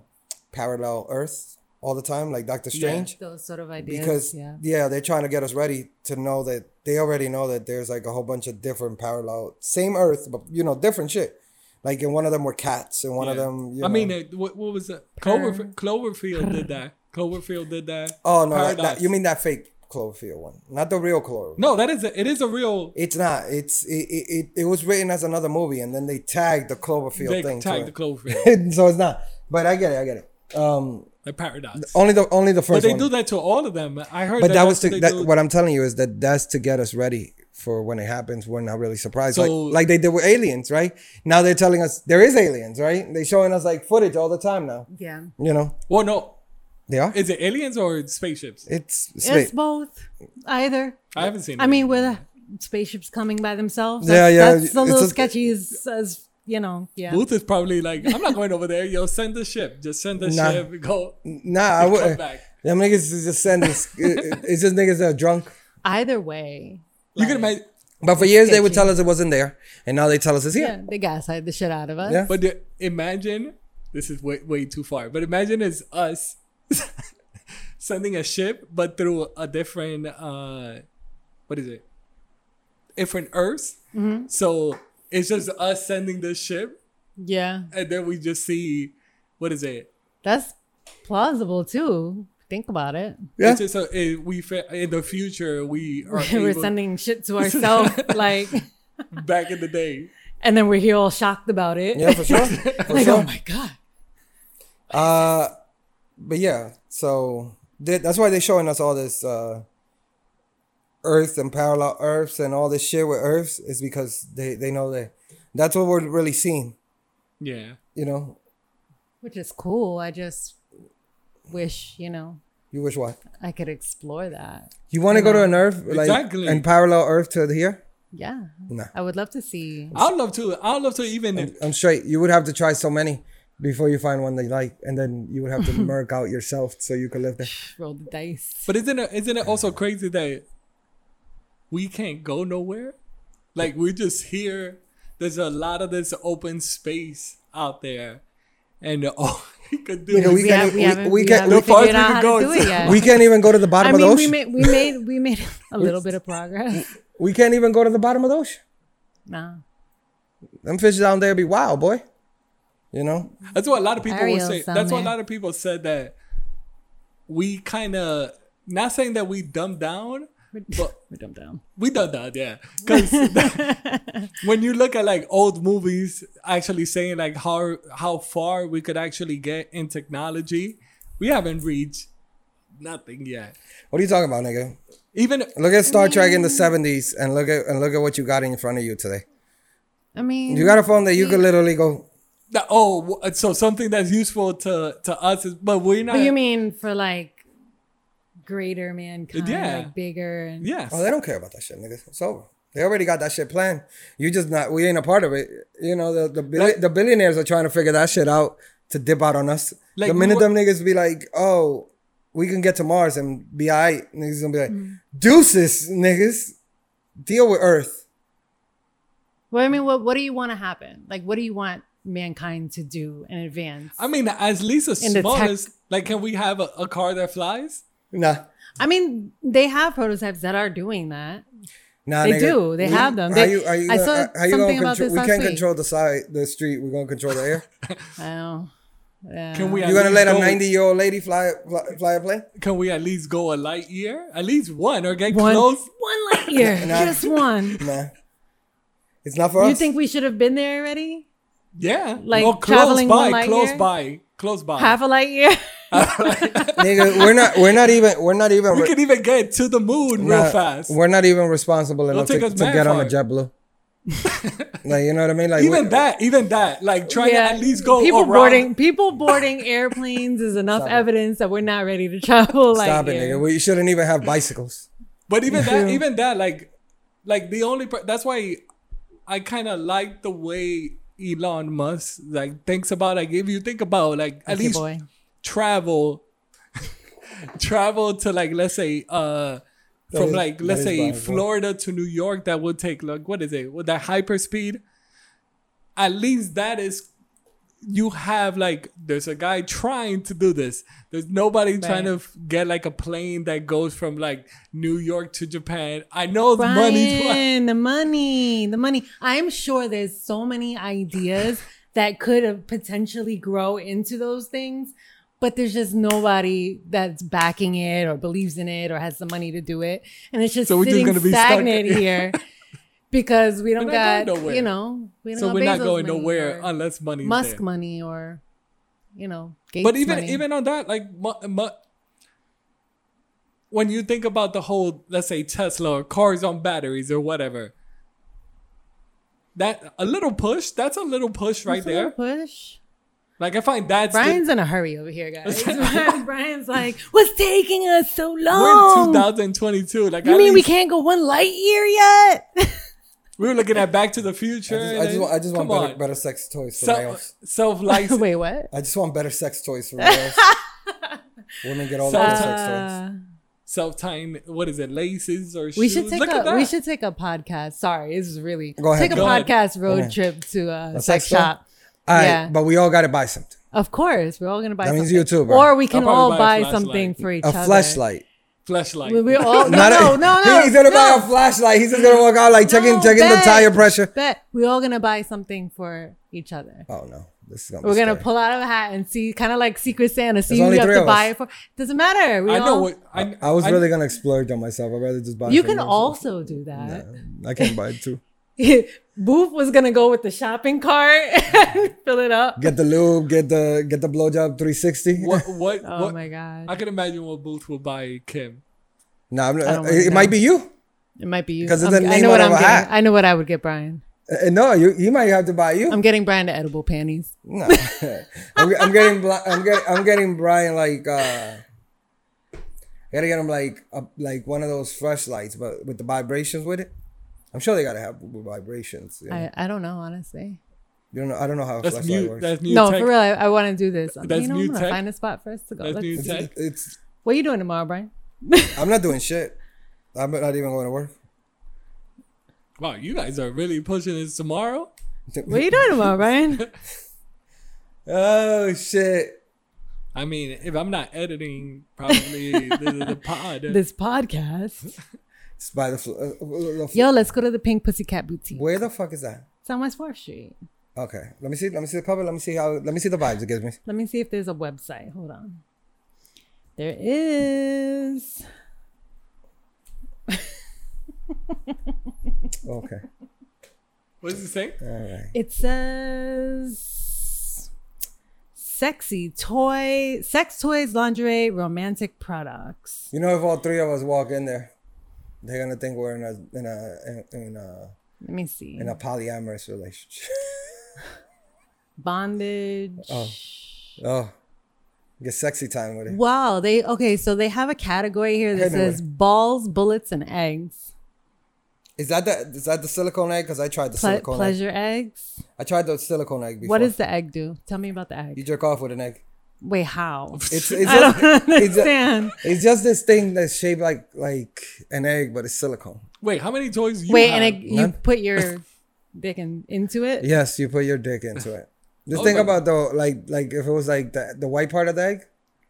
[SPEAKER 4] parallel Earths all the time, like Doctor Strange.
[SPEAKER 1] Those sort of ideas.
[SPEAKER 4] because
[SPEAKER 1] yeah.
[SPEAKER 4] yeah. they're trying to get us ready to know that they already know that there's like a whole bunch of different parallel same earth but you know different shit like in one of them were cats and one of
[SPEAKER 2] Yeah.
[SPEAKER 4] them you
[SPEAKER 2] I mean,
[SPEAKER 4] know-
[SPEAKER 2] uh, what, what was that? Cloverf- Cloverfield did that. Cloverfield did that.
[SPEAKER 4] oh no that,
[SPEAKER 2] Paradox.
[SPEAKER 4] that- you mean that fake cloverfield one not the real cloverfield
[SPEAKER 2] no? That is a, it is a real.
[SPEAKER 4] it's not it's it, it, it, it was written as another movie and then they tagged the cloverfield
[SPEAKER 2] They
[SPEAKER 4] thing to
[SPEAKER 2] tagged the
[SPEAKER 4] it.
[SPEAKER 2] Cloverfield,
[SPEAKER 4] so it's not but i get it i get it um
[SPEAKER 2] the paradox.
[SPEAKER 4] only the only the
[SPEAKER 2] But
[SPEAKER 4] first
[SPEAKER 2] they
[SPEAKER 4] one
[SPEAKER 2] do that to all of them. I heard.
[SPEAKER 4] but that was
[SPEAKER 2] that's
[SPEAKER 4] to,
[SPEAKER 2] what they
[SPEAKER 4] that,
[SPEAKER 2] do.
[SPEAKER 4] what I'm telling you is that that's to get us ready for when it happens. We're not really surprised, like,
[SPEAKER 2] So-
[SPEAKER 4] like they did with aliens, right? Now they're telling us there is aliens, right? They're showing us like footage all the time now.
[SPEAKER 1] yeah.
[SPEAKER 4] You know,
[SPEAKER 2] Well, no,
[SPEAKER 4] they are.
[SPEAKER 2] is it aliens or spaceships?
[SPEAKER 4] It's
[SPEAKER 1] It's
[SPEAKER 4] space.
[SPEAKER 1] both. Either.
[SPEAKER 2] I haven't seen.
[SPEAKER 1] I mean, with uh, spaceships coming by themselves,
[SPEAKER 4] Yeah,
[SPEAKER 1] that's,
[SPEAKER 4] yeah,
[SPEAKER 1] that's a
[SPEAKER 4] it's
[SPEAKER 1] little
[SPEAKER 4] a-
[SPEAKER 1] sketchy as, as you know. Yeah,
[SPEAKER 2] Booth is probably like, I'm not going over there. Yo, send the ship. Just send the
[SPEAKER 4] Nah.
[SPEAKER 2] ship. Go.
[SPEAKER 4] Nah, I
[SPEAKER 2] Come
[SPEAKER 4] would.
[SPEAKER 2] back.
[SPEAKER 4] Them niggas is just sending. it's just niggas that are drunk.
[SPEAKER 1] either way,
[SPEAKER 2] You can imagine.
[SPEAKER 4] But for years they would
[SPEAKER 1] sketchy.
[SPEAKER 4] tell us it wasn't there, and now they tell us it's
[SPEAKER 1] yeah,
[SPEAKER 4] here.
[SPEAKER 1] they gaslight the shit out of us.
[SPEAKER 4] Yeah.
[SPEAKER 2] But the, imagine this is way way too far. But imagine it's us sending a ship, but through a different uh, what is it? Different Earths.
[SPEAKER 1] Mm-hmm.
[SPEAKER 2] So it's just us sending the ship,
[SPEAKER 1] Yeah.
[SPEAKER 2] and then we just see what is it?
[SPEAKER 1] that's plausible too. Think about it.
[SPEAKER 4] Yeah.
[SPEAKER 2] It's just a, it, we fa- in the future we are
[SPEAKER 1] we're
[SPEAKER 2] able-
[SPEAKER 1] sending shit to ourselves, like,
[SPEAKER 2] back in the day.
[SPEAKER 1] and then we're here all shocked about it.
[SPEAKER 4] Yeah, for sure. For
[SPEAKER 1] like,
[SPEAKER 4] sure.
[SPEAKER 1] oh my god.
[SPEAKER 4] Uh, but yeah, so they, that's why they're showing us all this uh, Earth and parallel Earths and all this shit with Earths is because they they know that that's what we're really seeing.
[SPEAKER 2] Yeah.
[SPEAKER 4] You know,
[SPEAKER 1] Which is cool. I just wish you know
[SPEAKER 4] you wish what
[SPEAKER 1] I could explore that.
[SPEAKER 4] you want to go to an Earth like
[SPEAKER 2] Exactly.
[SPEAKER 4] and parallel Earth to here.
[SPEAKER 1] Yeah,
[SPEAKER 4] No.
[SPEAKER 1] I would love to see.
[SPEAKER 2] I'd love to. I'd love to even.
[SPEAKER 4] I'm straight. You would have to try so many before you find one that you like, and then you would have to merc out yourself so you could live there.
[SPEAKER 1] Roll the dice.
[SPEAKER 2] But isn't it isn't it also crazy that we can't go nowhere? Like we're just here. There's a lot of this open space out there, and all we could do
[SPEAKER 4] Nigga,
[SPEAKER 2] is
[SPEAKER 4] we can't-
[SPEAKER 1] haven't-
[SPEAKER 4] we-
[SPEAKER 1] haven't-
[SPEAKER 4] we can't-
[SPEAKER 1] haven't
[SPEAKER 2] the farthest
[SPEAKER 1] figured out
[SPEAKER 2] we
[SPEAKER 1] how
[SPEAKER 2] go
[SPEAKER 1] to do
[SPEAKER 2] is-
[SPEAKER 1] it yet.
[SPEAKER 4] We can't even go to the
[SPEAKER 1] I
[SPEAKER 4] bottom of the
[SPEAKER 1] mean, we
[SPEAKER 4] ocean.
[SPEAKER 1] made we made we made a little bit of progress.
[SPEAKER 4] we can't even go to the bottom of the ocean.
[SPEAKER 1] No,
[SPEAKER 4] Them fish down there be wild, boy. You know,
[SPEAKER 2] That's what a lot of people would
[SPEAKER 1] Ariel's
[SPEAKER 2] say.
[SPEAKER 1] down
[SPEAKER 2] That's what a
[SPEAKER 1] there.
[SPEAKER 2] lot of people said that we kind of not saying that we dumbed down, but
[SPEAKER 1] we dumped down.
[SPEAKER 2] we done that, yeah. Because when you look at like old movies, actually saying like how how far we could actually get in technology, we haven't reached nothing yet.
[SPEAKER 4] what are you talking about, nigga?
[SPEAKER 2] Even
[SPEAKER 4] Look at Star Trek in the seventies, and look at and look at what you got in front of you today.
[SPEAKER 1] I mean,
[SPEAKER 4] You got a phone that you could literally go.
[SPEAKER 2] the- oh, w- so something that's useful to to us is, but we're not.
[SPEAKER 1] But you mean for like greater mankind,
[SPEAKER 2] Yeah.
[SPEAKER 1] like bigger and
[SPEAKER 2] Yes.
[SPEAKER 4] Oh, they don't care about that shit, niggas. It's over. They already got that shit planned. You just not. We ain't a part of it. You know the the, billi-
[SPEAKER 2] Like-
[SPEAKER 4] the billionaires are trying to figure that shit out to dip out on us.
[SPEAKER 2] Like,
[SPEAKER 4] the minute
[SPEAKER 2] wha-
[SPEAKER 4] them niggas be like, oh, we can get to Mars and be all right. Niggas gonna be like,
[SPEAKER 1] Mm.
[SPEAKER 4] deuces, niggas, deal with Earth.
[SPEAKER 1] Well, I mean, what what do you want to happen? Like, what do you want mankind to do in advance?
[SPEAKER 2] I mean, at least as
[SPEAKER 1] In the
[SPEAKER 2] small
[SPEAKER 1] tech-
[SPEAKER 2] as like, can we have a, a car that flies?
[SPEAKER 4] Nah,
[SPEAKER 1] I mean, they have prototypes that are doing that.
[SPEAKER 4] nah,
[SPEAKER 1] They
[SPEAKER 4] nigga.
[SPEAKER 1] do. They
[SPEAKER 4] We-
[SPEAKER 1] have them.
[SPEAKER 4] How
[SPEAKER 1] They-
[SPEAKER 4] you, how you
[SPEAKER 1] I
[SPEAKER 4] gonna-
[SPEAKER 1] saw
[SPEAKER 4] how- how you
[SPEAKER 1] something
[SPEAKER 4] gonna
[SPEAKER 1] about
[SPEAKER 4] control?
[SPEAKER 1] this
[SPEAKER 4] We
[SPEAKER 1] last
[SPEAKER 4] can't
[SPEAKER 1] week.
[SPEAKER 4] control the side, the street. We're gonna control the air.
[SPEAKER 1] I don't. Yeah.
[SPEAKER 2] Can we? at
[SPEAKER 4] You gonna
[SPEAKER 2] least
[SPEAKER 4] let a
[SPEAKER 2] go-
[SPEAKER 4] ninety-year-old lady fly, fly, fly a plane?
[SPEAKER 2] Can we at least go a light year? At least one or get
[SPEAKER 1] one
[SPEAKER 2] close?
[SPEAKER 1] one light year?
[SPEAKER 4] Nah.
[SPEAKER 1] Just one.
[SPEAKER 4] Nah, it's not for us.
[SPEAKER 1] You think we should have been there already?
[SPEAKER 2] Yeah,
[SPEAKER 1] Like
[SPEAKER 2] Well,
[SPEAKER 1] traveling
[SPEAKER 2] by,
[SPEAKER 1] one light
[SPEAKER 2] close
[SPEAKER 1] year?
[SPEAKER 2] by, close by.
[SPEAKER 1] Half a light year.
[SPEAKER 4] nigga? We're not. We're not even. We're not even.
[SPEAKER 2] we can even get to the moon real
[SPEAKER 4] not-
[SPEAKER 2] fast.
[SPEAKER 4] We're not even responsible enough to,
[SPEAKER 2] take
[SPEAKER 4] to
[SPEAKER 2] us mad
[SPEAKER 4] get on a
[SPEAKER 2] far.
[SPEAKER 4] JetBlue. like you know what I mean? Like
[SPEAKER 2] Even
[SPEAKER 4] we-
[SPEAKER 2] that, even that, like trying to at least go
[SPEAKER 1] people
[SPEAKER 2] around.
[SPEAKER 1] boarding people boarding airplanes is enough evidence that we're not ready to travel like
[SPEAKER 4] Stop it, nigga. We shouldn't even have bicycles.
[SPEAKER 2] But even that, even that, like, like the only per- that's why I kind of like the way Elon Musk like thinks about like if you think about like at least
[SPEAKER 1] boy.
[SPEAKER 2] travel, travel to like let's say uh
[SPEAKER 4] That
[SPEAKER 2] from
[SPEAKER 4] is-
[SPEAKER 2] like
[SPEAKER 4] that
[SPEAKER 2] let's
[SPEAKER 4] is
[SPEAKER 2] say
[SPEAKER 4] viable.
[SPEAKER 2] Florida to New York that would take like what is it with that hyperspeed? At least that is you have like there's a guy trying to do this. There's nobody trying to f- get like a plane that goes from like New York to Japan. I know the money's
[SPEAKER 1] Brian, the money, the money. I'm sure there's so many ideas that could have potentially grow into those things, but there's just nobody that's backing it or believes in it or has the money to do it, and it's just
[SPEAKER 2] So we're just
[SPEAKER 1] sitting
[SPEAKER 2] gonna be stuck-
[SPEAKER 1] stagnant here because we don't
[SPEAKER 2] We're
[SPEAKER 1] got
[SPEAKER 2] not going nowhere.
[SPEAKER 1] you know we don't
[SPEAKER 2] so
[SPEAKER 1] got
[SPEAKER 2] we're not
[SPEAKER 1] Bezos
[SPEAKER 2] going
[SPEAKER 1] money
[SPEAKER 2] nowhere
[SPEAKER 1] or
[SPEAKER 2] unless money's
[SPEAKER 1] Musk
[SPEAKER 2] there.
[SPEAKER 1] money or you know Gates
[SPEAKER 2] but even
[SPEAKER 1] money.
[SPEAKER 2] even on that like mu- mu- when you think about the whole let's say tesla or cars on batteries or whatever that a little push that's a little push right
[SPEAKER 1] Just a little
[SPEAKER 2] there
[SPEAKER 1] push.
[SPEAKER 2] like i find that's the-
[SPEAKER 1] Brian's in a hurry over here, guys. Brian's like, what's taking us so
[SPEAKER 2] we're in
[SPEAKER 1] long?
[SPEAKER 2] 2022 like
[SPEAKER 1] You
[SPEAKER 2] at
[SPEAKER 1] mean we
[SPEAKER 2] least-
[SPEAKER 1] can't go one light year yet?
[SPEAKER 2] we were looking at back to the future
[SPEAKER 4] I just,
[SPEAKER 2] and
[SPEAKER 4] I just, want- I just
[SPEAKER 2] come
[SPEAKER 4] want better,
[SPEAKER 2] on.
[SPEAKER 4] better sex toys for
[SPEAKER 2] Self-
[SPEAKER 4] males.
[SPEAKER 2] self-license
[SPEAKER 1] Wait, what?
[SPEAKER 4] I just want better sex toys for males. Women get all the
[SPEAKER 2] Self-
[SPEAKER 4] good sex toys.
[SPEAKER 1] Uh,
[SPEAKER 2] self-tying what is it laces or
[SPEAKER 1] we
[SPEAKER 2] shoes
[SPEAKER 1] should take
[SPEAKER 2] Look at
[SPEAKER 1] a
[SPEAKER 2] that.
[SPEAKER 1] we should take a podcast. Sorry, this is really
[SPEAKER 4] Go ahead.
[SPEAKER 1] take a
[SPEAKER 2] Go ahead.
[SPEAKER 1] podcast road
[SPEAKER 4] ahead.
[SPEAKER 1] trip to a,
[SPEAKER 4] A sex
[SPEAKER 1] sex
[SPEAKER 4] store?
[SPEAKER 1] shop.
[SPEAKER 4] All right,
[SPEAKER 1] Yeah.
[SPEAKER 4] but we all gotta buy something.
[SPEAKER 1] Of course, we're all gonna buy.
[SPEAKER 4] That means
[SPEAKER 1] something.
[SPEAKER 4] you too, bro.
[SPEAKER 1] Or we can
[SPEAKER 2] probably
[SPEAKER 1] all
[SPEAKER 2] buy a
[SPEAKER 1] buy,
[SPEAKER 2] flashlight.
[SPEAKER 1] something for each
[SPEAKER 4] A
[SPEAKER 1] other.
[SPEAKER 4] flashlight.
[SPEAKER 2] flashlight
[SPEAKER 1] We, we all Oh, no
[SPEAKER 4] Not a-
[SPEAKER 1] no no no.
[SPEAKER 4] He- He's gonna buy
[SPEAKER 1] no.
[SPEAKER 4] a flashlight. He's just gonna walk out like checking
[SPEAKER 1] No,
[SPEAKER 4] checking the
[SPEAKER 1] bet.
[SPEAKER 4] tire pressure.
[SPEAKER 1] Bet we're all gonna buy something for each other.
[SPEAKER 4] Oh no, this is gonna.
[SPEAKER 1] We're
[SPEAKER 4] be
[SPEAKER 1] gonna
[SPEAKER 4] scary.
[SPEAKER 1] pull out of a hat and see, kind of like Secret Santa. See who
[SPEAKER 4] only
[SPEAKER 1] you have
[SPEAKER 4] three
[SPEAKER 1] to
[SPEAKER 4] of
[SPEAKER 1] buy
[SPEAKER 4] us.
[SPEAKER 1] it for. Doesn't matter. We
[SPEAKER 2] i
[SPEAKER 1] all,
[SPEAKER 2] know what i,
[SPEAKER 4] I was
[SPEAKER 2] I-
[SPEAKER 4] really gonna explode on myself. I'd rather just buy.
[SPEAKER 1] You
[SPEAKER 4] for
[SPEAKER 1] can
[SPEAKER 4] myself.
[SPEAKER 1] also do that.
[SPEAKER 4] I can buy it too.
[SPEAKER 1] Boof was gonna go with the shopping cart and fill it up.
[SPEAKER 4] Get the lube. Get the get the blowjob 360.
[SPEAKER 2] what what,
[SPEAKER 1] oh
[SPEAKER 2] what
[SPEAKER 1] my god!
[SPEAKER 2] i can imagine what booth will buy kim
[SPEAKER 4] Nah, I'm,
[SPEAKER 1] don't
[SPEAKER 4] not
[SPEAKER 1] wanna
[SPEAKER 4] it, it
[SPEAKER 1] know.
[SPEAKER 4] might be you.
[SPEAKER 1] it might be you.
[SPEAKER 4] 'Cause it's
[SPEAKER 1] I'm-
[SPEAKER 4] the
[SPEAKER 1] I
[SPEAKER 4] name
[SPEAKER 1] know what
[SPEAKER 4] of
[SPEAKER 1] I'm
[SPEAKER 4] a
[SPEAKER 1] getting.
[SPEAKER 4] hat.
[SPEAKER 1] I know what I would get Brian.
[SPEAKER 4] Uh, no, you you might have to buy you.
[SPEAKER 1] I'm getting Brian the edible panties.
[SPEAKER 4] No, I'm, I'm getting Bla- I'm getting I'm getting Brian like uh, I gotta get him like a, like one of those flashlights, but with the vibrations with it. I'm sure they gotta have vibrations. You, know?
[SPEAKER 1] I, I don't know honestly.
[SPEAKER 4] You don't know. I don't know how a
[SPEAKER 2] that's
[SPEAKER 4] flashlight
[SPEAKER 2] new
[SPEAKER 4] works.
[SPEAKER 2] that's new
[SPEAKER 1] No,
[SPEAKER 2] tech.
[SPEAKER 1] for real, I, I want to do this. I'm,
[SPEAKER 2] That's
[SPEAKER 1] you know,
[SPEAKER 2] new
[SPEAKER 1] I'm gonna
[SPEAKER 2] tech.
[SPEAKER 1] find a spot for us to go.
[SPEAKER 2] That's
[SPEAKER 1] Let's-
[SPEAKER 2] new
[SPEAKER 4] It's-
[SPEAKER 2] tech.
[SPEAKER 4] it's
[SPEAKER 1] What are you doing tomorrow, Brian?
[SPEAKER 4] I'm not doing shit. I'm not even going to work.
[SPEAKER 2] Wow, you guys are really pushing this tomorrow.
[SPEAKER 1] What are you doing tomorrow, Brian?
[SPEAKER 4] Oh shit!
[SPEAKER 2] I mean, if I'm not editing, probably the, the pod.
[SPEAKER 1] this podcast.
[SPEAKER 4] It's by the, fl- uh, the fl-
[SPEAKER 1] Yo, let's go to the Pink Pussycat Boutique.
[SPEAKER 4] Where the fuck is that?
[SPEAKER 1] It's on West 4th Street.
[SPEAKER 4] Okay, let me see. Let me see the cover. Let me see how. Let me see the vibes it gives me.
[SPEAKER 1] Let me see if there's a website. Hold on. There is.
[SPEAKER 4] Okay,
[SPEAKER 2] what does it say?
[SPEAKER 4] all right.
[SPEAKER 1] It says sexy toy, sex toys, lingerie, romantic products.
[SPEAKER 4] You know, if all three of us walk in there, they're gonna think we're in a in a in a
[SPEAKER 1] Let me see.
[SPEAKER 4] in a polyamorous relationship.
[SPEAKER 1] Bondage.
[SPEAKER 4] oh, get sexy time with it.
[SPEAKER 1] Wow. They okay. So they have a category here that
[SPEAKER 4] Hit me with
[SPEAKER 1] says balls, bullets, and eggs.
[SPEAKER 4] Is that the is that the silicone egg? Because I tried the
[SPEAKER 1] Ple-
[SPEAKER 4] silicone egg.
[SPEAKER 1] pleasure eggs.
[SPEAKER 4] I tried the silicone egg before.
[SPEAKER 1] What does the egg do? Tell me about the egg.
[SPEAKER 4] you jerk off with an egg?
[SPEAKER 1] Wait, how?
[SPEAKER 4] It's it's
[SPEAKER 1] I
[SPEAKER 4] just,
[SPEAKER 1] don't
[SPEAKER 4] it's, just,
[SPEAKER 1] understand.
[SPEAKER 4] it's just this thing that's shaped like like an egg, but it's silicone.
[SPEAKER 2] Wait, how many toys you
[SPEAKER 1] Wait,
[SPEAKER 2] have?
[SPEAKER 1] and it, you
[SPEAKER 4] none?
[SPEAKER 1] put your dick in, into it?
[SPEAKER 4] Yes, you put your dick into it. The
[SPEAKER 2] Oh
[SPEAKER 4] thing
[SPEAKER 2] my-
[SPEAKER 4] about though, like like if it was like the the white part of the egg,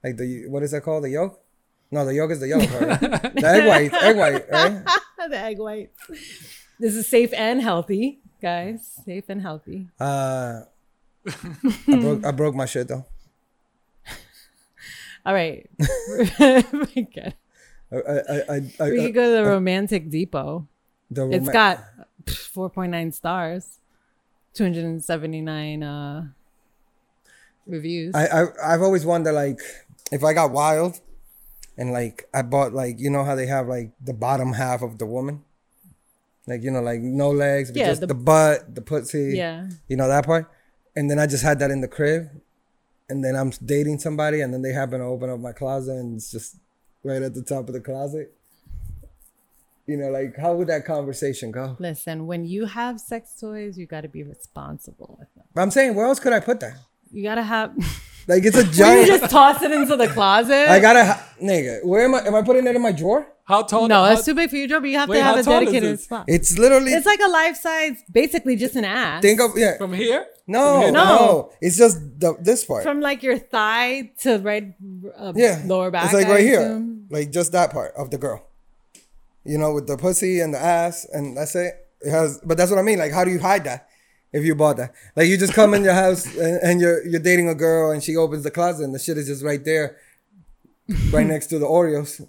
[SPEAKER 4] like the what is that called? The yolk? No, the yolk is the yolk part. right? the egg white, egg white, right?
[SPEAKER 1] the egg white. This is safe and healthy, guys. Safe and healthy.
[SPEAKER 4] Uh, I broke I broke my shit though.
[SPEAKER 1] All right. My God.
[SPEAKER 4] I I I, I,
[SPEAKER 1] we
[SPEAKER 4] I
[SPEAKER 1] could go to the Romantic Depot.
[SPEAKER 4] the
[SPEAKER 1] It's
[SPEAKER 4] Roma-
[SPEAKER 1] got pff, 4.9 stars, 279 uh, reviews.
[SPEAKER 4] I, I I've always wondered like if I got wild and like I bought like you know how they have like the bottom half of the woman. Like you know, like no legs, but
[SPEAKER 1] Yeah,
[SPEAKER 4] just
[SPEAKER 1] the-
[SPEAKER 4] the, butt, the pussy.
[SPEAKER 1] yeah.
[SPEAKER 4] You know that part? And then I just had that in the crib. And then I'm dating somebody and then they happen to open up my closet and it's just right at the top of the closet. You know, like how would that conversation go?
[SPEAKER 1] Listen, when you have sex toys, you got to be responsible with them.
[SPEAKER 4] But I'm saying, where else could I put that?
[SPEAKER 1] You got to have.
[SPEAKER 4] Like it's a
[SPEAKER 1] you
[SPEAKER 4] giant
[SPEAKER 1] just toss it into the closet.
[SPEAKER 4] I gotta ha- nigga, where am I am I putting it in my drawer?
[SPEAKER 2] how tall?
[SPEAKER 1] no,
[SPEAKER 2] how,
[SPEAKER 1] that's too big for your job. But you have
[SPEAKER 2] Wait,
[SPEAKER 1] to
[SPEAKER 2] how
[SPEAKER 1] have a
[SPEAKER 2] tall is
[SPEAKER 1] dedicated
[SPEAKER 2] this?
[SPEAKER 1] spot.
[SPEAKER 4] It's literally
[SPEAKER 1] It's like a life size, basically just an ass.
[SPEAKER 4] think of yeah.
[SPEAKER 2] from here.
[SPEAKER 4] No,
[SPEAKER 2] From
[SPEAKER 4] no,
[SPEAKER 2] here?
[SPEAKER 4] It's just the, this part.
[SPEAKER 1] from like your thigh to right uh,
[SPEAKER 4] yeah,
[SPEAKER 1] lower back.
[SPEAKER 4] It's like
[SPEAKER 1] I
[SPEAKER 4] right here,
[SPEAKER 1] assume.
[SPEAKER 4] like just that part of the girl. You know, with the pussy and the ass, and that's it. It has, but that's what I mean. Like, how do you hide that if you bought that? Like, you just come in your house and, and you're you're dating a girl, and she opens the closet, and the shit is just right there, right next to the Oreos.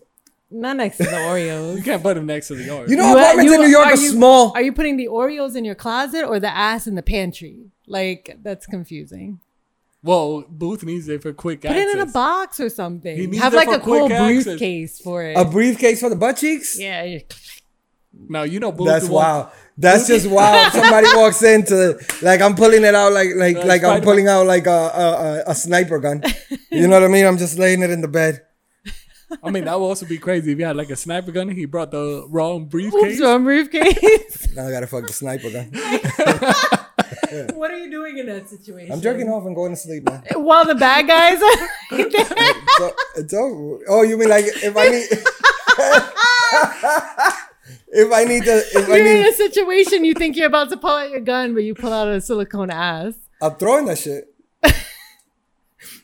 [SPEAKER 1] Not next to the Oreos.
[SPEAKER 2] You can't put them next to the yard.
[SPEAKER 4] You know,
[SPEAKER 1] You are-
[SPEAKER 4] apartments
[SPEAKER 1] you-
[SPEAKER 4] in New York
[SPEAKER 1] are
[SPEAKER 4] are,
[SPEAKER 1] you-
[SPEAKER 4] small.
[SPEAKER 1] Are you putting the Oreos in your closet or the ass in the pantry? Like that's confusing.
[SPEAKER 2] Well, Booth needs it for quick
[SPEAKER 1] Put
[SPEAKER 2] access.
[SPEAKER 1] it in a box or
[SPEAKER 2] He
[SPEAKER 1] something.
[SPEAKER 2] needs
[SPEAKER 1] Have
[SPEAKER 2] it
[SPEAKER 1] like
[SPEAKER 2] for
[SPEAKER 1] a cool
[SPEAKER 2] quick access.
[SPEAKER 1] briefcase for it.
[SPEAKER 4] a briefcase for the butt cheeks.
[SPEAKER 1] yeah, you-
[SPEAKER 2] Now you know Booth.
[SPEAKER 4] That's
[SPEAKER 2] won't-
[SPEAKER 4] wild. That's just wild. Somebody walks into like I'm pulling it out like
[SPEAKER 1] Uh,
[SPEAKER 4] like
[SPEAKER 2] Like
[SPEAKER 4] like I'm
[SPEAKER 2] Spider-Man.
[SPEAKER 4] pulling out like a, a a- a sniper gun. You know what I mean? I'm just laying it in the bed.
[SPEAKER 2] I mean, that would also be crazy if you had like a sniper gun. He brought the wrong
[SPEAKER 1] oops,
[SPEAKER 2] briefcase.
[SPEAKER 1] wrong briefcase.
[SPEAKER 4] Now I gotta fuck the sniper gun.
[SPEAKER 1] what are you doing in that situation?
[SPEAKER 4] I'm jerking off and going to sleep, man.
[SPEAKER 1] While the bad guys are there.
[SPEAKER 4] So, it's over. Oh, you mean like if I need if I need to if I
[SPEAKER 1] you're in a
[SPEAKER 4] need
[SPEAKER 1] situation you think you're about to pull out your gun, but you pull out a silicone ass.
[SPEAKER 4] I'm throwing that shit.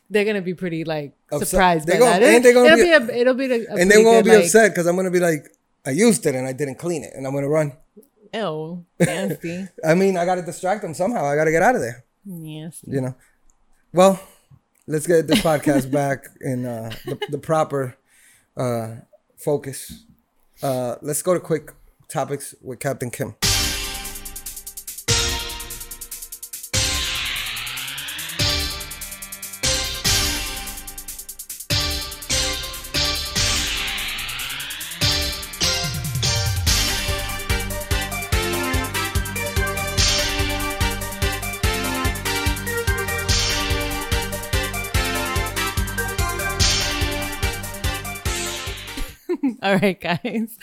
[SPEAKER 1] They're gonna be pretty like
[SPEAKER 4] Upset.
[SPEAKER 1] surprised
[SPEAKER 4] They
[SPEAKER 1] by
[SPEAKER 4] gonna-
[SPEAKER 1] that. It-
[SPEAKER 4] and they gonna
[SPEAKER 1] it'll
[SPEAKER 4] be-
[SPEAKER 1] be, a, it'll be a, a
[SPEAKER 4] And they're
[SPEAKER 1] pretty
[SPEAKER 4] gonna
[SPEAKER 1] good,
[SPEAKER 4] be
[SPEAKER 1] like,
[SPEAKER 4] upset because I'm gonna be like, I used it and I didn't clean it and I'm gonna run.
[SPEAKER 1] Ew, nasty,
[SPEAKER 4] I mean I gotta distract them somehow. I gotta get out of there.
[SPEAKER 1] nasty.
[SPEAKER 4] you know. Well, let's get this podcast back in uh, the, the proper uh, focus. Uh, let's go to quick topics with Captain Kim.
[SPEAKER 1] All right, guys.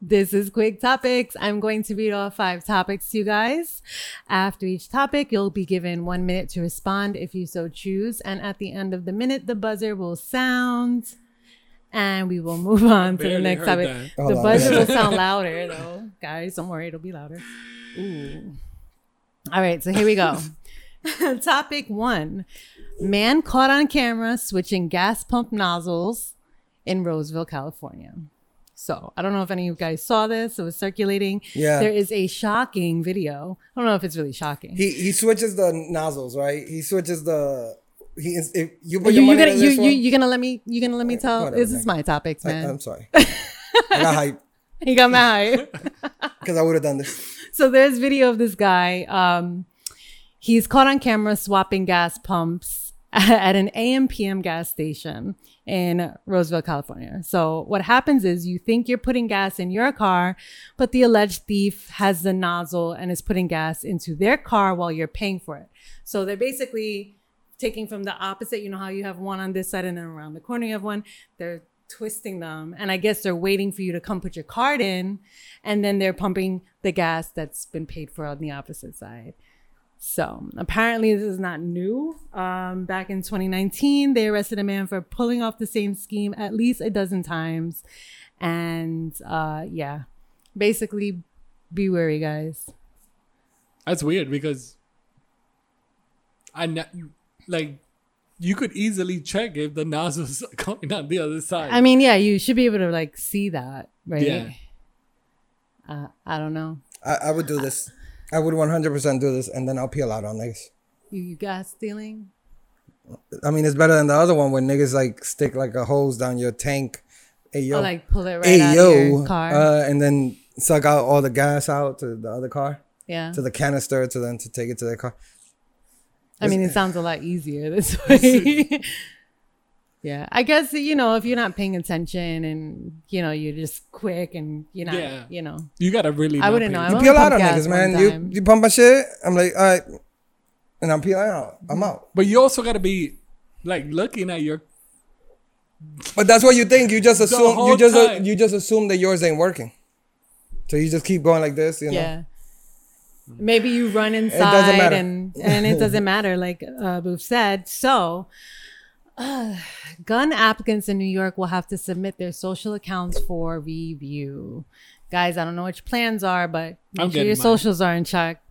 [SPEAKER 1] This is Quick Topics. I'm going to read all five topics to you guys. After each topic, you'll be given one minute to respond if you so choose. And at the end of the minute, the buzzer will sound and we will move on to the
[SPEAKER 2] barely
[SPEAKER 1] next
[SPEAKER 2] heard
[SPEAKER 1] topic.
[SPEAKER 2] that.
[SPEAKER 4] Hold
[SPEAKER 1] the
[SPEAKER 4] on.
[SPEAKER 1] buzzer will sound louder, though. Guys, don't worry, it'll be louder. Ooh. All right, so here we go. Topic one Man caught on camera switching gas pump nozzles in Roseville, California. So I don't know if any of you guys saw this. It was circulating.
[SPEAKER 4] Yeah.
[SPEAKER 1] There is a shocking video. I don't know if it's really shocking.
[SPEAKER 4] He he switches the nozzles, right? He switches the he is if Oh, you put
[SPEAKER 1] you, you
[SPEAKER 4] your money
[SPEAKER 1] gonna
[SPEAKER 4] in
[SPEAKER 1] you,
[SPEAKER 4] this
[SPEAKER 1] you
[SPEAKER 4] one.
[SPEAKER 1] you gonna let me you gonna let me tell
[SPEAKER 4] whatever,
[SPEAKER 1] this is
[SPEAKER 4] man.
[SPEAKER 1] my topics,
[SPEAKER 4] I,
[SPEAKER 1] man.
[SPEAKER 4] am sorry. I got hype
[SPEAKER 1] you got my hype.
[SPEAKER 4] because I would have done this.
[SPEAKER 1] so there's video of this guy. Um, he's caught on camera swapping gas pumps at an AM/PM gas station in Roseville, California. So what happens is you think you're putting gas in your car, but the alleged thief has the nozzle and is putting gas into their car while you're paying for it. So they're basically taking from the opposite. You know how you have one on this side and then around the corner you have one. They're twisting them. And I guess they're waiting for you to come put your card in. And then they're pumping the gas that's been paid for on the opposite side. So apparently, this is not new. Um, back in 2019, they arrested a man for pulling off the same scheme at least a dozen times. And uh, yeah, basically, be wary, guys.
[SPEAKER 2] That's weird because I ne- like you could easily check if the Nas was coming on the other side.
[SPEAKER 1] I mean, yeah, you should be able to like see that, right?
[SPEAKER 2] Yeah.
[SPEAKER 1] Uh, I don't know.
[SPEAKER 4] I, I would do this. I would 100% do this, and then I'll peel out on niggas.
[SPEAKER 1] You, you got stealing?
[SPEAKER 4] I mean, it's better than the other one where niggas like stick like a hose down your tank. Hey yo,
[SPEAKER 1] Or Oh, like pull it right
[SPEAKER 4] hey
[SPEAKER 1] out of
[SPEAKER 4] yo,
[SPEAKER 1] your car?
[SPEAKER 4] Uh, and then suck out all the gas out to the other car,
[SPEAKER 1] yeah.
[SPEAKER 4] to the canister, to then to take it to their car.
[SPEAKER 1] I mean, it sounds a lot easier this way. yeah. I guess, you know, if you're not paying attention and, you know, you're just quick and you're not,
[SPEAKER 2] Yeah.
[SPEAKER 1] you know,
[SPEAKER 2] you gotta really.
[SPEAKER 1] I
[SPEAKER 2] not
[SPEAKER 1] wouldn't
[SPEAKER 2] pay
[SPEAKER 1] know. I
[SPEAKER 2] attention.
[SPEAKER 1] only
[SPEAKER 4] You peel out on
[SPEAKER 1] pumped gas
[SPEAKER 4] niggas, man.
[SPEAKER 1] one
[SPEAKER 4] You
[SPEAKER 1] time.
[SPEAKER 4] you pump my shit. I'm like, all right, and I'm peeling out. I'm out.
[SPEAKER 2] But you also gotta be like looking at your.
[SPEAKER 4] Uh, But that's what you think. You just assume. You
[SPEAKER 2] whole
[SPEAKER 4] just uh,
[SPEAKER 2] time.
[SPEAKER 4] you just assume that yours ain't working. So you just keep going like this. You know.
[SPEAKER 1] yeah. Maybe you run inside
[SPEAKER 4] matter.
[SPEAKER 1] and and it doesn't matter, like uh, Boof said. So, uh, gun applicants in New York will have to submit their social accounts for review. Guys, I don't know what your plans are, but make
[SPEAKER 2] I'm
[SPEAKER 1] sure
[SPEAKER 2] getting
[SPEAKER 1] your
[SPEAKER 2] mine.
[SPEAKER 1] socials are in check.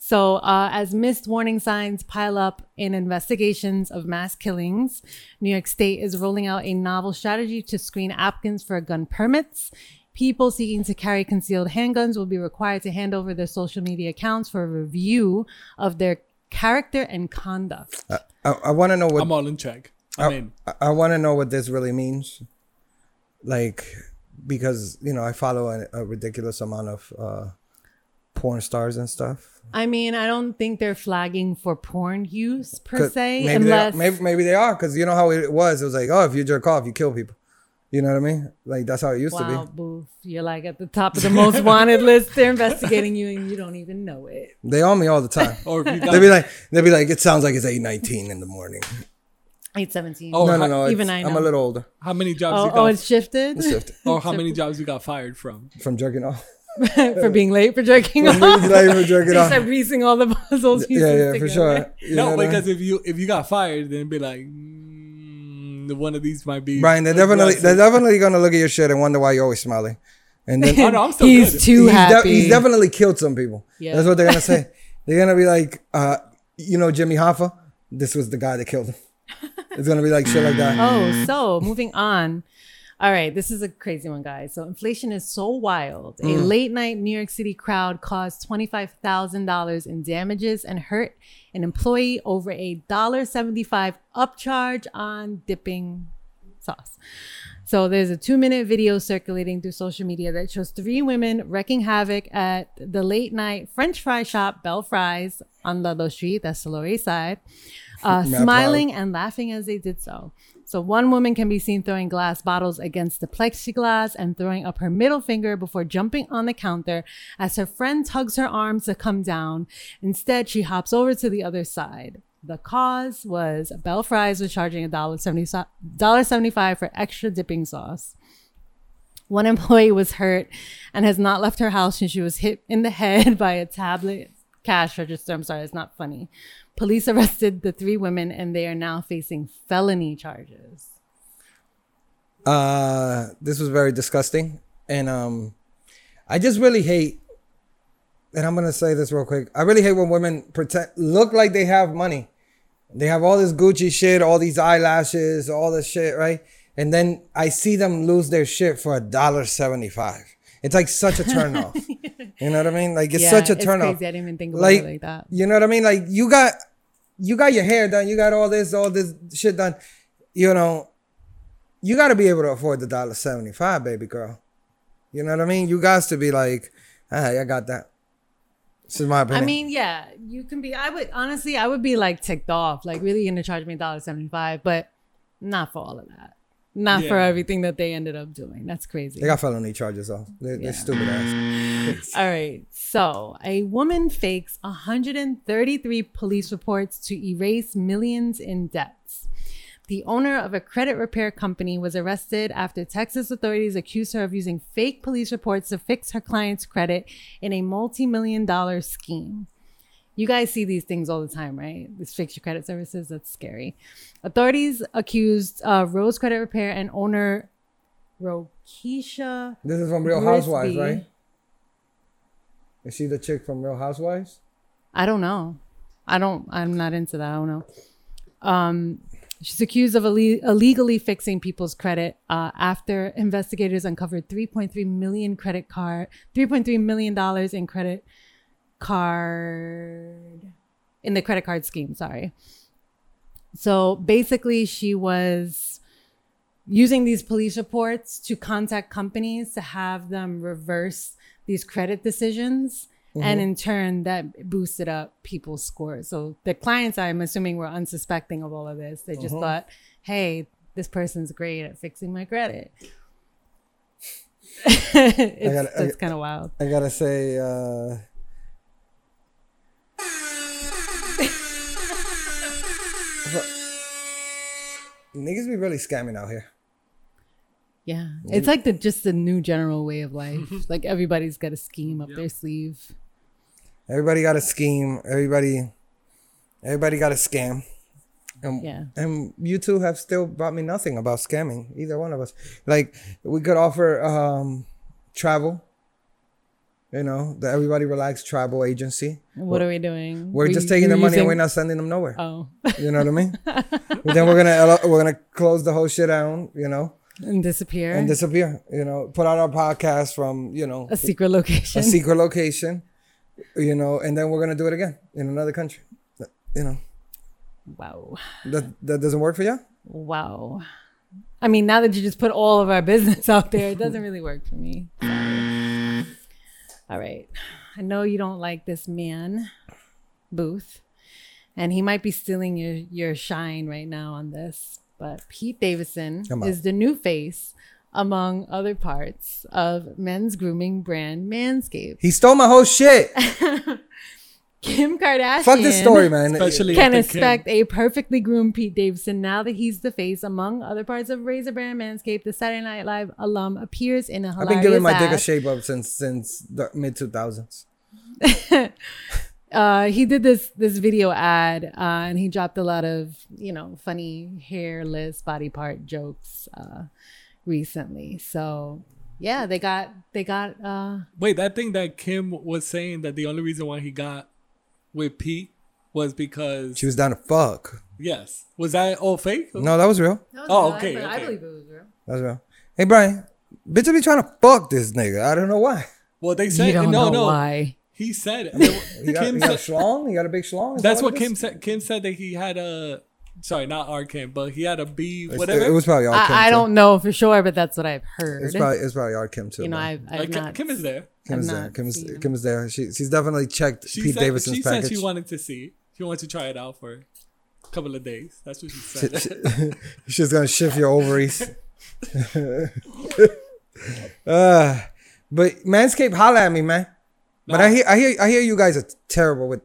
[SPEAKER 1] So, uh, as missed warning signs pile up in investigations of mass killings, New York State is rolling out a novel strategy to screen applicants for gun permits. People seeking to carry concealed handguns will be required to hand over their social media accounts for a review of their character and conduct.
[SPEAKER 4] I, I want to know what
[SPEAKER 2] I'm all in check. I mean,
[SPEAKER 4] I, I want to know what this really means, like because you know I follow a, a ridiculous amount of uh, porn stars and stuff.
[SPEAKER 1] I mean, I don't think they're flagging for porn use
[SPEAKER 4] 'Cause
[SPEAKER 1] per se,
[SPEAKER 4] maybe
[SPEAKER 1] unless
[SPEAKER 4] they are, maybe, maybe they are because you know how it was. It was like, oh, if you jerk off, you kill people. You know what I mean? Like that's how it used
[SPEAKER 1] wow,
[SPEAKER 4] to
[SPEAKER 1] boof, you're like at the top of the most wanted list. They're investigating you, and you don't even know it.
[SPEAKER 4] be. They on me all the time.
[SPEAKER 2] or if you
[SPEAKER 4] they'd be
[SPEAKER 2] got.
[SPEAKER 4] like, they'd be like, it sounds like it's eight nineteen in the morning.
[SPEAKER 1] Eight seventeen.
[SPEAKER 2] Oh,
[SPEAKER 4] no,
[SPEAKER 2] how,
[SPEAKER 4] no, no.
[SPEAKER 1] even
[SPEAKER 4] it's-
[SPEAKER 1] I
[SPEAKER 4] I'm
[SPEAKER 1] know.
[SPEAKER 4] a little older.
[SPEAKER 2] how many jobs
[SPEAKER 1] oh,
[SPEAKER 2] you
[SPEAKER 1] oh,
[SPEAKER 2] got?
[SPEAKER 1] it's shifted
[SPEAKER 4] Shift
[SPEAKER 2] or how many jobs you got fired from?
[SPEAKER 4] from jerking off.
[SPEAKER 1] for being late for jerking off.
[SPEAKER 4] Not even jerking
[SPEAKER 1] They
[SPEAKER 4] off.
[SPEAKER 1] start piecing all the puzzles.
[SPEAKER 4] Yeah, yeah, for sure. You
[SPEAKER 2] No,
[SPEAKER 4] know what I mean?
[SPEAKER 2] because if you if you got fired, then it'd be like mm, one of these might be.
[SPEAKER 4] Brian, they're definitely
[SPEAKER 2] aggressive.
[SPEAKER 4] they're definitely gonna look at your shit and wonder why you're always smiling. And then
[SPEAKER 2] Oh, no, I'm still
[SPEAKER 1] he's
[SPEAKER 2] good.
[SPEAKER 1] too
[SPEAKER 4] he's, de-
[SPEAKER 1] happy.
[SPEAKER 4] he's definitely killed some people.
[SPEAKER 1] Yeah.
[SPEAKER 4] That's what they're gonna say. they're gonna be like, uh, you know, Jimmy Hoffa. This was the guy that killed him. It's gonna be like shit like that.
[SPEAKER 1] Oh, so moving on. All right, this is a crazy one, guys. So inflation is so wild. A late night New York City crowd caused twenty five thousand dollars in damages and hurt an employee over a dollar seventy five upcharge on dipping sauce. So there's a two minute video circulating through social media that shows three women wrecking havoc at the late night French fry shop Bell Fries on Ludlow Street, that's the Lower East Side, uh,
[SPEAKER 4] Mad
[SPEAKER 1] smiling and laughing as they did so. So one woman can be seen throwing glass bottles against the plexiglass and throwing up her middle finger before jumping on the counter as her friend tugs her arm to come down. Instead, she hops over to the other side. The cause was Bell Fries was charging $1.75 for extra dipping sauce. One employee was hurt and has not left her house since she was hit in the head by a tablet cash register. I'm sorry, it's not funny. Police arrested the three women and they are now facing felony charges.
[SPEAKER 4] Uh, this was very disgusting, and um, I just really hate. And I'm gonna say this real quick. I really hate when women pretend look like they have money. They have all this Gucci shit, all these eyelashes, all this shit, right? And then I see them lose their shit for a dollar seventy-five. It's like such a turnoff. you know what I mean? Like it's
[SPEAKER 1] Yeah,
[SPEAKER 4] such a
[SPEAKER 1] it's
[SPEAKER 4] turnoff.
[SPEAKER 1] crazy. I didn't even think about
[SPEAKER 4] like,
[SPEAKER 1] it like that.
[SPEAKER 4] You know what I mean? Like you got you got your hair done, you got all this, all this shit done. You know, you gotta be able to afford the dollar seventy five, baby girl. You know what I mean? You got to be like, hey, I got that. This is my opinion.
[SPEAKER 1] I mean, yeah, you can be. I would honestly, I would be like ticked off, like really gonna charge me $1.75, but not for all of that. Not for
[SPEAKER 2] Yeah.
[SPEAKER 1] everything that they ended up doing. That's crazy.
[SPEAKER 4] they got felony charges off. They,
[SPEAKER 1] Yeah.
[SPEAKER 4] They're stupid ass.
[SPEAKER 1] All right. So a woman fakes 133 police reports to erase millions in debts. The owner of a credit repair company was arrested after Texas authorities accused her of using fake police reports to fix her client's credit in a multi million dollar scheme. You guys see these things all the time, right? This fix your credit services. That's scary. Authorities accused uh, Rose Credit Repair and owner Rokisha
[SPEAKER 4] This is from Real Housewives,
[SPEAKER 1] Brisby.
[SPEAKER 4] right? Is she the chick from Real Housewives?
[SPEAKER 1] I don't know. I don't. I'm not into that. I don't know. Um, she's accused of ille- illegally fixing people's credit uh, after investigators uncovered 3.3 million credit card, 3.3 million dollars in credit card in the credit card scheme. Sorry. So basically, she was using these police reports to contact companies to have them reverse these credit decisions.
[SPEAKER 4] Mm-hmm.
[SPEAKER 1] And in turn, that boosted up people's scores. So the clients, I'm assuming, were unsuspecting of all of this. They
[SPEAKER 4] Mm-hmm.
[SPEAKER 1] just thought, hey, this person's great at fixing my credit. it's
[SPEAKER 4] gotta- I
[SPEAKER 1] it's kind of wild.
[SPEAKER 4] I gotta say, uh, niggas be really scamming out here.
[SPEAKER 1] Yeah. It's like the just the new general way of life. like everybody's got a scheme up their sleeve.
[SPEAKER 4] Everybody got a scheme. Everybody, everybody got a scam. And,
[SPEAKER 1] Yeah.
[SPEAKER 4] and you two have still brought me nothing about scamming. Either one of us. Like we could offer um, travel. You know, the everybody relaxed travel agency.
[SPEAKER 1] What are we doing?
[SPEAKER 4] We're
[SPEAKER 1] We-
[SPEAKER 4] just taking
[SPEAKER 1] we're
[SPEAKER 4] the money and
[SPEAKER 1] using-
[SPEAKER 4] we're not sending them nowhere.
[SPEAKER 1] Oh,
[SPEAKER 4] You know what I mean? then we're gonna we're gonna close the whole shit down. You know,
[SPEAKER 1] and disappear.
[SPEAKER 4] and disappear. You know, put out our podcast from you know
[SPEAKER 1] a secret location.
[SPEAKER 4] a secret location, you know, and then we're gonna do it again in another country. That- You know,
[SPEAKER 1] wow.
[SPEAKER 4] that that doesn't work for you.
[SPEAKER 1] Wow. I mean, now that you just put all of our business out there, it doesn't really work for me. Sorry. All right. I know you don't like this man, Booth, and he might be stealing your, your shine right now on this, but Pete Davidson
[SPEAKER 4] Come on.
[SPEAKER 1] is the new face, among other parts, of men's grooming brand Manscaped.
[SPEAKER 4] He stole my whole shit.
[SPEAKER 1] Kim Kardashian.
[SPEAKER 4] Fuck this story, man.
[SPEAKER 2] Especially
[SPEAKER 1] can
[SPEAKER 2] if they
[SPEAKER 1] expect a perfectly groomed Pete Davidson now that he's the face, among other parts of Razor Brand Manscaped. The Saturday Night Live alum appears in a
[SPEAKER 4] I've
[SPEAKER 1] hilarious.
[SPEAKER 4] been giving my dick a
[SPEAKER 1] ad.
[SPEAKER 4] shape up since since the mid two thousands.
[SPEAKER 1] Uh, he did this this video ad, uh, and he dropped a lot of you know funny hairless body part jokes uh, recently. So yeah, they got they got uh,
[SPEAKER 2] Wait, that thing that Kim was saying that the only reason why he got with Pete was because
[SPEAKER 4] She was down to fuck.
[SPEAKER 2] yes, was that all fake?
[SPEAKER 4] No, that was real.
[SPEAKER 2] Oh, okay,
[SPEAKER 1] I,
[SPEAKER 2] okay.
[SPEAKER 1] believe it was real.
[SPEAKER 4] That was real. Hey Brian, bitch, I be trying to fuck this nigga. I don't know why.
[SPEAKER 2] Well, they
[SPEAKER 1] You
[SPEAKER 2] said
[SPEAKER 1] don't
[SPEAKER 2] no,
[SPEAKER 1] know
[SPEAKER 2] no.
[SPEAKER 1] why.
[SPEAKER 2] He said
[SPEAKER 4] You got, you
[SPEAKER 2] Kim
[SPEAKER 4] got a
[SPEAKER 2] said,
[SPEAKER 4] schlong? You got a big schlong? Is
[SPEAKER 2] that's
[SPEAKER 4] that
[SPEAKER 2] what
[SPEAKER 4] it is?
[SPEAKER 2] Kim said. Kim said that he had a sorry, not our Kim, but he had a beef,
[SPEAKER 4] It's-
[SPEAKER 2] whatever.
[SPEAKER 4] It was probably all Kim.
[SPEAKER 1] I, I
[SPEAKER 4] too.
[SPEAKER 1] don't know for sure, but that's what I've heard.
[SPEAKER 4] It's probably it's probably all Kim too.
[SPEAKER 1] you know,
[SPEAKER 4] man.
[SPEAKER 1] I've, I've
[SPEAKER 2] like, Kim-
[SPEAKER 1] not.
[SPEAKER 2] Kim is there.
[SPEAKER 4] Kim's
[SPEAKER 1] I've
[SPEAKER 4] there.
[SPEAKER 1] not
[SPEAKER 4] Kim's,
[SPEAKER 1] seen him.
[SPEAKER 4] Kim's there. She, she's definitely checked
[SPEAKER 2] She
[SPEAKER 4] Pete
[SPEAKER 2] said
[SPEAKER 4] Davidson's
[SPEAKER 2] she
[SPEAKER 4] package.
[SPEAKER 2] said she wanted to see. She wanted to try it out for a couple of days. That's what she said.
[SPEAKER 4] She's gonna shift your ovaries. uh, but Manscaped, holla at me, man. But I hear, I hear, I hear you guys are terrible with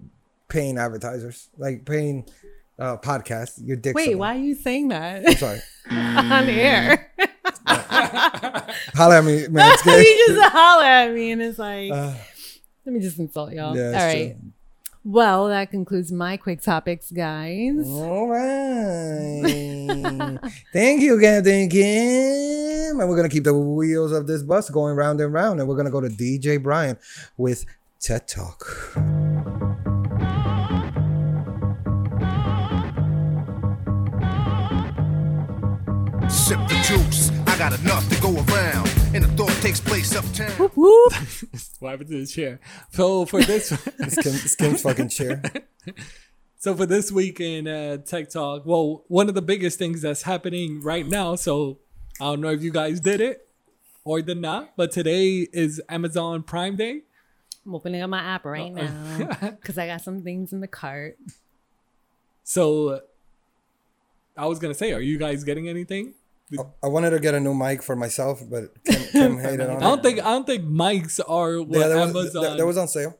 [SPEAKER 4] paying advertisers, like paying uh, podcasts. Your dick.
[SPEAKER 1] Wait, why are you saying that
[SPEAKER 4] Sorry,
[SPEAKER 1] on air?
[SPEAKER 4] holla at me, Manscaped.
[SPEAKER 1] you just holler at me and it's like, let me just insult y'all.
[SPEAKER 4] Uh, yeah, it's
[SPEAKER 1] All right. Well, that concludes my quick topics, guys.
[SPEAKER 4] All right. Thank you, Captain Kim. And we're going to keep the wheels of this bus going round and round. And we're going to go to DJ Brian with TED Talk.
[SPEAKER 6] Sip the juice, I got enough to go around, and the thought takes place uptown.
[SPEAKER 1] Whoop.
[SPEAKER 2] what happened to the chair? So for this
[SPEAKER 4] It's, Kim, it's Kim's fucking chair.
[SPEAKER 2] So for this week in uh, Tech Talk, well, one of the biggest things that's happening right now. So I don't know if you guys did it or did not, but today is Amazon Prime Day.
[SPEAKER 1] I'm opening up my app right now because I got some things in the cart.
[SPEAKER 2] So I was gonna say, are you guys getting anything?
[SPEAKER 4] I wanted to get a new mic for myself, but Kim, Kim hated on
[SPEAKER 2] I
[SPEAKER 4] it.
[SPEAKER 2] don't think I don't think mics are what
[SPEAKER 4] yeah, that was,
[SPEAKER 2] Amazon.
[SPEAKER 4] that, that was on sale.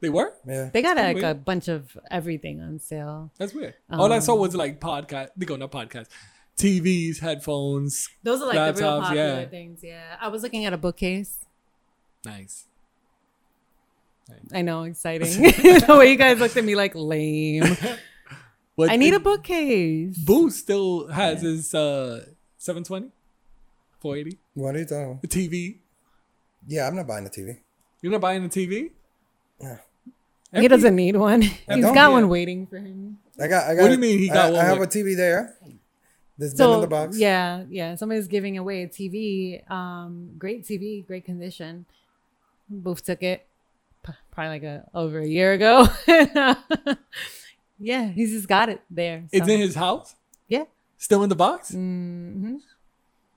[SPEAKER 2] they were.
[SPEAKER 4] Yeah.
[SPEAKER 1] They got
[SPEAKER 2] Kinda
[SPEAKER 1] like a
[SPEAKER 2] weird.
[SPEAKER 1] bunch of everything on sale.
[SPEAKER 2] That's weird. All
[SPEAKER 1] Oh.
[SPEAKER 2] I saw was like podcast. They go not podcast. TVs, headphones.
[SPEAKER 1] Those are like the real
[SPEAKER 2] Laptops,
[SPEAKER 1] popular
[SPEAKER 2] yeah.
[SPEAKER 1] things. Yeah. I was looking at a bookcase.
[SPEAKER 2] Nice.
[SPEAKER 1] I know, exciting. the way you guys looked at me like lame.
[SPEAKER 2] But
[SPEAKER 1] I need a
[SPEAKER 2] it-
[SPEAKER 1] bookcase.
[SPEAKER 2] Boo still has his uh 720, 480
[SPEAKER 4] What are you talking about?
[SPEAKER 2] the TV.
[SPEAKER 4] Yeah, I'm not buying a TV.
[SPEAKER 2] You're not buying a TV.
[SPEAKER 4] No.
[SPEAKER 2] Empty?
[SPEAKER 1] He doesn't need one. He's
[SPEAKER 4] don't
[SPEAKER 1] got
[SPEAKER 4] yet.
[SPEAKER 1] one waiting for him.
[SPEAKER 4] I got. I got.
[SPEAKER 2] What do you mean he
[SPEAKER 4] I-
[SPEAKER 2] got
[SPEAKER 4] I,
[SPEAKER 2] one
[SPEAKER 4] have a
[SPEAKER 2] with-
[SPEAKER 4] TV there. That's been in
[SPEAKER 1] So
[SPEAKER 4] the box.
[SPEAKER 1] yeah, yeah. Somebody's giving away a TV. Um, great TV, great condition. Booth took it p- probably like a, over a year ago. yeah, he's just got it there. so-
[SPEAKER 2] It's in his house,
[SPEAKER 1] yeah.
[SPEAKER 2] still in the box. Mm-hmm.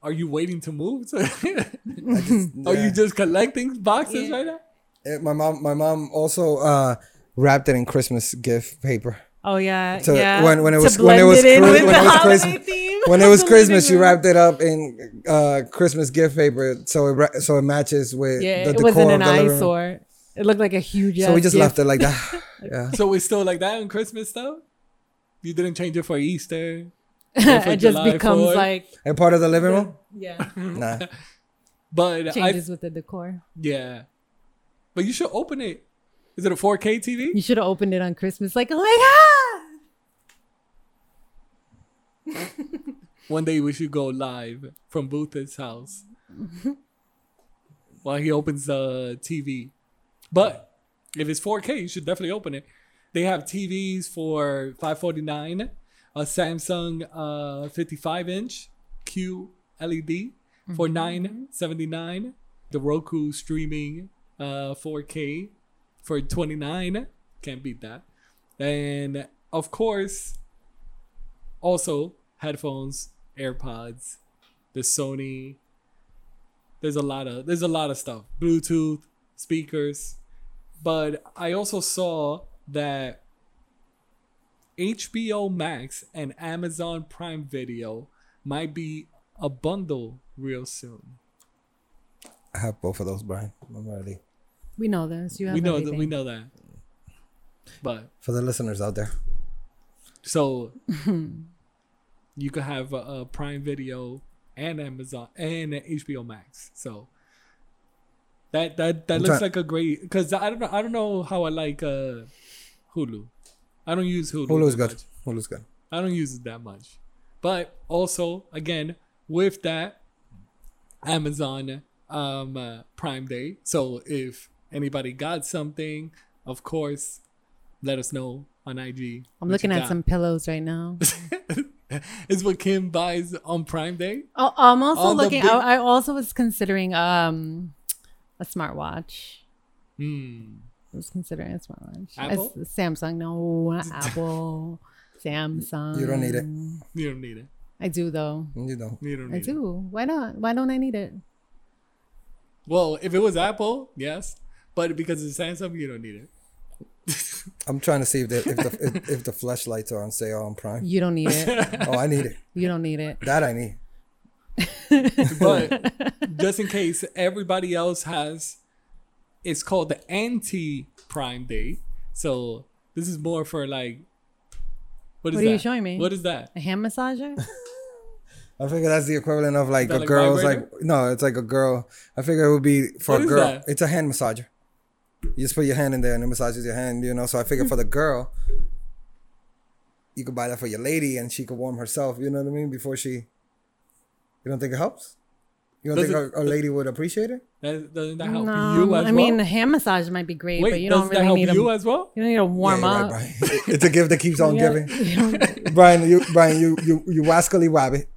[SPEAKER 2] Are you waiting to move? To- Are
[SPEAKER 4] Yeah.
[SPEAKER 2] Oh, you just collecting boxes
[SPEAKER 1] Yeah.
[SPEAKER 2] right now?
[SPEAKER 4] Uh, my mom. My mom also uh, wrapped it in Christmas gift paper.
[SPEAKER 1] Oh yeah,
[SPEAKER 4] To-
[SPEAKER 1] yeah.
[SPEAKER 4] when- when it
[SPEAKER 1] To
[SPEAKER 4] was- when it
[SPEAKER 1] blend
[SPEAKER 4] was
[SPEAKER 1] in
[SPEAKER 4] Chris-
[SPEAKER 1] with
[SPEAKER 4] when
[SPEAKER 1] the
[SPEAKER 4] it was
[SPEAKER 1] holiday
[SPEAKER 4] Christmas-
[SPEAKER 1] theme
[SPEAKER 4] When it
[SPEAKER 1] of
[SPEAKER 4] was
[SPEAKER 1] the
[SPEAKER 4] Christmas,
[SPEAKER 1] living
[SPEAKER 4] you
[SPEAKER 1] room.
[SPEAKER 4] wrapped it up in uh, Christmas gift paper, so it ra- so it matches with
[SPEAKER 1] Yeah,
[SPEAKER 4] the
[SPEAKER 1] it
[SPEAKER 4] decor
[SPEAKER 1] wasn't an
[SPEAKER 4] of the living room.
[SPEAKER 1] eyesore. It looked like a huge.
[SPEAKER 4] So we just left it like that. yeah.
[SPEAKER 2] So it's still like that on Christmas stuff. You didn't change it for Easter.
[SPEAKER 1] it.
[SPEAKER 2] for
[SPEAKER 1] it just
[SPEAKER 2] July
[SPEAKER 1] becomes
[SPEAKER 2] 4th.
[SPEAKER 1] like
[SPEAKER 4] And part of the living room.
[SPEAKER 1] yeah,
[SPEAKER 4] Nah.
[SPEAKER 2] But I
[SPEAKER 1] changes with the decor.
[SPEAKER 2] yeah. But you should open it. Is it a 4K TV?
[SPEAKER 1] You should have opened it on Christmas. Like, oh my god.
[SPEAKER 2] One day we should go live from Booth's house while he opens the TV. But if it's 4K, you should definitely open it. They have TVs for 549, a Samsung uh, 55 inch QLED for 979, the Roku streaming uh, 4K for 29. Can't beat that. And of course, also headphones, AirPods, the Sony. There's a lot of there's a lot of stuff. Bluetooth speakers, but I also saw that HBO Max and Amazon Prime Video might be a bundle real soon.
[SPEAKER 4] I have both of those, Brian. I'm ready.
[SPEAKER 1] We know this. You have
[SPEAKER 2] we know that
[SPEAKER 1] everything.
[SPEAKER 2] we know that, but
[SPEAKER 4] For the listeners out there,
[SPEAKER 2] So you could have a, a Prime Video and Amazon and a HBO Max. So that that that
[SPEAKER 4] I'm
[SPEAKER 2] looks
[SPEAKER 4] trying-
[SPEAKER 2] like a great because I don't know I don't know how I like uh, Hulu. I don't use Hulu.
[SPEAKER 4] Hulu's
[SPEAKER 2] that
[SPEAKER 4] good.
[SPEAKER 2] much.
[SPEAKER 4] Hulu's good.
[SPEAKER 2] I don't use it that much, but also again with that Amazon um, uh, Prime Day. So if anybody got something, of course, let us know on IG.
[SPEAKER 1] I'm
[SPEAKER 2] what you
[SPEAKER 1] looking at
[SPEAKER 2] got.
[SPEAKER 1] some pillows right now.
[SPEAKER 2] It's what Kim buys on Prime Day.
[SPEAKER 1] oh, I'm also
[SPEAKER 2] All the
[SPEAKER 1] looking.
[SPEAKER 2] big-
[SPEAKER 1] I, I also was considering um a smartwatch.
[SPEAKER 2] Hmm.
[SPEAKER 1] I was considering a smartwatch. I s-
[SPEAKER 2] Apple?
[SPEAKER 1] Samsung. No, not Apple. Samsung.
[SPEAKER 4] You don't need it.
[SPEAKER 1] Mm.
[SPEAKER 2] You don't need it.
[SPEAKER 1] I do though.
[SPEAKER 4] You don't.
[SPEAKER 2] You don't
[SPEAKER 1] I
[SPEAKER 2] need it.
[SPEAKER 1] do. Why not? Why don't I need it?
[SPEAKER 2] Well, if it was Apple, yes. But because it's Samsung, you don't need it.
[SPEAKER 4] I'm trying to see if the if the if, if the flashlights are on sale on Prime.
[SPEAKER 1] You don't need it.
[SPEAKER 4] Oh, I need it.
[SPEAKER 1] you don't need it.
[SPEAKER 4] That I need.
[SPEAKER 2] But just in case everybody else has, it's called the anti Prime Day. So this is more for like, what is
[SPEAKER 1] What are you
[SPEAKER 2] that?
[SPEAKER 1] showing me?
[SPEAKER 2] What is that?
[SPEAKER 1] A hand massager?
[SPEAKER 4] I figure that's the equivalent of like
[SPEAKER 2] that
[SPEAKER 4] a
[SPEAKER 2] like
[SPEAKER 4] girl's
[SPEAKER 2] vibrator?
[SPEAKER 4] like no, it's like a girl. I figure it would be for
[SPEAKER 2] What
[SPEAKER 4] a
[SPEAKER 2] is
[SPEAKER 4] girl.
[SPEAKER 2] that?
[SPEAKER 4] It's a hand massager. You just put your hand in there and it massages your hand, you know. So I figure for the girl, you could buy that for your lady and she could warm herself. You know what I mean? Before she, you don't think it helps? You don't
[SPEAKER 2] Does
[SPEAKER 4] think a, a lady would appreciate it?
[SPEAKER 2] that doesn't that help
[SPEAKER 1] no,
[SPEAKER 2] you as
[SPEAKER 1] I
[SPEAKER 2] well?
[SPEAKER 1] mean, a hand massage might be great, but
[SPEAKER 2] Wait,
[SPEAKER 1] you
[SPEAKER 2] does
[SPEAKER 1] don't
[SPEAKER 2] that
[SPEAKER 1] really
[SPEAKER 2] help
[SPEAKER 1] need a,
[SPEAKER 2] you
[SPEAKER 1] you
[SPEAKER 2] as well?
[SPEAKER 1] don't need to warm
[SPEAKER 4] Yeah, you're right,
[SPEAKER 1] up.
[SPEAKER 4] Brian. It's a gift that keeps on
[SPEAKER 1] Yeah.
[SPEAKER 4] giving. Brian, you Brian, you you you wascally wabbit.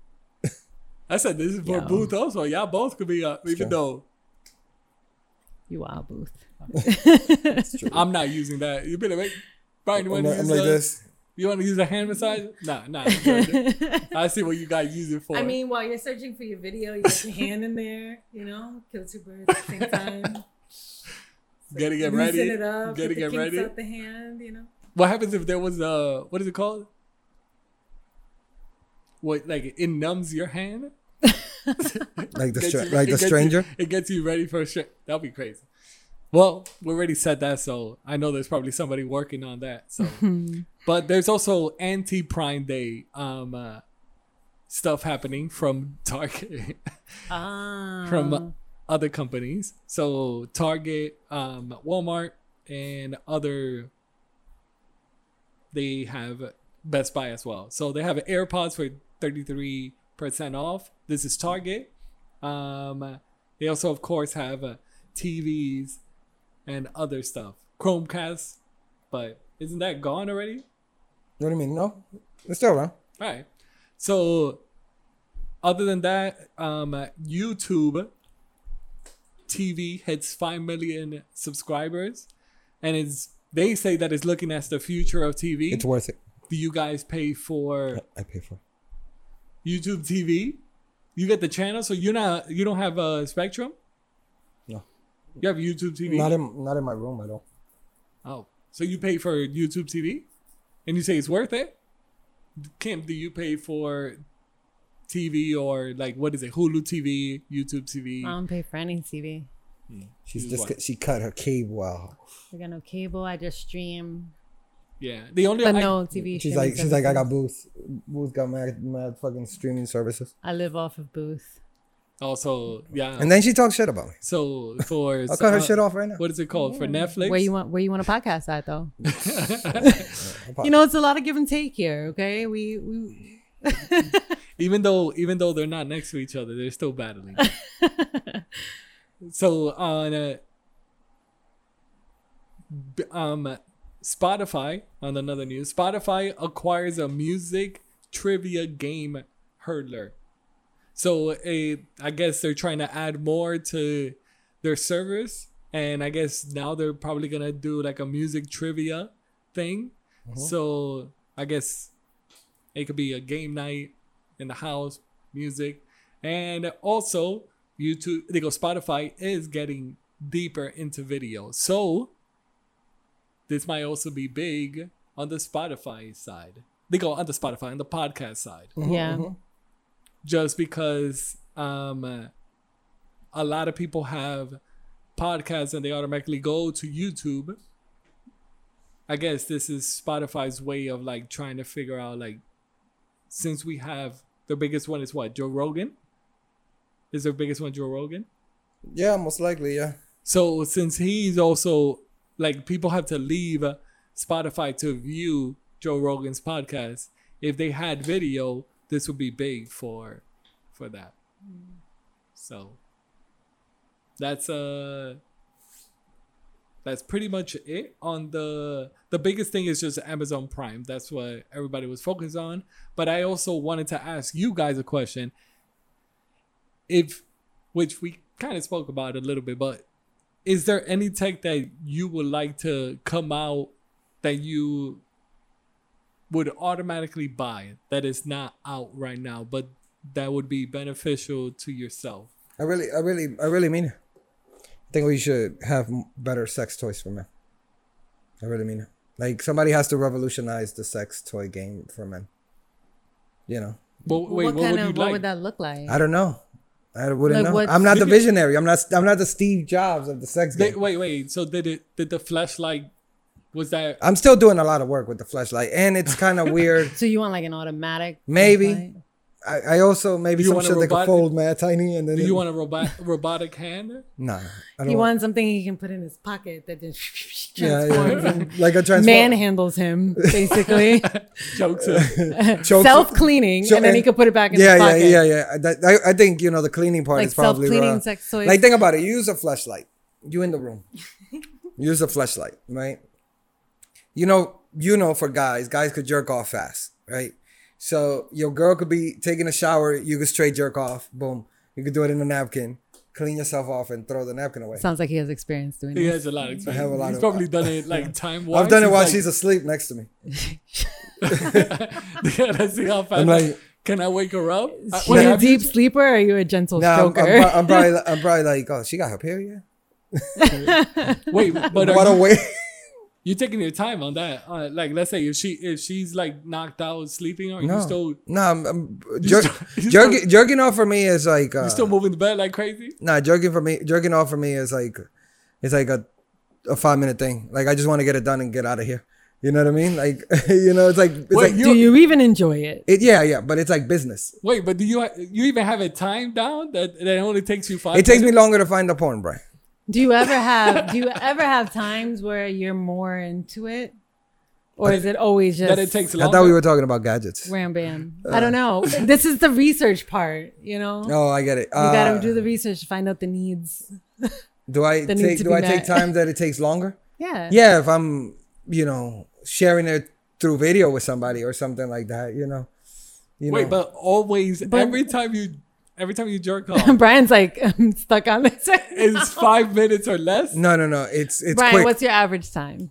[SPEAKER 2] I said this is for
[SPEAKER 1] Yeah.
[SPEAKER 2] Booth also. Y'all both could be up, even though
[SPEAKER 1] you are Booth.
[SPEAKER 2] I'm not using that. You better make. Brian, you
[SPEAKER 4] I'm
[SPEAKER 2] want
[SPEAKER 4] like
[SPEAKER 2] to use
[SPEAKER 4] I'm
[SPEAKER 2] like
[SPEAKER 4] like this.
[SPEAKER 2] You want to use a hand massage? Nah, nah. I'm good. I see what you guys use it for.
[SPEAKER 1] I mean, while you're searching for your video, you get your hand in there, you know, kill two birds at the same time.
[SPEAKER 2] getting it ready.
[SPEAKER 1] Loosen it up.
[SPEAKER 2] getting
[SPEAKER 1] get
[SPEAKER 2] it
[SPEAKER 1] the kinks
[SPEAKER 2] ready.
[SPEAKER 1] out the hand, you know.
[SPEAKER 2] What happens if there was a what is it called? What like it numbs your hand?
[SPEAKER 4] Like the
[SPEAKER 2] Gets
[SPEAKER 4] stra-
[SPEAKER 2] you-
[SPEAKER 4] like
[SPEAKER 2] it
[SPEAKER 4] the
[SPEAKER 2] gets you-
[SPEAKER 4] stranger.
[SPEAKER 2] it gets you ready for a str- That'll be crazy. Well, we already said that, so I know there's probably somebody working on that. So, but there's also anti Prime Day um uh, stuff happening from Target.
[SPEAKER 1] Ah.
[SPEAKER 2] uh, from other companies. So Target, um, Walmart, and other they have Best Buy as well. So they have AirPods for 33% off. This is Target. Um, they also, of course, have uh, TVs and other stuff, Chromecast. But isn't that gone already?
[SPEAKER 4] What do you mean? No, it's still around.
[SPEAKER 2] All right. So, other than that, um, YouTube TV hits 5 million subscribers, and it's they say that it's looking at the future of TV.
[SPEAKER 4] It's worth it.
[SPEAKER 2] Do you guys pay for
[SPEAKER 4] I pay for. it.
[SPEAKER 2] YouTube TV? You get the channel, so you're not you don't have a Spectrum.
[SPEAKER 4] No.
[SPEAKER 2] You have YouTube TV.
[SPEAKER 4] Not in not in my room at all.
[SPEAKER 2] oh, so you pay for YouTube TV, and you say it's worth it. Kim, do you pay for TV or like what is it? Hulu TV, YouTube TV.
[SPEAKER 1] I don't pay for any TV.
[SPEAKER 4] She's
[SPEAKER 2] She's
[SPEAKER 4] just
[SPEAKER 2] what?
[SPEAKER 4] she cut her cable out.
[SPEAKER 1] I got no cable. I just stream,
[SPEAKER 2] yeah, the only
[SPEAKER 1] but
[SPEAKER 2] I-
[SPEAKER 1] no TV.
[SPEAKER 4] She's
[SPEAKER 1] streaming
[SPEAKER 4] like she's like
[SPEAKER 1] services.
[SPEAKER 4] I got Booth. Booth got mad mad fucking streaming services.
[SPEAKER 1] I live off of Booth.
[SPEAKER 2] also Oh, yeah.
[SPEAKER 4] And then she talks shit about me.
[SPEAKER 2] so for
[SPEAKER 4] I'll cut her
[SPEAKER 2] uh,
[SPEAKER 4] shit off right now.
[SPEAKER 2] What is it called for Netflix?
[SPEAKER 1] Where you want where you want to podcast at though? you know, it's a lot of give and take here. Okay, we we
[SPEAKER 2] even though even though they're not next to each other, they're still battling. so on uh, b- um Spotify on another news, Spotify acquires a music trivia game hurdler. So it, I guess they're trying to add more to their service, and I guess now they're probably gonna do like a music trivia thing. So I guess it could be a game night in the house, music, and also YouTube. They go Spotify is getting deeper into video, so this might also be big on the Spotify side. They go on the Spotify on the podcast side,
[SPEAKER 4] Mm-hmm,
[SPEAKER 1] yeah.
[SPEAKER 2] just because um, a lot of people have podcasts and they automatically go to YouTube. I guess this is Spotify's way of like trying to figure out like since we have the biggest one is what Joe Rogan. Is their biggest one Joe Rogan?
[SPEAKER 4] Yeah, most likely, yeah.
[SPEAKER 2] So since he's also like people have to leave uh, Spotify to view Joe Rogan's podcast, if they had video, this would be big for for that. So that's uh that's pretty much it on the the biggest thing is just Amazon Prime. That's what everybody was focused on. But I also wanted to ask you guys a question. If which we kind of spoke about a little bit, but is there any tech that you would like to come out that you would automatically buy that is not out right now, but that would be beneficial to yourself?
[SPEAKER 4] I really I really I really mean it. I think we should have m- better sex toys for men. I really mean it. Like somebody has to revolutionize the sex toy game for men. You know.
[SPEAKER 2] But wait, what,
[SPEAKER 1] what kind
[SPEAKER 2] would you
[SPEAKER 1] of
[SPEAKER 2] like?
[SPEAKER 1] what would that look like?
[SPEAKER 4] I don't know. I wouldn't
[SPEAKER 1] Like,
[SPEAKER 4] know.
[SPEAKER 1] what-
[SPEAKER 4] I'm not the visionary. I'm not. I'm not the Steve Jobs of the sex
[SPEAKER 2] They-
[SPEAKER 4] game.
[SPEAKER 2] wait, wait. So did it? Did the flashlight? Was that?
[SPEAKER 4] I'm still doing a lot of work with the flashlight, and it's kind of weird.
[SPEAKER 1] so you want like an automatic?
[SPEAKER 4] Maybe.
[SPEAKER 1] flashlight?
[SPEAKER 4] I, I also maybe
[SPEAKER 2] You
[SPEAKER 4] some
[SPEAKER 2] want a
[SPEAKER 4] shit that could
[SPEAKER 2] robotic-
[SPEAKER 4] fold man tiny, and then
[SPEAKER 2] Do you want a robot robotic hand?
[SPEAKER 4] No, I
[SPEAKER 1] He
[SPEAKER 4] don't. Want,
[SPEAKER 1] wants something he can put in his pocket that just
[SPEAKER 4] yeah,
[SPEAKER 1] transforms.
[SPEAKER 4] yeah, like a transform.
[SPEAKER 1] Man handles him basically,
[SPEAKER 2] Jokes. uh,
[SPEAKER 4] choke-
[SPEAKER 1] self cleaning,
[SPEAKER 4] So-
[SPEAKER 1] and then he could put it back in
[SPEAKER 4] Yeah,
[SPEAKER 1] his
[SPEAKER 4] yeah,
[SPEAKER 1] pocket.
[SPEAKER 4] yeah, yeah. That- I, I think you know the cleaning part
[SPEAKER 1] Like
[SPEAKER 4] is probably
[SPEAKER 1] self-cleaning
[SPEAKER 4] wrong.
[SPEAKER 1] sex toys.
[SPEAKER 4] Like think about it. You use a flashlight. You in the room. use a flashlight, right? You know, you know, for guys, guys could jerk off fast, right? So your girl could be taking a shower. You could straight jerk off. Boom. You could do it in a napkin. Clean yourself off and throw the napkin away.
[SPEAKER 1] Sounds like he has experience doing
[SPEAKER 2] He
[SPEAKER 1] this.
[SPEAKER 2] has a lot of experience.
[SPEAKER 4] have a lot
[SPEAKER 2] He's
[SPEAKER 4] of-
[SPEAKER 2] probably done it like time.
[SPEAKER 4] I've done it while she's asleep next to me.
[SPEAKER 2] Let's see how fast.
[SPEAKER 4] I'm like-
[SPEAKER 2] can I wake her up? I-
[SPEAKER 1] Are
[SPEAKER 2] wait,
[SPEAKER 1] you a
[SPEAKER 2] have you-
[SPEAKER 1] deep sleeper or are you a gentle
[SPEAKER 4] Now I'm, I'm,
[SPEAKER 1] stroker?
[SPEAKER 4] pro- I'm probably li- I'm probably like, oh, she got her period.
[SPEAKER 2] Wait, but are
[SPEAKER 4] What a
[SPEAKER 2] you-
[SPEAKER 4] way.
[SPEAKER 2] You're taking your time on that. Uh, like, let's say if she if she's like knocked out sleeping, or
[SPEAKER 4] No,
[SPEAKER 2] you still
[SPEAKER 4] no, I'm, I'm jer-
[SPEAKER 2] you
[SPEAKER 4] jerking,
[SPEAKER 2] still-
[SPEAKER 4] jerking off for me is like uh,
[SPEAKER 2] you still moving the bed like crazy.
[SPEAKER 4] nah, jerking for me, jerking off for me is like, it's like a, a five minute thing. Like I just want to get it done and get out of here. You know what I mean? Like, you know, it's like, it's
[SPEAKER 2] Wait,
[SPEAKER 4] like
[SPEAKER 2] you-
[SPEAKER 1] Do you even enjoy it?
[SPEAKER 4] it, yeah, yeah, but it's like business.
[SPEAKER 2] Wait, but do you ha- you even have a time down that that only takes you five?
[SPEAKER 4] It takes me longer to find the porn, bro.
[SPEAKER 1] Do you ever have do you ever have times where you're more into it? Or
[SPEAKER 2] But
[SPEAKER 1] is it always just
[SPEAKER 2] that it takes
[SPEAKER 4] I
[SPEAKER 2] longer.
[SPEAKER 4] thought we were talking about gadgets.
[SPEAKER 1] ram bam? I don't know. this is the research part, you know? You
[SPEAKER 4] Oh, I get it. Uh. Uh,
[SPEAKER 1] gotta do the research to find out the needs.
[SPEAKER 4] do I
[SPEAKER 1] that need
[SPEAKER 4] take
[SPEAKER 1] to
[SPEAKER 4] do
[SPEAKER 1] be
[SPEAKER 4] I
[SPEAKER 1] met.
[SPEAKER 4] take time that it takes longer?
[SPEAKER 1] Yeah.
[SPEAKER 4] Yeah, if I'm you know sharing it through video with somebody or something like that, you know. You
[SPEAKER 2] Wait,
[SPEAKER 4] know.
[SPEAKER 2] but always every time you every time you jerk off,
[SPEAKER 1] And Brian's like, I'm stuck on this.
[SPEAKER 2] it's five minutes or less.
[SPEAKER 4] no, no, no. It's it's
[SPEAKER 1] Brian,
[SPEAKER 4] quick.
[SPEAKER 1] what's your average time?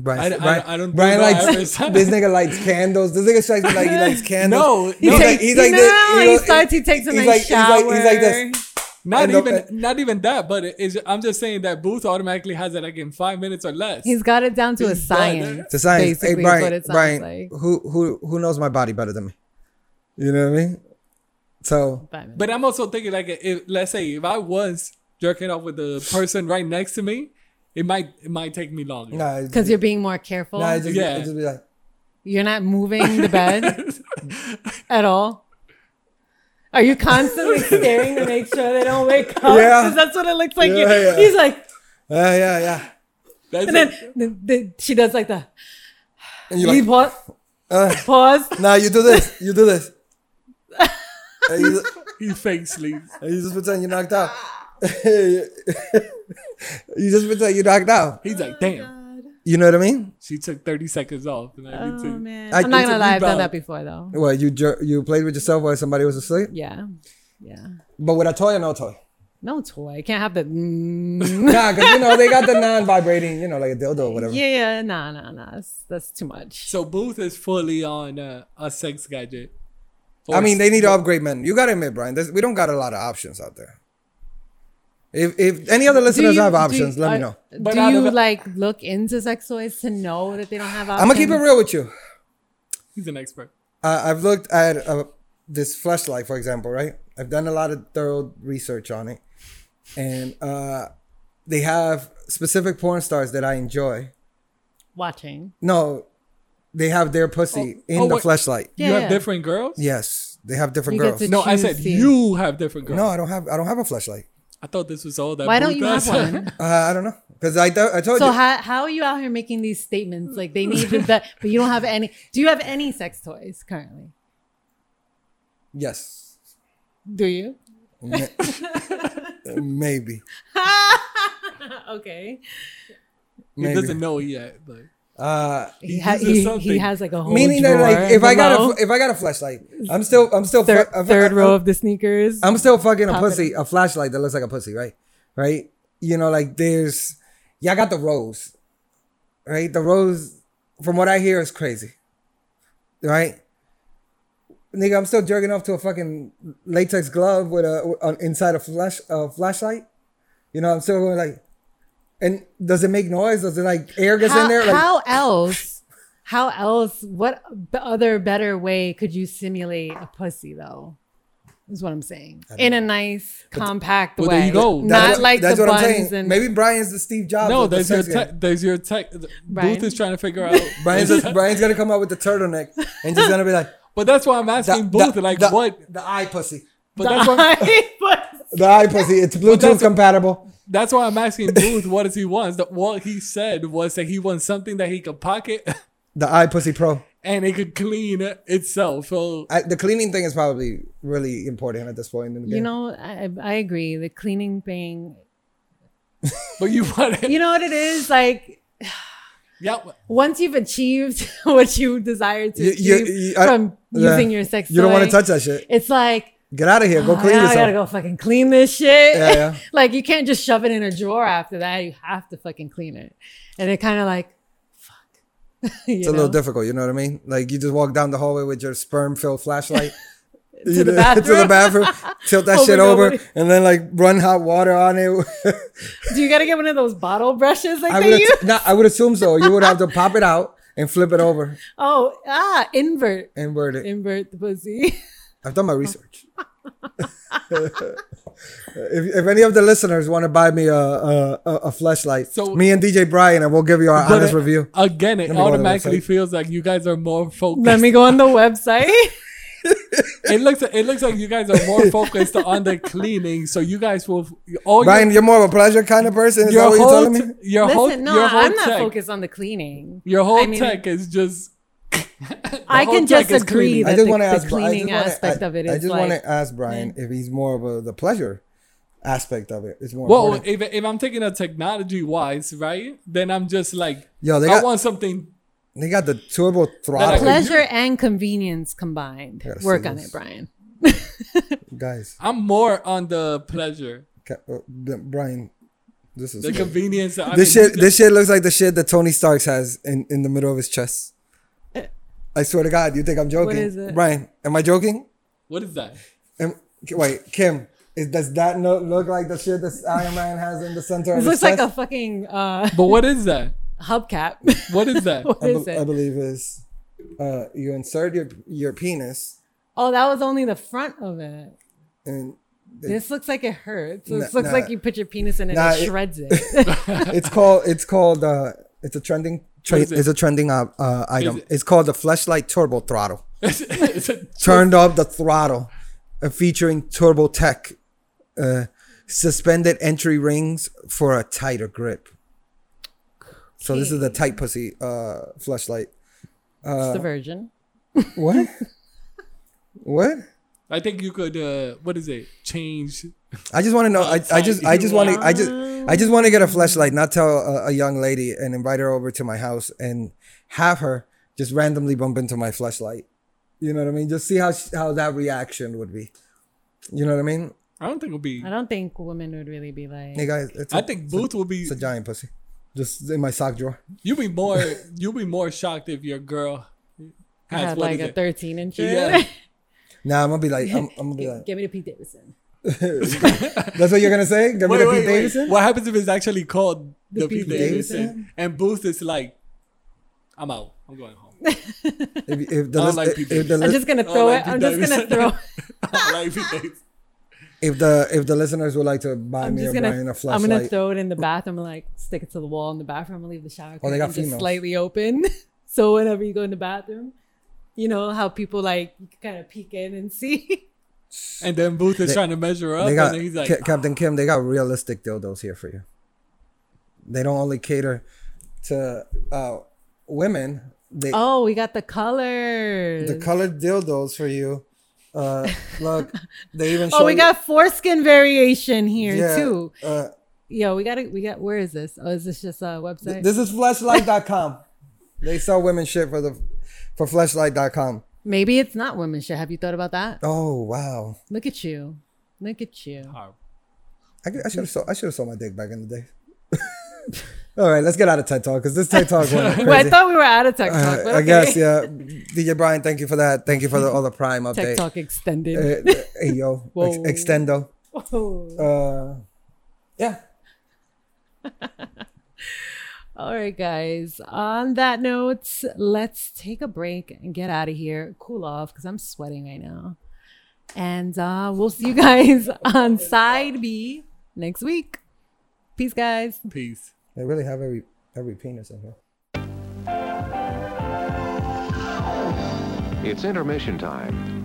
[SPEAKER 4] Brian,
[SPEAKER 2] I- I-
[SPEAKER 4] Brian,
[SPEAKER 2] I don't do
[SPEAKER 4] Brian
[SPEAKER 2] that
[SPEAKER 4] likes
[SPEAKER 2] every time.
[SPEAKER 4] this nigga likes candles. This nigga likes like he likes candles.
[SPEAKER 2] No,
[SPEAKER 4] he's
[SPEAKER 2] no.
[SPEAKER 4] like he's like
[SPEAKER 1] no,
[SPEAKER 4] this,
[SPEAKER 1] no,
[SPEAKER 4] you
[SPEAKER 1] no,
[SPEAKER 4] know,
[SPEAKER 1] he starts, he takes a
[SPEAKER 4] he's
[SPEAKER 1] nice
[SPEAKER 4] like- he's
[SPEAKER 1] shower.
[SPEAKER 4] like- he's like this.
[SPEAKER 2] Not
[SPEAKER 4] I know- uh,
[SPEAKER 2] even not even that, but it is I'm just saying that Booth automatically has it like in five minutes or less.
[SPEAKER 1] He's got it down to a
[SPEAKER 2] He's done.
[SPEAKER 1] science.
[SPEAKER 4] It's a science.
[SPEAKER 1] Basically,
[SPEAKER 4] hey,
[SPEAKER 1] is
[SPEAKER 4] Brian,
[SPEAKER 1] what it sounds
[SPEAKER 4] Brian,
[SPEAKER 1] like.
[SPEAKER 4] who who who knows my body better than me? You know what I mean? So
[SPEAKER 1] Five minutes.
[SPEAKER 2] but I'm also thinking like if, let's say if I was jerking off with the person right next to me, it might it might take me longer.
[SPEAKER 4] nah, it's-
[SPEAKER 1] Because you're being more careful.
[SPEAKER 4] nah, it's just,
[SPEAKER 2] Yeah.
[SPEAKER 4] it's just be like,
[SPEAKER 1] You're not moving the bed at all. Are you constantly staring to make sure they don't wake up?
[SPEAKER 4] Yeah.
[SPEAKER 1] 'Cause that's what it looks like.
[SPEAKER 4] Yeah,
[SPEAKER 1] You-
[SPEAKER 4] yeah.
[SPEAKER 1] He's like,
[SPEAKER 4] yeah, yeah, yeah.
[SPEAKER 2] That's
[SPEAKER 1] and
[SPEAKER 2] it.
[SPEAKER 1] then the, the, she does like the
[SPEAKER 4] And you're
[SPEAKER 1] he
[SPEAKER 4] like,
[SPEAKER 1] pause,
[SPEAKER 4] uh,
[SPEAKER 1] pause.
[SPEAKER 4] nah, you do this, you do this. and, you,
[SPEAKER 2] he fake sleeps.
[SPEAKER 4] and you just pretend you're knocked out. you just pretend you're knocked out.
[SPEAKER 2] He's
[SPEAKER 1] Oh,
[SPEAKER 2] like, damn,
[SPEAKER 4] You know what I mean?
[SPEAKER 2] she took 30 seconds off. And I need
[SPEAKER 1] Oh
[SPEAKER 2] to.
[SPEAKER 1] man,
[SPEAKER 4] I
[SPEAKER 1] I'm not
[SPEAKER 4] need to
[SPEAKER 1] gonna lie, I've done
[SPEAKER 2] rebound.
[SPEAKER 1] that before though.
[SPEAKER 4] Well, you jer- you played with yourself while somebody was asleep,
[SPEAKER 1] Yeah, yeah.
[SPEAKER 4] but with a toy or no toy?
[SPEAKER 1] No toy, can't have the. Mm.
[SPEAKER 4] Nah, because you know they got the non-vibrating, you know, like a dildo or whatever.
[SPEAKER 1] yeah, yeah, nah, nah, nah. That's, that's too much.
[SPEAKER 2] So Booth is fully on uh, a sex gadget.
[SPEAKER 4] I mean, they need to upgrade men. You gotta admit, Brian, there's, we don't got a lot of options out there. If if any other
[SPEAKER 1] Do
[SPEAKER 4] listeners
[SPEAKER 1] you-
[SPEAKER 4] have
[SPEAKER 1] do
[SPEAKER 4] options,
[SPEAKER 1] you-
[SPEAKER 4] let
[SPEAKER 1] are-
[SPEAKER 4] me know.
[SPEAKER 2] But
[SPEAKER 1] do
[SPEAKER 2] out of
[SPEAKER 1] you
[SPEAKER 2] a-
[SPEAKER 1] like look into sex toys to know that they don't have
[SPEAKER 4] I'm
[SPEAKER 1] options?
[SPEAKER 4] gonna keep it real with you.
[SPEAKER 2] he's an expert.
[SPEAKER 4] I I've looked at uh, this flashlight, for example, right? I've done a lot of thorough research on it, and uh, they have specific porn stars that I enjoy.
[SPEAKER 1] Watching.
[SPEAKER 4] No, they have their pussy
[SPEAKER 2] Oh,
[SPEAKER 4] in
[SPEAKER 2] oh,
[SPEAKER 4] the
[SPEAKER 2] wait.
[SPEAKER 4] flashlight.
[SPEAKER 2] you
[SPEAKER 1] Yeah,
[SPEAKER 2] have
[SPEAKER 1] yeah.
[SPEAKER 2] different girls?
[SPEAKER 4] Yes, they have different
[SPEAKER 1] You get
[SPEAKER 4] girls.
[SPEAKER 1] to-
[SPEAKER 2] No, I
[SPEAKER 1] Choose
[SPEAKER 2] said
[SPEAKER 1] the-
[SPEAKER 2] you have different girls.
[SPEAKER 4] no, I don't have. I don't have a flashlight.
[SPEAKER 2] I thought this was all that.
[SPEAKER 1] Why don't
[SPEAKER 2] Booth
[SPEAKER 1] you have
[SPEAKER 2] does.
[SPEAKER 1] one?
[SPEAKER 4] Uh, I don't know because I, th- I told
[SPEAKER 1] So
[SPEAKER 4] you.
[SPEAKER 1] how, how are you out here making these statements? Like they need the, but you don't have any. Do you have any sex toys currently?
[SPEAKER 4] yes,
[SPEAKER 1] Do you?
[SPEAKER 4] Ma- maybe.
[SPEAKER 1] Okay.
[SPEAKER 2] he
[SPEAKER 4] Maybe.
[SPEAKER 2] doesn't know yet. Like,
[SPEAKER 4] Uh,
[SPEAKER 1] He, ha-
[SPEAKER 2] uses
[SPEAKER 1] he, he
[SPEAKER 2] something.
[SPEAKER 1] has like a whole
[SPEAKER 4] meaning that
[SPEAKER 1] drawer
[SPEAKER 4] like if I got
[SPEAKER 1] below.
[SPEAKER 4] a, if I got a flashlight, I'm still I'm still fu-
[SPEAKER 1] third,
[SPEAKER 4] I'm-
[SPEAKER 1] third
[SPEAKER 4] I'm-
[SPEAKER 1] row of the sneakers.
[SPEAKER 4] I'm still fucking a
[SPEAKER 1] Pop it
[SPEAKER 4] pussy, a flashlight that looks like a pussy, right? Right? You know, like there's, yeah, I got the rose, right? The rose, from what I hear, is crazy, right? Nigga, I'm still jerking off to a fucking latex glove with a on, inside a flash a flashlight. You know, I'm still going like, and does it make noise? Does it like air gets
[SPEAKER 1] how,
[SPEAKER 4] in there? Like,
[SPEAKER 1] how else? How else? What b- other better way could you simulate a pussy though? Is what I'm saying. In a nice, compact
[SPEAKER 2] well,
[SPEAKER 1] way.
[SPEAKER 2] there you go.
[SPEAKER 1] Not
[SPEAKER 4] that's what-
[SPEAKER 1] like
[SPEAKER 4] that's
[SPEAKER 1] the
[SPEAKER 4] what
[SPEAKER 1] buns
[SPEAKER 4] I'm saying.
[SPEAKER 1] and
[SPEAKER 4] Maybe Brian's the Steve Jobs.
[SPEAKER 2] no,
[SPEAKER 4] of the
[SPEAKER 2] there's your
[SPEAKER 4] sex game.
[SPEAKER 2] tech. There's your tech. Booth
[SPEAKER 1] Brian.
[SPEAKER 2] is trying to figure out.
[SPEAKER 4] Brian's Brian's gonna come out with the turtleneck and just gonna be like.
[SPEAKER 2] but that's why I'm asking Booth, like,
[SPEAKER 4] the-
[SPEAKER 2] what?
[SPEAKER 4] The eye pussy.
[SPEAKER 2] But that's why,
[SPEAKER 4] The eye pussy. It's Bluetooth
[SPEAKER 2] that's-
[SPEAKER 4] compatible.
[SPEAKER 2] that's why I'm asking Booth what does he wants. The, what he said was that he wants something that he could pocket
[SPEAKER 4] The eye pussy pro.
[SPEAKER 2] and it could clean itself. So
[SPEAKER 4] I, the cleaning thing is probably really important at this point in the game.
[SPEAKER 1] You know, I, I agree. The cleaning thing.
[SPEAKER 2] But you want it.
[SPEAKER 1] You know what it is? Like
[SPEAKER 2] Yeah.
[SPEAKER 1] once you've achieved what you desire to
[SPEAKER 4] You- you-
[SPEAKER 1] achieve
[SPEAKER 4] you- I-
[SPEAKER 1] from
[SPEAKER 4] yeah.
[SPEAKER 1] using your sex,
[SPEAKER 4] You don't want
[SPEAKER 1] toy,
[SPEAKER 4] to touch that shit.
[SPEAKER 1] It's like
[SPEAKER 4] Get out of here. Go
[SPEAKER 1] "Oh,
[SPEAKER 4] clean
[SPEAKER 1] now I
[SPEAKER 4] yourself.
[SPEAKER 1] gotta go fucking clean this shit.
[SPEAKER 4] Yeah, yeah.
[SPEAKER 1] like you can't just shove it in a drawer after that. You have to fucking clean it. And it kind of like, fuck.
[SPEAKER 4] It's a little difficult. You know what I mean? Like you just walk down the hallway with your sperm-filled flashlight.
[SPEAKER 1] To
[SPEAKER 4] you
[SPEAKER 1] the
[SPEAKER 4] know, to the
[SPEAKER 1] bathroom.
[SPEAKER 4] bathroom, tilt that
[SPEAKER 1] Over
[SPEAKER 4] shit
[SPEAKER 1] and
[SPEAKER 4] over,
[SPEAKER 1] over.
[SPEAKER 4] and then like run hot water on it.
[SPEAKER 1] Do you gotta get one of those bottle brushes like
[SPEAKER 4] I
[SPEAKER 1] they
[SPEAKER 4] would,
[SPEAKER 1] use?
[SPEAKER 4] no, I would assume so. You would have to pop it out and flip it over,
[SPEAKER 1] Oh, ah, invert,
[SPEAKER 4] invert it.
[SPEAKER 1] invert the pussy.
[SPEAKER 4] I've done my research. if, if any of the listeners want to buy me a a, a, a flashlight,
[SPEAKER 2] So-
[SPEAKER 4] me and DJ Brian, and we'll give you
[SPEAKER 2] But
[SPEAKER 4] our
[SPEAKER 2] uh, oh,
[SPEAKER 4] honest
[SPEAKER 2] it-
[SPEAKER 4] review.
[SPEAKER 2] Again, it
[SPEAKER 4] me go to the
[SPEAKER 2] automatically
[SPEAKER 4] website.
[SPEAKER 2] feels like you guys are more focused.
[SPEAKER 1] Let me go on the website.
[SPEAKER 2] it looks it looks like you guys are more focused on the cleaning. So you guys will all
[SPEAKER 4] Brian, you're more of a pleasure kind of person. Is that
[SPEAKER 2] your,
[SPEAKER 4] what
[SPEAKER 2] your
[SPEAKER 4] you're
[SPEAKER 2] whole
[SPEAKER 4] telling me?
[SPEAKER 2] t- your whole
[SPEAKER 1] Listen, no,
[SPEAKER 2] your whole
[SPEAKER 1] I'm not
[SPEAKER 2] tech,
[SPEAKER 1] focused on the cleaning.
[SPEAKER 2] Your whole
[SPEAKER 1] I mean-
[SPEAKER 2] tech is just. the
[SPEAKER 1] I
[SPEAKER 2] whole
[SPEAKER 1] can
[SPEAKER 2] tech
[SPEAKER 1] just
[SPEAKER 2] is
[SPEAKER 1] agree
[SPEAKER 2] cleaning.
[SPEAKER 1] that-
[SPEAKER 4] I just
[SPEAKER 1] the-
[SPEAKER 4] want to
[SPEAKER 1] the
[SPEAKER 4] ask. Bri- I
[SPEAKER 1] cleaning
[SPEAKER 4] just wanna-
[SPEAKER 1] aspect
[SPEAKER 4] I-
[SPEAKER 1] of it
[SPEAKER 4] I
[SPEAKER 1] is
[SPEAKER 4] just want
[SPEAKER 1] like-
[SPEAKER 4] to ask Brian if he's more of a, the pleasure aspect of it. It's more.
[SPEAKER 2] Well,
[SPEAKER 4] important.
[SPEAKER 2] if, if I'm taking a technology wise, right, then I'm just like,
[SPEAKER 4] Yo, they
[SPEAKER 2] I
[SPEAKER 4] got-
[SPEAKER 2] want something.
[SPEAKER 4] they got the turbo
[SPEAKER 2] I
[SPEAKER 4] throttle,
[SPEAKER 2] could-
[SPEAKER 1] Pleasure and convenience combined.
[SPEAKER 4] gotta
[SPEAKER 1] Work
[SPEAKER 4] see
[SPEAKER 1] on
[SPEAKER 4] this.
[SPEAKER 1] it, Brian.
[SPEAKER 4] guys.
[SPEAKER 2] I'm more on the pleasure,
[SPEAKER 4] ca- uh, B- Brian, this is
[SPEAKER 2] the convenience. I
[SPEAKER 4] this
[SPEAKER 2] mean,
[SPEAKER 4] shit. This shit looks like the shit that Tony Stark has in in the middle of his chest. I swear to God, you think I'm joking,
[SPEAKER 1] is it?
[SPEAKER 4] Brian? Am I joking?
[SPEAKER 2] What is that?
[SPEAKER 4] Am, wait, Kim. Is, does that no, look like the shit that Iron Man has in the center
[SPEAKER 1] This
[SPEAKER 4] of
[SPEAKER 1] looks
[SPEAKER 4] his
[SPEAKER 1] like a
[SPEAKER 4] chest?
[SPEAKER 1] fucking uh,
[SPEAKER 2] But what is that?
[SPEAKER 1] hubcap.
[SPEAKER 2] What is that?
[SPEAKER 1] What
[SPEAKER 4] I
[SPEAKER 1] is
[SPEAKER 4] be-
[SPEAKER 1] it?
[SPEAKER 4] I believe is uh, you insert your your penis
[SPEAKER 1] Oh, that was only the front of it.
[SPEAKER 4] and
[SPEAKER 1] This looks like it hurts. This
[SPEAKER 4] Nah,
[SPEAKER 1] looks
[SPEAKER 4] nah.
[SPEAKER 1] like you put your penis in it
[SPEAKER 4] Nah,
[SPEAKER 1] and
[SPEAKER 4] it-
[SPEAKER 1] it shreds it.
[SPEAKER 4] it's called it's called uh, it's a trending tra-
[SPEAKER 2] Is it?
[SPEAKER 4] it's a trending uh, uh, item.
[SPEAKER 2] it?
[SPEAKER 4] It's called the flashlight turbo throttle.
[SPEAKER 2] It's a-
[SPEAKER 4] Turned up the throttle, uh, featuring turbo tech, uh, suspended entry rings for a tighter grip. So this is the tight pussy uh, flashlight.
[SPEAKER 1] it's
[SPEAKER 4] Uh,
[SPEAKER 1] the virgin.
[SPEAKER 4] What? what?
[SPEAKER 2] I think you could. Uh, what is it? Change.
[SPEAKER 4] I just want to know. I, I just I just want to I just I just want to get a flashlight, not tell a, a young lady and invite her over to my house and have her just randomly bump into my flashlight. You know what I mean? Just see how sh- how that reaction would be. You know what I mean?
[SPEAKER 2] I don't think it'll be.
[SPEAKER 1] I don't think women would really be like.
[SPEAKER 4] Hey guys, it's
[SPEAKER 2] I
[SPEAKER 4] a,
[SPEAKER 2] think Booth will be.
[SPEAKER 4] it's a giant pussy, just in my sock drawer.
[SPEAKER 2] You'll be more. You'll be more shocked if your girl
[SPEAKER 1] I
[SPEAKER 2] has
[SPEAKER 1] had
[SPEAKER 2] what
[SPEAKER 1] like
[SPEAKER 2] is
[SPEAKER 1] a
[SPEAKER 2] it?
[SPEAKER 1] 13 inch.
[SPEAKER 2] Yeah.
[SPEAKER 4] Nah, I'm gonna be like, I'm, I'm gonna be
[SPEAKER 1] Give,
[SPEAKER 4] like,
[SPEAKER 1] give me the Pete Davidson.
[SPEAKER 4] that's what you're gonna say? Give me
[SPEAKER 2] Wait,
[SPEAKER 4] the
[SPEAKER 2] wait, wait.
[SPEAKER 4] Pete Davidson.
[SPEAKER 2] What happens if it's actually called the, Pete,
[SPEAKER 1] Pete
[SPEAKER 2] Davidson?
[SPEAKER 4] Davidson?
[SPEAKER 2] and Booth is like, I'm out. I'm going home. I
[SPEAKER 4] If, if the
[SPEAKER 2] I don't
[SPEAKER 4] list,
[SPEAKER 2] like
[SPEAKER 4] if,
[SPEAKER 2] Pete
[SPEAKER 4] if the
[SPEAKER 1] I'm
[SPEAKER 4] list,
[SPEAKER 1] just gonna
[SPEAKER 2] Oh,
[SPEAKER 1] throw
[SPEAKER 2] like
[SPEAKER 1] it.
[SPEAKER 2] Pete
[SPEAKER 1] I'm just gonna
[SPEAKER 2] Davidson.
[SPEAKER 1] throw.
[SPEAKER 2] don't like Pete Davidson.
[SPEAKER 4] if the if the listeners would like to buy
[SPEAKER 1] I'm
[SPEAKER 4] me or
[SPEAKER 1] just
[SPEAKER 4] Brian
[SPEAKER 1] gonna.
[SPEAKER 4] a
[SPEAKER 1] I'm
[SPEAKER 4] flashlight,
[SPEAKER 1] gonna throw it in the bathroom. Like stick it to the wall in the bathroom. and leave the shower
[SPEAKER 4] Oh,
[SPEAKER 1] curtain
[SPEAKER 4] they got
[SPEAKER 1] just
[SPEAKER 4] females.
[SPEAKER 1] slightly open. so whenever you go in the bathroom, you know how people like you can kind of peek in and see.
[SPEAKER 2] And then Booth is trying to measure up,
[SPEAKER 4] They got
[SPEAKER 2] and then he's like,
[SPEAKER 4] Ca-
[SPEAKER 1] "Oh."
[SPEAKER 4] Captain Kim. They got realistic dildos here for you. They don't only cater to uh, women. They
[SPEAKER 1] Oh, we got the colors.
[SPEAKER 4] the colored dildos for you. Uh, look, they even.
[SPEAKER 1] oh,
[SPEAKER 4] show
[SPEAKER 1] we
[SPEAKER 4] you-
[SPEAKER 1] got foreskin variation here
[SPEAKER 4] yeah,
[SPEAKER 1] too.
[SPEAKER 4] Uh,
[SPEAKER 1] Yo, we got to We got. Where is this? Oh, is this just a website?
[SPEAKER 4] this is fleshlight.com. they sell women shit for the for fleshlight.com.
[SPEAKER 1] Maybe it's not women shit. Have you thought about that?
[SPEAKER 4] Oh wow!
[SPEAKER 1] Look at you. Look at you.
[SPEAKER 2] "Oh,
[SPEAKER 4] I, could- I should have sold I should have sold my dick back in the day. All right, let's get out of TED Talk because this TED Talk went crazy.
[SPEAKER 1] Well, I thought we were out of tech
[SPEAKER 4] Uh,
[SPEAKER 1] talk. but
[SPEAKER 4] I
[SPEAKER 1] okay.
[SPEAKER 4] guess yeah. DJ Brian, thank you for that. Thank you for the, all the Prime update.
[SPEAKER 1] Tech talk extended.
[SPEAKER 4] Uh, uh, hey yo, ex-
[SPEAKER 1] Whoa.
[SPEAKER 4] extendo.
[SPEAKER 1] Whoa.
[SPEAKER 4] Uh, yeah,
[SPEAKER 1] All right, guys. On that note, let's take a break and get out of here. Cool off because I'm sweating right now. And uh, we'll see you guys on side B next week. Peace, guys.
[SPEAKER 2] peace."
[SPEAKER 4] they really have every every penis in here.
[SPEAKER 7] It's intermission time.